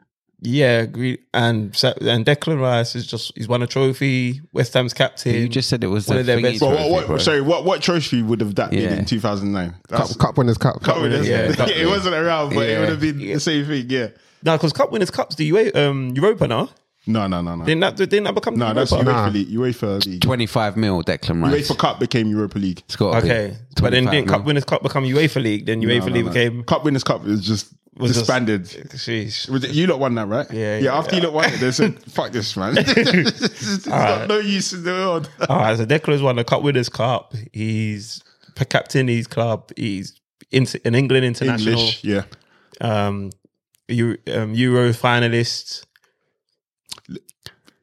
Yeah, agree. And Sa- and Declan Rice is just, he's won a trophy, West Ham's captain.
You just said it was
One
the
of their
thingy
best-
Bro,
trophy,
what,
bro.
what, sorry, what, what trophy would have that
Yeah.
been in 2009?
Cup,
That's-
cup winners cup.
Cup winners.
Yeah,
Yeah,
cup
[LAUGHS] it wasn't around, but
Yeah.
it would have been the same thing. Yeah.
no, because Cup Winners' Cup's the UA, um, Europa now.
No, no, no, no.
Didn't that, didn't that become the
no, that's
Europa?
UEFA League. UEFA League.
Twenty-five mil, Declan Rice.
UEFA Cup became Europa League.
It's gotta be
Okay, but then
25
didn't Cup
mil.
Winners' Cup become UEFA League? Then UEFA
No, no,
League
no.
became.
Cup Winners' Cup is just
was just-
disbanded.
Sheesh.
Was it- you lot won that, right?
Yeah,
Yeah,
yeah,
after you lot won it, they said, fuck this,
[LAUGHS]
man. [LAUGHS] it's got no use in the world.
All right, Ah, so Declan's won the Cup Winners' Cup. He's p- captain his club. He's in, an England international.
English, yeah.
um, Euro, um, Euro finalists.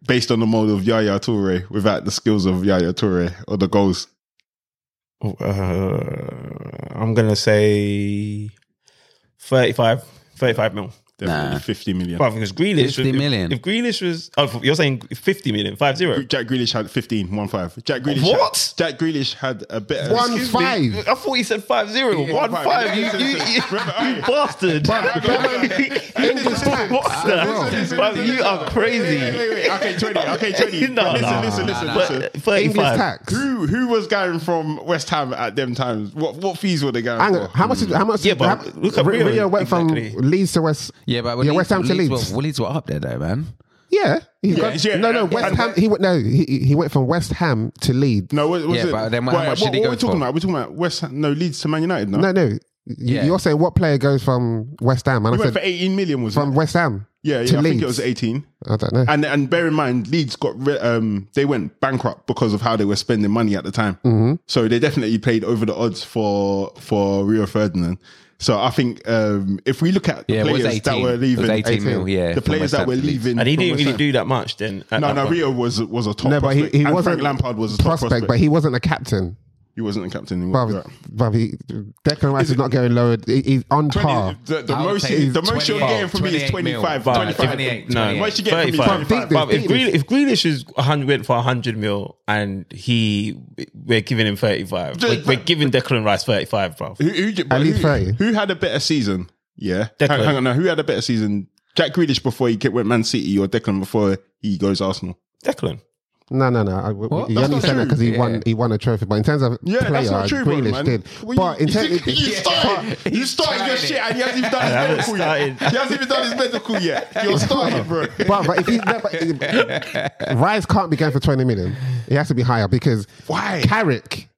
Based on the mode of Yaya Toure without the skills of Yaya Toure or the goals.
Uh, I'm gonna say 35, 35 mil.
Definitely
Nah.
50 million.
But because Grealish,
50
if-
million.
If, Grealish was, oh, you're saying 50 million, five zero.
Jack Grealish had 15, 1 5. Jack Grealish
What?
Had, Jack Grealish had a better.
One
Excuse me.
I
five.
thought you said five zero. one
five.
five. You,
Listen,
you,
listen.
you,
Remember,
you bastard.
I- listen,
Bastard.
listen,
You are
listen. Wait,
crazy.
wait, wait. Okay, 20. Okay,
[LAUGHS]
20.
No,
listen,
no,
listen, listen, listen.
But
English
35.
tax.
Who who was going from West Ham at them times? What what fees were they going
Hang on,
for?
how much? Is, how much?
Yeah, but
how-
look at Rio,
Rio went
exactly.
from Leeds to West.
Yeah, but
yeah, West Ham to Leeds.
Were, Leeds were up there though, man.
Yeah, he
Yeah,
got,
yeah,
no, no,
yeah.
West
And-
Ham. He went no, he he went from West Ham to Leeds.
No, what, was
Yeah,
it?
but then how much did he
what
go
we're talking
for?
about? We're talking about West Ham, no Leeds to Man United. No,
No, no. You-
Yeah.
You're saying what player goes from West Ham? And
he
I
went for
said
eighteen million, was
from
it?
West Ham.
Yeah,
to
yeah. I
Leeds.
think it was eighteen.
I don't know.
And and bear in mind, Leeds got ri- um they went bankrupt because of how they were spending money at the time.
Mm-hmm.
So they definitely played over the odds for for Rio Ferdinand. So I think um, if we look at the
Yeah, it was
players
18.
that were leaving,
It was 18 mil, yeah,
the
from
players
West
that
Ham
were
to Leeds.
leaving,
And he
from
didn't
West
really
Ham.
do that much then. at
No,
that
no,
point.
Rio was was a top
no, but he,
prospect.
he
and
wasn't
Frank Lampard was a top prospect,
but he wasn't a captain.
he wasn't the captain. He
Bruv,
was, right.
bruv, he, Declan Rice is, not going lower. He, he's on par.
The, the
I would
most,
say
the most you're
28,
getting from me is
28 mil.
25.
But
25.
28,
No,
The most you get from me is
35.
25.
But if,
Beat
Grealish, if Grealish is 100, went for 100 mil and he, we're giving him 35. We're, we're giving Declan Rice 35, bro.
Who, who, but
least
who-
30.
who had a better season? Yeah.
Declan.
Hang, hang on, no, who had a better season? Jack Grealish before he get- went Man City or Declan before he goes Arsenal?
Declan.
No, no, no. I, we-
What?
You
That's
only
not
said that
true.
because he won. He won a trophy. But in terms of
Yeah,
player,
that's not true, bro,
Grealish
man.
did.
Well,
but
you,
in terms,
[LAUGHS] you,
[LAUGHS]
started, you started your shit and he hasn't even [LAUGHS] done
I
his
haven't
medical yet.
started.
He hasn't even done his medical yet. You're starting, bro.
but, but if he's never,
[LAUGHS]
Rice can't be going for twenty million. He has to be higher because
Why?
Carrick,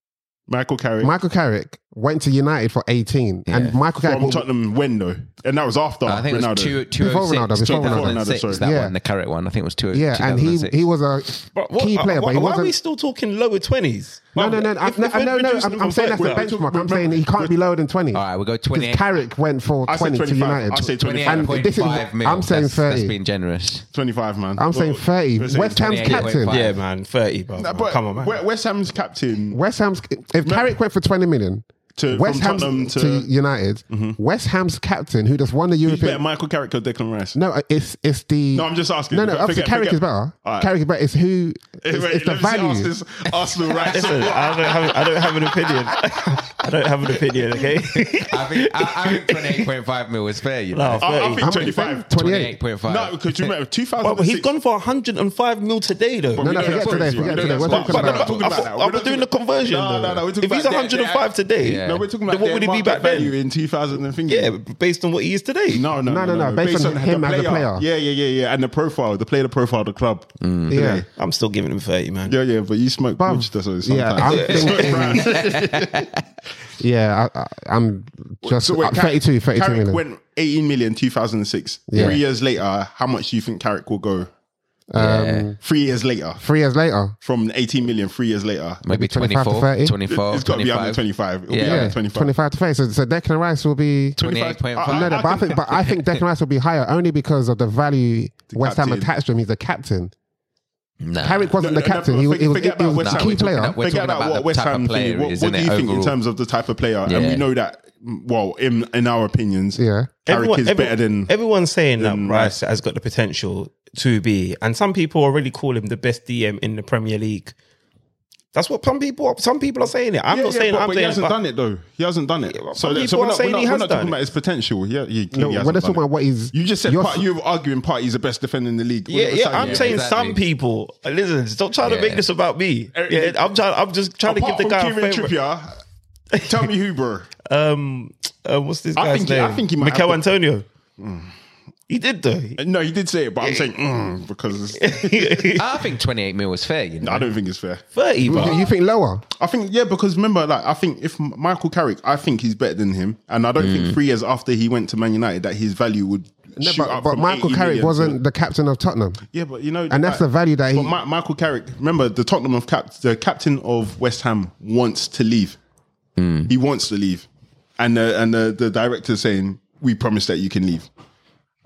Michael Carrick
Michael Carrick, went to United for eighteen, and Michael Carrick.
from Tottenham when though? And that was after
I think
Ronaldo.
it was two,
Before
206,
Ronaldo, before
2006,
Ronaldo, sorry.
that
Yeah.
one, the carrot one. I think it was two,
yeah, and he he was a
But what,
uh,
key player,
why,
but he
why are we
wasn't.
still talking lower 20s?
No, no, no, no,
If-
no,
if we're
no, no.
reducing
I'm,
them
I'm saying that's
from
the
30,
benchmark. I'm saying he can't be lower than twenty.
All right, we'll go
Because
28.
Carrick went for
I said
20 to
25.
United.
I said 25.
And this is,
28.5 mil.
I'm saying
that's,
30.
That's being generous.
25, man.
I'm saying
Well,
30.
we're saying
West Ham's
28.5.
captain.
Yeah.
Yeah, man, 30, bro.
Nah, but
Come on, man.
We- West Ham's captain.
West Ham's if Carrick went for 20 million
To- from
West
Tottenham
Ham's
to-
to, United, West Ham's captain who just won the
Who's better,
European.
Michael Carrick or Declan Rice?
No, it's it's the.
No, I'm just asking.
No, no, obviously
Forget-
Carrick
forget-
is better.
Alright.
Carrick is better. It's who. It's,
[LAUGHS] Wait,
it's the
let me see
value.
Arsenal's- Arsenal rights.
Listen, I don't have I don't have an opinion. [LAUGHS] I don't have an opinion.
[LAUGHS]
Okay.
I think, I, I think 28.5 mil is fair, you know.
no, 30.
I, I think
many
25.
28.
28.5.
No, because you remember
Well, but
2006.
he's gone for 105 mil today, though.
no,
We don't
forget
know
today, forget
that, we don't
today.
know
We're
that.
talking
But-
about-
but-
I
talking
thought-
that.
I
We're
was
not
doing the conversion.
No,
though.
no, no. We're talking
if he's
about their-
105
their-
today,
Yeah.
No, we're talking about
Then what
their
would he be
market
back then?
value in 2000 and things.
yeah, based on what he is today.
No, no,
No, no, no, based on him as a player.
Yeah, yeah, yeah, yeah. And the profile, the player, the profile, of the club.
Yeah.
I'm still giving him 30, man.
Yeah, yeah. But you smoke
Bruv.
booch, that's what it's
Yeah, I'm
sometimes.
thinking. yeah, I, I, I'm just
So wait,
uh,
Carrick-
32, 32
Carrick
million.
went 18 million 2006.
Yeah.
Three years later, how much do you think Carrick will go?
Um,
Three years later,
Three years later,
from 18 million, three years later,
Maybe
25 to
24,
30?
24,
it's got to be
25,
under 25. It'll be
Yeah.
under
yeah,
25.
25 to 30. So, so Declan Rice will be
28.5.
No, no, but I think, but I
[LAUGHS]
think Declan Rice will be higher only because of the value West Ham
captain.
attached to him. He's the captain.
Nah.
Harry wasn't
No,
the
no,
captain.
no,
he was, he was,
forget
he
about
was
West
the
Ham.
key
We're talking
player.
We're
Forget
talking
about
about
what
the
West
type of
Ham
player
think.
he
What,
is,
what do
innit,
you think in
overall?
terms of the type of player? And
Yeah.
we know that, well, in, in our opinions,
Yeah.
Carrick is
every-
better than.
everyone's saying that
than
Rice has got the potential to be, and some people already call him the best DM in the Premier League. That's what some people some people are saying it. I'm
Yeah,
not
yeah,
saying
but,
I'm
but he
saying
hasn't
but-
done it though. He hasn't done it.
but
so
some
that- so
people
we're
are
not,
saying
we're not,
he
we're
has
not
done
talking
it.
about his potential. Yeah, he
No,
clearly
when
hasn't
they're talking
done it.
about what he's.
You just said
you're-
part, you were arguing party's the best defender in the league.
Yeah, yeah, I'm
Apart
saying
exactly.
some people. Listen, stop trying to
Yeah.
make this about me. Yeah, I'm trying. I'm just trying to give the
from
guy
Kieran
a favor.
Trippier, tell me who, bro.
Um, uh, what's this
I
guy's
think he-
name?
I think he might
Mikel
have- Hmm.
Antonio. He did
[LAUGHS]
though. [LAUGHS]
No, you did say it, but I'm saying mm, because it's-
I think 28 mil is fair, you know.
I don't think it's fair.
Thirty,
You,
[LAUGHS]
bro.
you think lower?
I think yeah, because remember, like I think if M- Michael Carrick, I think he's better than him, and I don't
Mm.
think three years after he went to Man United that his value would.
No,
shoot
but,
up
but
from
Michael
80
Carrick
million
wasn't
to-
the captain of Tottenham.
yeah, but you know,
and that's the value that he-
But Mi- Michael Carrick, remember the Tottenham of cap, the captain of West Ham wants to leave.
Mm.
He wants to leave, and the, and the the director's saying we promise that you can leave.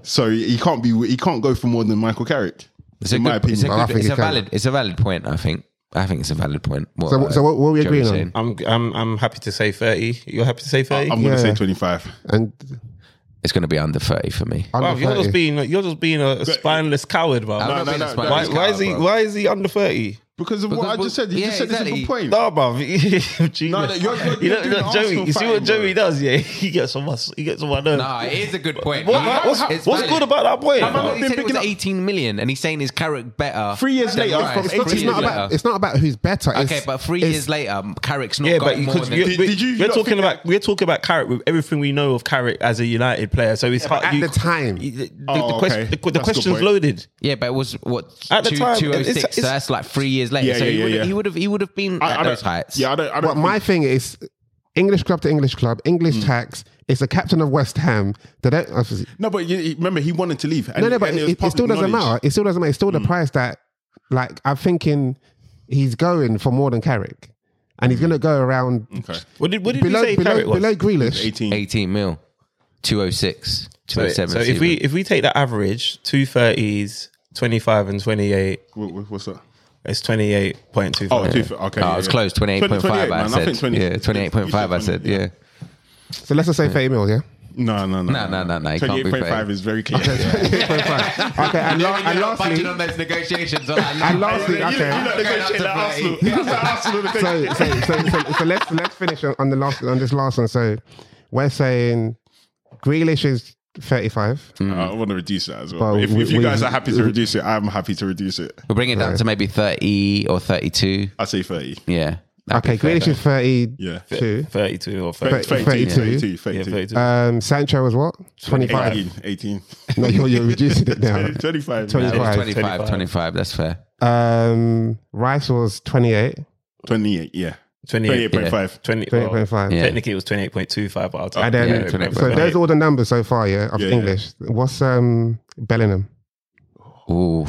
So he can't be. He can't go for more than Michael Carrick.
It's a,
in my
good,
opinion,
it's a,
Well, I
good,
think
it's
he
a
can.
valid it's a valid point, I think. I think it's a valid point.
So- so what- what are we
Joey's
agreeing on?
saying.
I'm, I'm, I'm happy to say thirty. You're happy to say thirty?
I'm going to
Yeah.
say 25.
And
It's going to be under 30 for me.
Wow,
under
you're
30.
just being you're just being a, a spineless coward, bro.
I'm not
no,
being a
no,
spineless
why, why is
coward,
he
bro.
why is he under thirty?
Because of what
Because
I just
we-
said. You
yeah,
just said it's a
exactly.
good point.
No, [LAUGHS] bro.
No, no, you're- you're-
you
you're
know, look,
doing the
Joey.
Arsenal
You see what
fighting,
Joey
bro.
does? Yeah, [LAUGHS] he gets on my he gets on my nerves.
No, it is a good point.
What-
He-
what's-
it's
what's
valid.
good about that point?
How
Have I
not
he
been
said it was
picking up-
18 million and he's saying his Carrick better.
Three years
than
later,
Rice.
from
Three
eighteen-
It's
years
not
later.
about. It's not about who's better. It's,
Okay, but three
it's-
years later, Carrick's not
Yeah,
got
but
more
because
than
you,
Did-
we-
did you
we're
not
talking
think
about we're talking about Carrick with everything we know of Carrick as a United player. So it's hard,
at
you-
the time.
you- the, the,
Oh,
the quest-
okay.
the- the
That's a good
question's
point.
loaded.
Yeah, but it was what
At the
two,
time,
206.
it's- it's-
so that's like three years later.
Yeah,
so
yeah,
he
yeah,
would
yeah.
he would have he would have been
I,
at
I
those
don't,
heights.
Yeah, I don't. I
But
don't
my thing
think-
is English club to English club, English
Mm.
tax. It's the captain of West Ham. They don't. obviously-
no, but you, you- remember, he wanted to leave. And,
No, no, but
and
it,
was
it still
public
doesn't
knowledge. Mm.
matter. It still doesn't matter. It's still the price that, like, I'm thinking he's going for more than Carrick, and he's going to go around
Mm. Okay.
What did what did
below
you say
below,
Carrick was?
below Grealish.
18.
18 mil, 206,
so
207.
so if we if we take that average, two thirties, twenty five and twenty eight,
What- what- What's that?
it's twenty eight point two
Oh,
five.
two, okay.
Oh,
yeah,
it's
yeah.
close. 28.5,
28,
I
man.
said.
think 20
yeah,
you said
28.5, I said.
20.
Yeah.
So let's just say 30 mil, yeah.
[LAUGHS] No, no, no.
No, no, no, no, you can't be
28.5 is very clear. Uh,
[LAUGHS] okay, and, la- and lastly,
on those negotiations.
and lastly,
You
okay.
know, negotiate that Arsenal. That Arsenal
[LAUGHS] so,
negotiate.
so, so, so, so let's let's finish on, on the last on this last one. So we're saying Grealish is 35.
Mm.
I want to reduce that as well.
But
If
we-
if you
we-
guys are happy to reduce it, I'm happy to reduce it.
We'll bring it down to maybe 30 or 32.
I say 30.
Yeah. that'd
Okay,
be fair.
Grealish is 32.
Yeah.
Thirty two or
Thirty-
30,
32.
32.
32.
yeah,
32.
thirty two.
Um, Sancho was what? 25.
18. 18.
no, you're, you're reducing it
[LAUGHS]
down.
25.
It was
25.
25, 25. That's fair.
Um, Rice was 28,
28, yeah.
28,
28.5.
20, well,
Oh.
28.5.
Yeah.
oh, Technically, it was twenty eight point two five, but I'll take
And then,
Yeah,
so
28.5.
those are all the numbers so far, yeah, of
Yeah, yeah.
English. What's um Bellingham?
Ooh.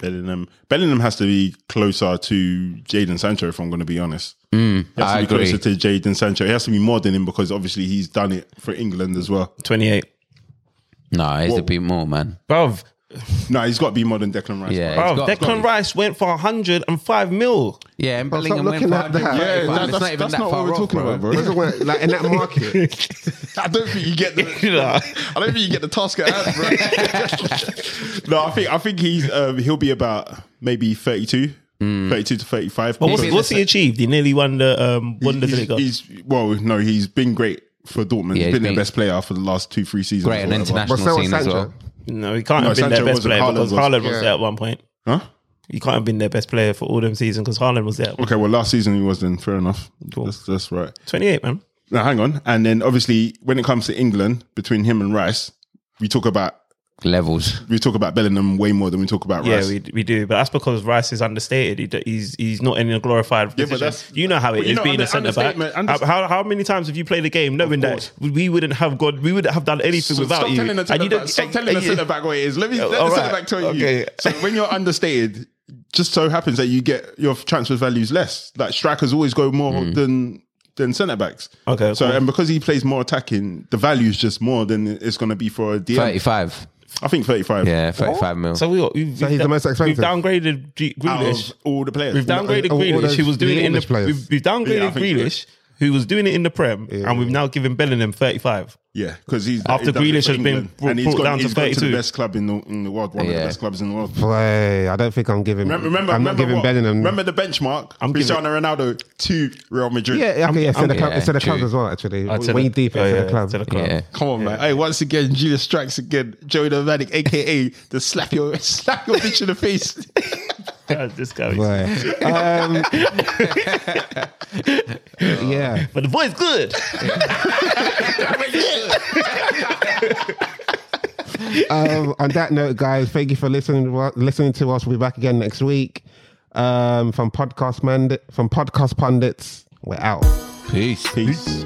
Bellingham. Bellingham has to be closer to Jaden Sancho, if I'm going to be honest. He has
Mm, I
to be
agree.
closer to Jaden Sancho. He has to be more than him because obviously he's done it for England as well.
twenty eight.
No, it's
Whoa.
a bit more, man.
Bruv,
No, he's got to be more than Declan Rice.
Yeah.
bro.
it's
Oh,
bruv,
got-
Declan Rice went for hundred and
[LAUGHS]
five mil.
Yeah, and
Bro, stop
Bellingham went
looking
for
at that.
135.
Yeah,
It's
that's-
not
that's-
even
that's
that
not what
far
we're
off,
talking
bro. [LAUGHS]
about, bro.
This is when- like in that
[LAUGHS]
market.
I don't think you get the.
[LAUGHS]
You know?
I don't think you get the task at hand, bro. [LAUGHS] no, I think I think he's um, he'll be about maybe 32,
Mm.
32 to thirty five.
But what's,
Maybe
what's
the
he achieved? He nearly won the um, won the
he's,
Liga.
he's- well, no, he's been great for
Yeah,
Dortmund. he's
he's
been their
been-
best player for the last two, three seasons.
Great
or
and
whatever.
international
But so was
scene as
Sancho.
well.
No, he can't
No,
have been
Sancho
their best
wasn't,
player
Haaland
because
was.
Haaland was
Yeah.
there at one point.
Huh?
He can't have been their best player for all them seasons because Haaland was there.
Okay, well, last season he was then. Fair enough. That's, that's right.
Twenty eight, man.
Now, hang on. And then obviously, when it comes to England, between him and Rice, we talk about
levels.
We talk about Bellingham way more than we talk about
Yeah,
Rice.
we, we do, but that's because Rice is understated. He, d- he's he's not in a glorified position.
that's-
you know how it
Well,
is
you know,
being
under-
a centre back.
understatement-
How, how
under-
how many times have you played a game knowing that we wouldn't have gone, we wouldn't have done anything
So
without
stop
you?
Telling the
And you
centre back,
don't- eh,
stop
and-
telling the
and you-
centre back what it is. Let me
Oh,
let the
all
centre
right.
back tell
Okay.
you. So when you're understated, just so happens that you get your transfer values less. Like strikers always go more than than centre backs.
Hmm. Okay,
So
cool.
and because he plays more attacking, the value is just more than it's going to be for a DM.
Thirty-five.
I think 35.
Yeah, thirty-five mil.
So we got, we've,
So he's the most expensive?
We've downgraded G-
Out of
Grealish.
all the players.
We've downgraded
all- all
Grealish,
those
who was doing it in the
English players.
we've, we've downgraded
Yeah, I think
Grealish, who was doing it in the Prem, and we've now given Bellingham thirty five.
Yeah, because he's
After
he's done
Grealish
it for
has been
England.
brought-
and he's
brought
gone,
down to
he's gone to
32.
the best club in the in the world, one of
Yeah.
the best clubs in the world.
Boy, I don't think I'm giving.
Remember, remember,
I'm not
remember
giving
what?
Bellingham.
Remember the benchmark.
I'm giving-
Cristiano Ronaldo to Real Madrid.
yeah, okay, yeah, Instead of club,
yeah,
it's in the club
true. Oh,
as well. Actually,
Uh, to
way deep
yeah,
into
yeah,
the club.
To the club.
yeah.
Come on, man. Hey, once again, Julius strikes again. Joey Novadic, aka the slap your [LAUGHS] slap your bitch in the face.
God, [LAUGHS] this guy. is-
Boy. Um,
[LAUGHS]
[LAUGHS]
[LAUGHS]
yeah,
But the boy's good.
um, on that note, guys, thank you for listening. Listening to us. We'll be back again next week. Um, from podcast Mandit, from podcast pundits, we're out.
Peace.
Peace.